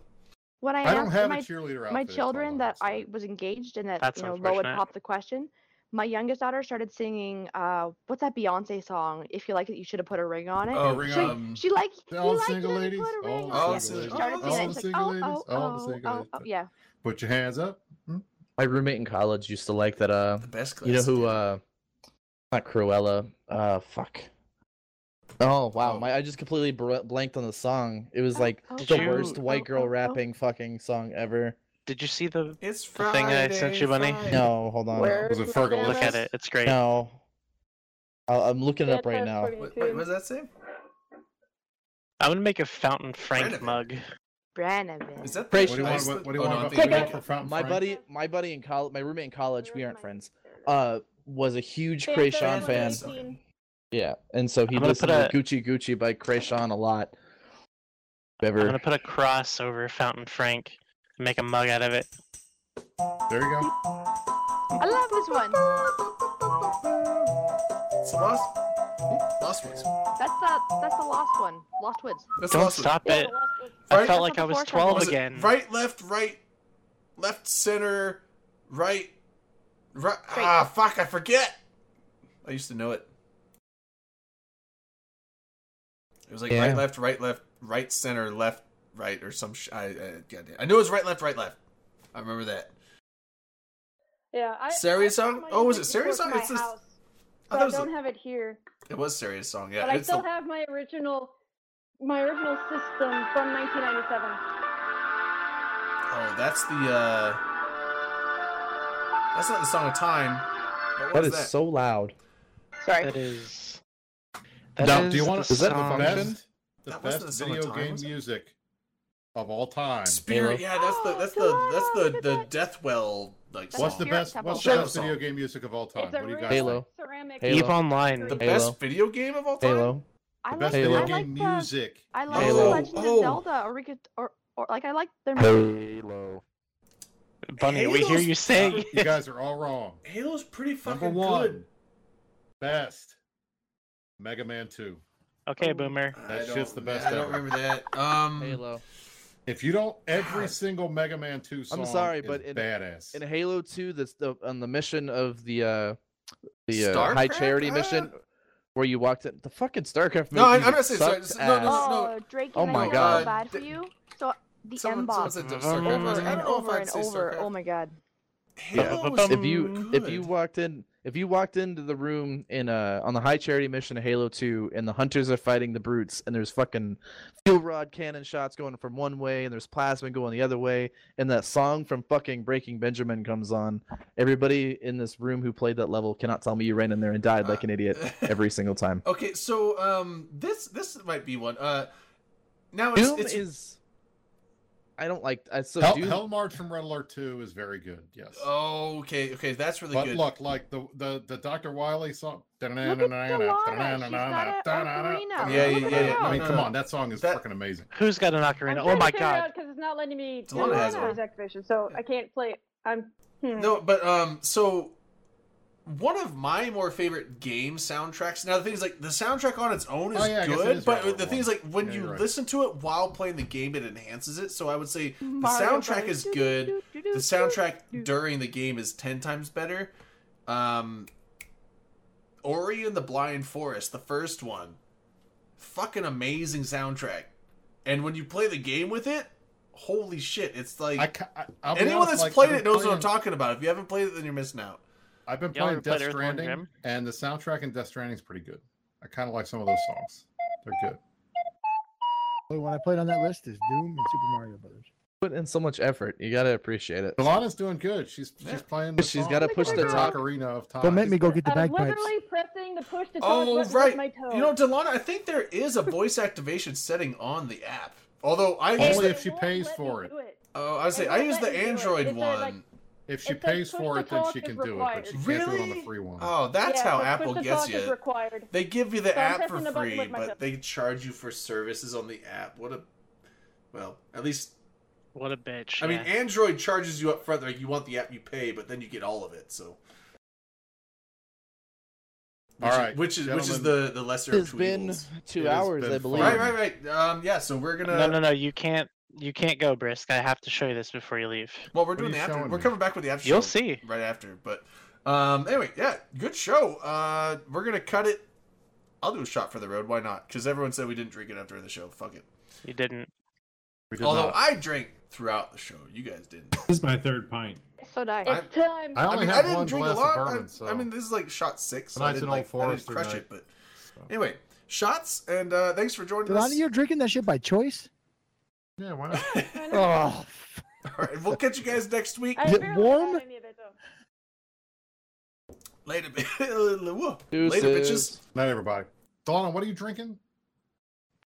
Speaker 5: when I
Speaker 2: I, don't
Speaker 5: announced to
Speaker 2: have
Speaker 5: my
Speaker 2: a cheerleader outfit.
Speaker 5: my
Speaker 2: it's all
Speaker 5: children
Speaker 2: I'm
Speaker 5: that I
Speaker 2: saying.
Speaker 5: was engaged and that,
Speaker 9: That's
Speaker 5: you know Lo would
Speaker 9: unfortunate.
Speaker 5: pop the question. My youngest daughter started singing, uh, what's that Beyonce song? If you like it, you should have put a ring on it.
Speaker 1: Oh,
Speaker 2: ring
Speaker 5: she,
Speaker 1: on.
Speaker 5: she like, you
Speaker 2: All the
Speaker 5: liked it,
Speaker 2: single
Speaker 5: if
Speaker 2: ladies,
Speaker 5: you put a
Speaker 2: all
Speaker 5: ring
Speaker 1: the
Speaker 5: on it.
Speaker 1: single
Speaker 5: She
Speaker 1: ladies,
Speaker 5: started
Speaker 1: all
Speaker 5: singing
Speaker 1: the
Speaker 5: it. She's like,
Speaker 2: single
Speaker 5: oh,
Speaker 2: ladies,
Speaker 5: oh,
Speaker 2: all the
Speaker 5: oh,
Speaker 2: single
Speaker 5: oh,
Speaker 2: ladies.
Speaker 5: oh, yeah.
Speaker 2: Put your hands up. Hmm?
Speaker 4: my roommate in college used to like that. Uh,
Speaker 1: The best class.
Speaker 4: you know who?
Speaker 1: did.
Speaker 4: Uh, not Cruella. Uh, fuck. Oh wow,
Speaker 1: Oh.
Speaker 4: my I just completely br- blanked on the song. It was
Speaker 5: Oh,
Speaker 4: like
Speaker 5: oh,
Speaker 4: the
Speaker 9: Did
Speaker 4: worst
Speaker 5: you-
Speaker 4: white
Speaker 5: oh,
Speaker 4: girl
Speaker 5: oh, oh.
Speaker 4: rapping fucking song ever.
Speaker 9: Did you see the?
Speaker 1: It's
Speaker 9: The
Speaker 1: Friday.
Speaker 9: thing I sent you, Bunny?
Speaker 1: Friday.
Speaker 4: No, hold on.
Speaker 6: Where
Speaker 2: Was it
Speaker 6: is
Speaker 2: Fergal?
Speaker 6: my
Speaker 2: Look
Speaker 9: Look
Speaker 6: banana?
Speaker 9: at it. It's great.
Speaker 4: No. I'll, I'm looking it up right
Speaker 6: That's
Speaker 4: now.
Speaker 6: pretty
Speaker 1: Wait,
Speaker 6: too.
Speaker 1: wait, what does that say?
Speaker 9: I'm gonna make a Fountain Frank
Speaker 1: Brandon.
Speaker 9: mug.
Speaker 5: Branavin.
Speaker 1: Is that?
Speaker 4: Pretty
Speaker 2: What do you
Speaker 1: I
Speaker 2: want?
Speaker 1: just-
Speaker 2: What, what do you
Speaker 1: oh, no, I'm
Speaker 2: want?
Speaker 1: thinking
Speaker 6: Take
Speaker 2: about
Speaker 1: of-
Speaker 2: for Fountain
Speaker 4: My
Speaker 2: Frank?
Speaker 4: buddy, my buddy in college, my roommate in college, we
Speaker 6: Where's
Speaker 4: aren't
Speaker 6: my
Speaker 4: friends.
Speaker 6: banana?
Speaker 4: Uh, was a huge
Speaker 6: Banana
Speaker 4: Krayshawn
Speaker 6: banana
Speaker 4: fan.
Speaker 1: so-
Speaker 6: banana.
Speaker 4: Yeah, and so he
Speaker 9: I'm gonna
Speaker 4: listened
Speaker 9: put
Speaker 4: to Gucci Gucci by Krayshawn a lot.
Speaker 9: I'm
Speaker 4: Ever
Speaker 9: gonna put a cross over Fountain Frank. and Make a mug out of it.
Speaker 2: There you go.
Speaker 5: I love this one.
Speaker 1: It's lost. Hmm, Lost ones.
Speaker 5: That's the that's the lost one. Lost Woods.
Speaker 1: That's
Speaker 9: Don't
Speaker 1: lost Ones.
Speaker 9: stop
Speaker 6: Yeah,
Speaker 9: it.
Speaker 6: the last one.
Speaker 9: I
Speaker 1: Right?
Speaker 9: felt
Speaker 5: That's
Speaker 9: like I
Speaker 5: what the
Speaker 9: was
Speaker 5: fourth one
Speaker 9: 12
Speaker 1: Was it
Speaker 9: again.
Speaker 1: Right, left, right, left, center, right, right.
Speaker 5: Straight.
Speaker 1: Ah, fuck! I forget. I used to know it. It was like
Speaker 4: Yeah.
Speaker 1: right, left, right, left, right, center, left, right, or some. Sh- I, I, goddamn- I knew it was right, left, right, left. I remember that.
Speaker 6: Yeah, I,
Speaker 1: Serious
Speaker 6: I,
Speaker 1: song? Oh, was it serious song? It's
Speaker 6: It's
Speaker 1: just-
Speaker 6: just.
Speaker 1: I thought
Speaker 6: But
Speaker 1: it
Speaker 6: I
Speaker 1: was a-
Speaker 6: don't have it here.
Speaker 1: It was serious song.
Speaker 6: But
Speaker 1: Yeah,
Speaker 6: I
Speaker 1: it's
Speaker 6: still
Speaker 1: the-
Speaker 6: have my original, my original system from 1997.
Speaker 1: oh, that's the. uh That's not the song of time. What
Speaker 4: that
Speaker 1: was
Speaker 4: is so loud.
Speaker 5: Sorry.
Speaker 9: That is. That
Speaker 4: Now,
Speaker 9: is
Speaker 2: do you
Speaker 9: the
Speaker 2: want
Speaker 4: Is that the
Speaker 9: song-
Speaker 4: function?
Speaker 2: best, the
Speaker 1: That wasn't
Speaker 2: best
Speaker 1: the
Speaker 2: video
Speaker 1: summertime,
Speaker 2: game
Speaker 1: was it?
Speaker 2: music of all time.
Speaker 1: Spirit, yeah, that's the that's
Speaker 5: Oh,
Speaker 1: the
Speaker 5: come
Speaker 1: that's
Speaker 5: on,
Speaker 1: the the
Speaker 5: look
Speaker 1: Deathwell like
Speaker 5: That's
Speaker 2: What's the
Speaker 1: song.
Speaker 5: Spirit
Speaker 2: best?
Speaker 5: Temple.
Speaker 2: What's the best
Speaker 1: Song.
Speaker 2: video game music of all time?
Speaker 6: It's a
Speaker 2: What do you
Speaker 6: really
Speaker 2: guys?
Speaker 4: Halo.
Speaker 2: think?
Speaker 6: nice ceramic.
Speaker 4: Halo.
Speaker 9: Eve Online.
Speaker 1: the
Speaker 4: Halo.
Speaker 1: best video game of all time.
Speaker 4: Halo.
Speaker 2: The
Speaker 5: I like
Speaker 2: best
Speaker 5: I
Speaker 4: Halo.
Speaker 2: video
Speaker 5: like
Speaker 2: game
Speaker 5: the-
Speaker 2: music.
Speaker 5: I like the
Speaker 1: Halo.
Speaker 5: Legend
Speaker 1: Oh.
Speaker 5: of Zelda or, Rick- or or like I like their
Speaker 4: Halo.
Speaker 9: Bunny, we hear
Speaker 1: Halo's-
Speaker 9: you sing.
Speaker 2: You guys are all wrong.
Speaker 1: Halo's pretty
Speaker 2: Number
Speaker 1: fucking
Speaker 2: one,
Speaker 1: good.
Speaker 2: best. Mega Man Two.
Speaker 9: okay, Boomer.
Speaker 2: That
Speaker 1: I don't-
Speaker 2: shit's the best
Speaker 1: I don't
Speaker 2: ever.
Speaker 1: remember that. Um,
Speaker 4: Halo.
Speaker 2: If you don't, every
Speaker 1: God.
Speaker 2: single Mega Man Two song.
Speaker 4: sorry,
Speaker 2: is
Speaker 4: but in-
Speaker 2: badass.
Speaker 4: In Halo 2, this the on the mission of the uh the uh,
Speaker 1: Starcraft?
Speaker 4: high charity
Speaker 1: Ah.
Speaker 4: mission where you walked in the fucking StarCraft
Speaker 1: No, I-
Speaker 4: mission
Speaker 1: I'm not saying
Speaker 4: sucked
Speaker 1: sorry, no, no,
Speaker 4: ass.
Speaker 1: no.
Speaker 5: Oh, Drake,
Speaker 4: Oh
Speaker 5: and
Speaker 4: my
Speaker 5: I feel
Speaker 1: God.
Speaker 5: bad for
Speaker 1: Th-
Speaker 5: you. So the M
Speaker 1: someone, someone
Speaker 5: box
Speaker 1: said
Speaker 5: over
Speaker 1: Starcraft. I was
Speaker 5: and
Speaker 1: like, I don't know if
Speaker 5: over
Speaker 1: I'd
Speaker 5: and
Speaker 1: say
Speaker 5: over.
Speaker 1: Starcraft.
Speaker 5: Oh my god.
Speaker 1: Halo was
Speaker 4: if you if you
Speaker 1: good.
Speaker 4: walked in if you walked into the room in uh on the high charity mission of Halo 2 and the hunters are fighting the brutes and there's fucking fuel rod cannon shots going from one way and there's plasma going the other way and that song from fucking Breaking Benjamin comes on everybody in this room who played that level cannot tell me you ran in there and died like an idiot
Speaker 1: Uh,
Speaker 4: every single time
Speaker 1: Okay, so um, this this might be one. Uh, now Oh, it's,
Speaker 4: Doom
Speaker 1: it's
Speaker 4: is I don't like I so
Speaker 2: Hell,
Speaker 4: Doom
Speaker 2: Hell March from Red Alert Two is very good. Yes.
Speaker 1: oh, okay, okay, that's really
Speaker 2: but
Speaker 1: good.
Speaker 2: look, like the the the Dr. Wiley song. Look
Speaker 5: at Delana. She's got a ocarina.
Speaker 1: Yeah, yeah, yeah, yeah.
Speaker 2: I
Speaker 1: No,
Speaker 2: mean,
Speaker 1: no,
Speaker 2: come
Speaker 1: no.
Speaker 2: on, that song is
Speaker 1: That-
Speaker 2: freaking amazing.
Speaker 9: Who's got an
Speaker 6: I'm
Speaker 9: ocarina?
Speaker 6: trying
Speaker 9: Oh
Speaker 6: to
Speaker 9: my
Speaker 6: figure it
Speaker 9: god.
Speaker 6: out because it's not letting me do
Speaker 1: Delana has
Speaker 6: Delana's
Speaker 1: one.
Speaker 6: activation, so I can't play it. I'm hmm.
Speaker 1: No, but um, so one of my more favorite game soundtracks. Now the thing is, like the soundtrack on its own is
Speaker 2: Oh, yeah, I guess it
Speaker 1: good,
Speaker 2: is
Speaker 1: but
Speaker 2: Red Alert
Speaker 1: the thing is,
Speaker 2: one.
Speaker 1: like when
Speaker 2: Yeah,
Speaker 1: you
Speaker 2: you're right.
Speaker 1: listen to it while playing the game, it enhances it. So I would say
Speaker 5: Mario
Speaker 1: soundtrack
Speaker 5: Brothers.
Speaker 1: is good.
Speaker 5: Doo-doo-doo-doo-doo.
Speaker 1: the soundtrack during the game is 10 times better um ori and the blind forest the first one fucking amazing soundtrack and when you play the game with it holy shit it's like
Speaker 2: I, ca- I I'll be
Speaker 1: anyone
Speaker 2: honest,
Speaker 1: that's
Speaker 2: like,
Speaker 1: played
Speaker 2: I've
Speaker 1: it
Speaker 2: been
Speaker 1: knows what i'm
Speaker 2: playing-
Speaker 1: talking about if you haven't played it then you're missing out
Speaker 2: I've been
Speaker 9: Y'all
Speaker 2: playing
Speaker 9: ever played
Speaker 2: Death
Speaker 9: Earthworm
Speaker 2: Stranding,
Speaker 9: Jim?
Speaker 2: and the soundtrack in Death Stranding is pretty good. I kind of like some of those songs. They're good.
Speaker 8: Only one I played on that list is Doom and Super Mario Brothers.
Speaker 4: put in so much effort you got to appreciate it
Speaker 2: Delana's doing good. She's she's playing. The
Speaker 4: She's
Speaker 2: song.
Speaker 4: gotta
Speaker 2: Like
Speaker 4: push
Speaker 2: her
Speaker 6: the top-
Speaker 2: ocarina of time.
Speaker 8: Don't make me go get the
Speaker 6: I'm
Speaker 8: bagpipes.
Speaker 6: literally pressing the push to talk
Speaker 1: oh
Speaker 6: button with
Speaker 1: right
Speaker 6: my toe.
Speaker 1: you know delana i think there is a voice activation setting on the app although i
Speaker 2: Only
Speaker 1: use the,
Speaker 2: if she pays for it.
Speaker 1: oh, I, say,
Speaker 6: it
Speaker 1: I
Speaker 6: won't
Speaker 1: use
Speaker 6: let
Speaker 1: the
Speaker 6: you do it.
Speaker 1: android
Speaker 6: It said,
Speaker 1: one
Speaker 6: like,
Speaker 2: If she
Speaker 6: It says
Speaker 2: pays
Speaker 6: push
Speaker 2: for
Speaker 6: to
Speaker 2: it, then
Speaker 6: talk
Speaker 2: she can
Speaker 6: is
Speaker 2: do it. But she
Speaker 6: required.
Speaker 2: can't do it on the
Speaker 1: Really?
Speaker 2: free one.
Speaker 1: Oh, that's
Speaker 6: Yeah,
Speaker 1: how
Speaker 6: so push
Speaker 1: Apple
Speaker 6: to
Speaker 1: gets
Speaker 6: talk is
Speaker 1: you.
Speaker 6: required.
Speaker 1: They give you the
Speaker 6: So I'm
Speaker 1: app for
Speaker 6: pressing the button
Speaker 1: free,
Speaker 6: with my
Speaker 1: but
Speaker 6: thumb.
Speaker 1: they charge you for services on the app. What a well, at least
Speaker 9: What a bitch.
Speaker 1: I mean,
Speaker 9: yeah.
Speaker 1: Android charges you up front. Like you want the app, you pay, but then you get all of it. So, which,
Speaker 2: All right,
Speaker 1: which is which is
Speaker 2: gentlemen.
Speaker 1: the the lesser
Speaker 4: it's
Speaker 1: of two
Speaker 4: been
Speaker 1: evils.
Speaker 4: two
Speaker 2: It has
Speaker 4: hours
Speaker 2: been
Speaker 4: I
Speaker 2: fun.
Speaker 4: believe
Speaker 1: Right, right, right. Um, yeah. So we're gonna.
Speaker 9: no, no, no. You can't. You can't go, Brisk. I have to show you this before you leave.
Speaker 1: Well, we're doing
Speaker 2: are
Speaker 1: the
Speaker 2: you
Speaker 1: after.
Speaker 2: showing
Speaker 1: We're
Speaker 2: me?
Speaker 1: coming back with the after.
Speaker 9: You'll
Speaker 1: show
Speaker 9: see.
Speaker 1: right after. But um, anyway, yeah, good show. Uh, we're gonna cut it. I'll do a shot for the road. Why not? Because everyone said we didn't drink it after the show. Fuck it.
Speaker 9: You didn't.
Speaker 2: We did
Speaker 1: Although
Speaker 2: not.
Speaker 1: I drank throughout the show, you guys didn't.
Speaker 3: This is my third pint.
Speaker 5: So did I.
Speaker 1: I-
Speaker 6: It's time.
Speaker 2: I
Speaker 1: I
Speaker 2: only
Speaker 1: mean, I
Speaker 2: had one
Speaker 1: didn't drink a
Speaker 2: glass
Speaker 1: lot.
Speaker 2: of
Speaker 1: I-
Speaker 2: bourbon.
Speaker 1: I,
Speaker 2: so
Speaker 1: mean, this is like shot six. So I
Speaker 2: Tonight's
Speaker 1: didn't
Speaker 2: an Old
Speaker 1: like I didn't
Speaker 2: Forester
Speaker 1: crush
Speaker 2: night.
Speaker 1: it. But anyway, shots and uh, thanks for joining
Speaker 8: Delana,
Speaker 1: us.
Speaker 8: you're drinking that shit by choice?
Speaker 2: yeah, why not?
Speaker 8: Oh,
Speaker 1: All right, we'll catch you guys next week.
Speaker 6: I
Speaker 8: Is it
Speaker 6: barely
Speaker 8: warm?
Speaker 6: had any of it, though.
Speaker 1: Later, bi- whoa. later,
Speaker 4: Deuces.
Speaker 1: bitches.
Speaker 2: Not everybody. Donna, what are you drinking?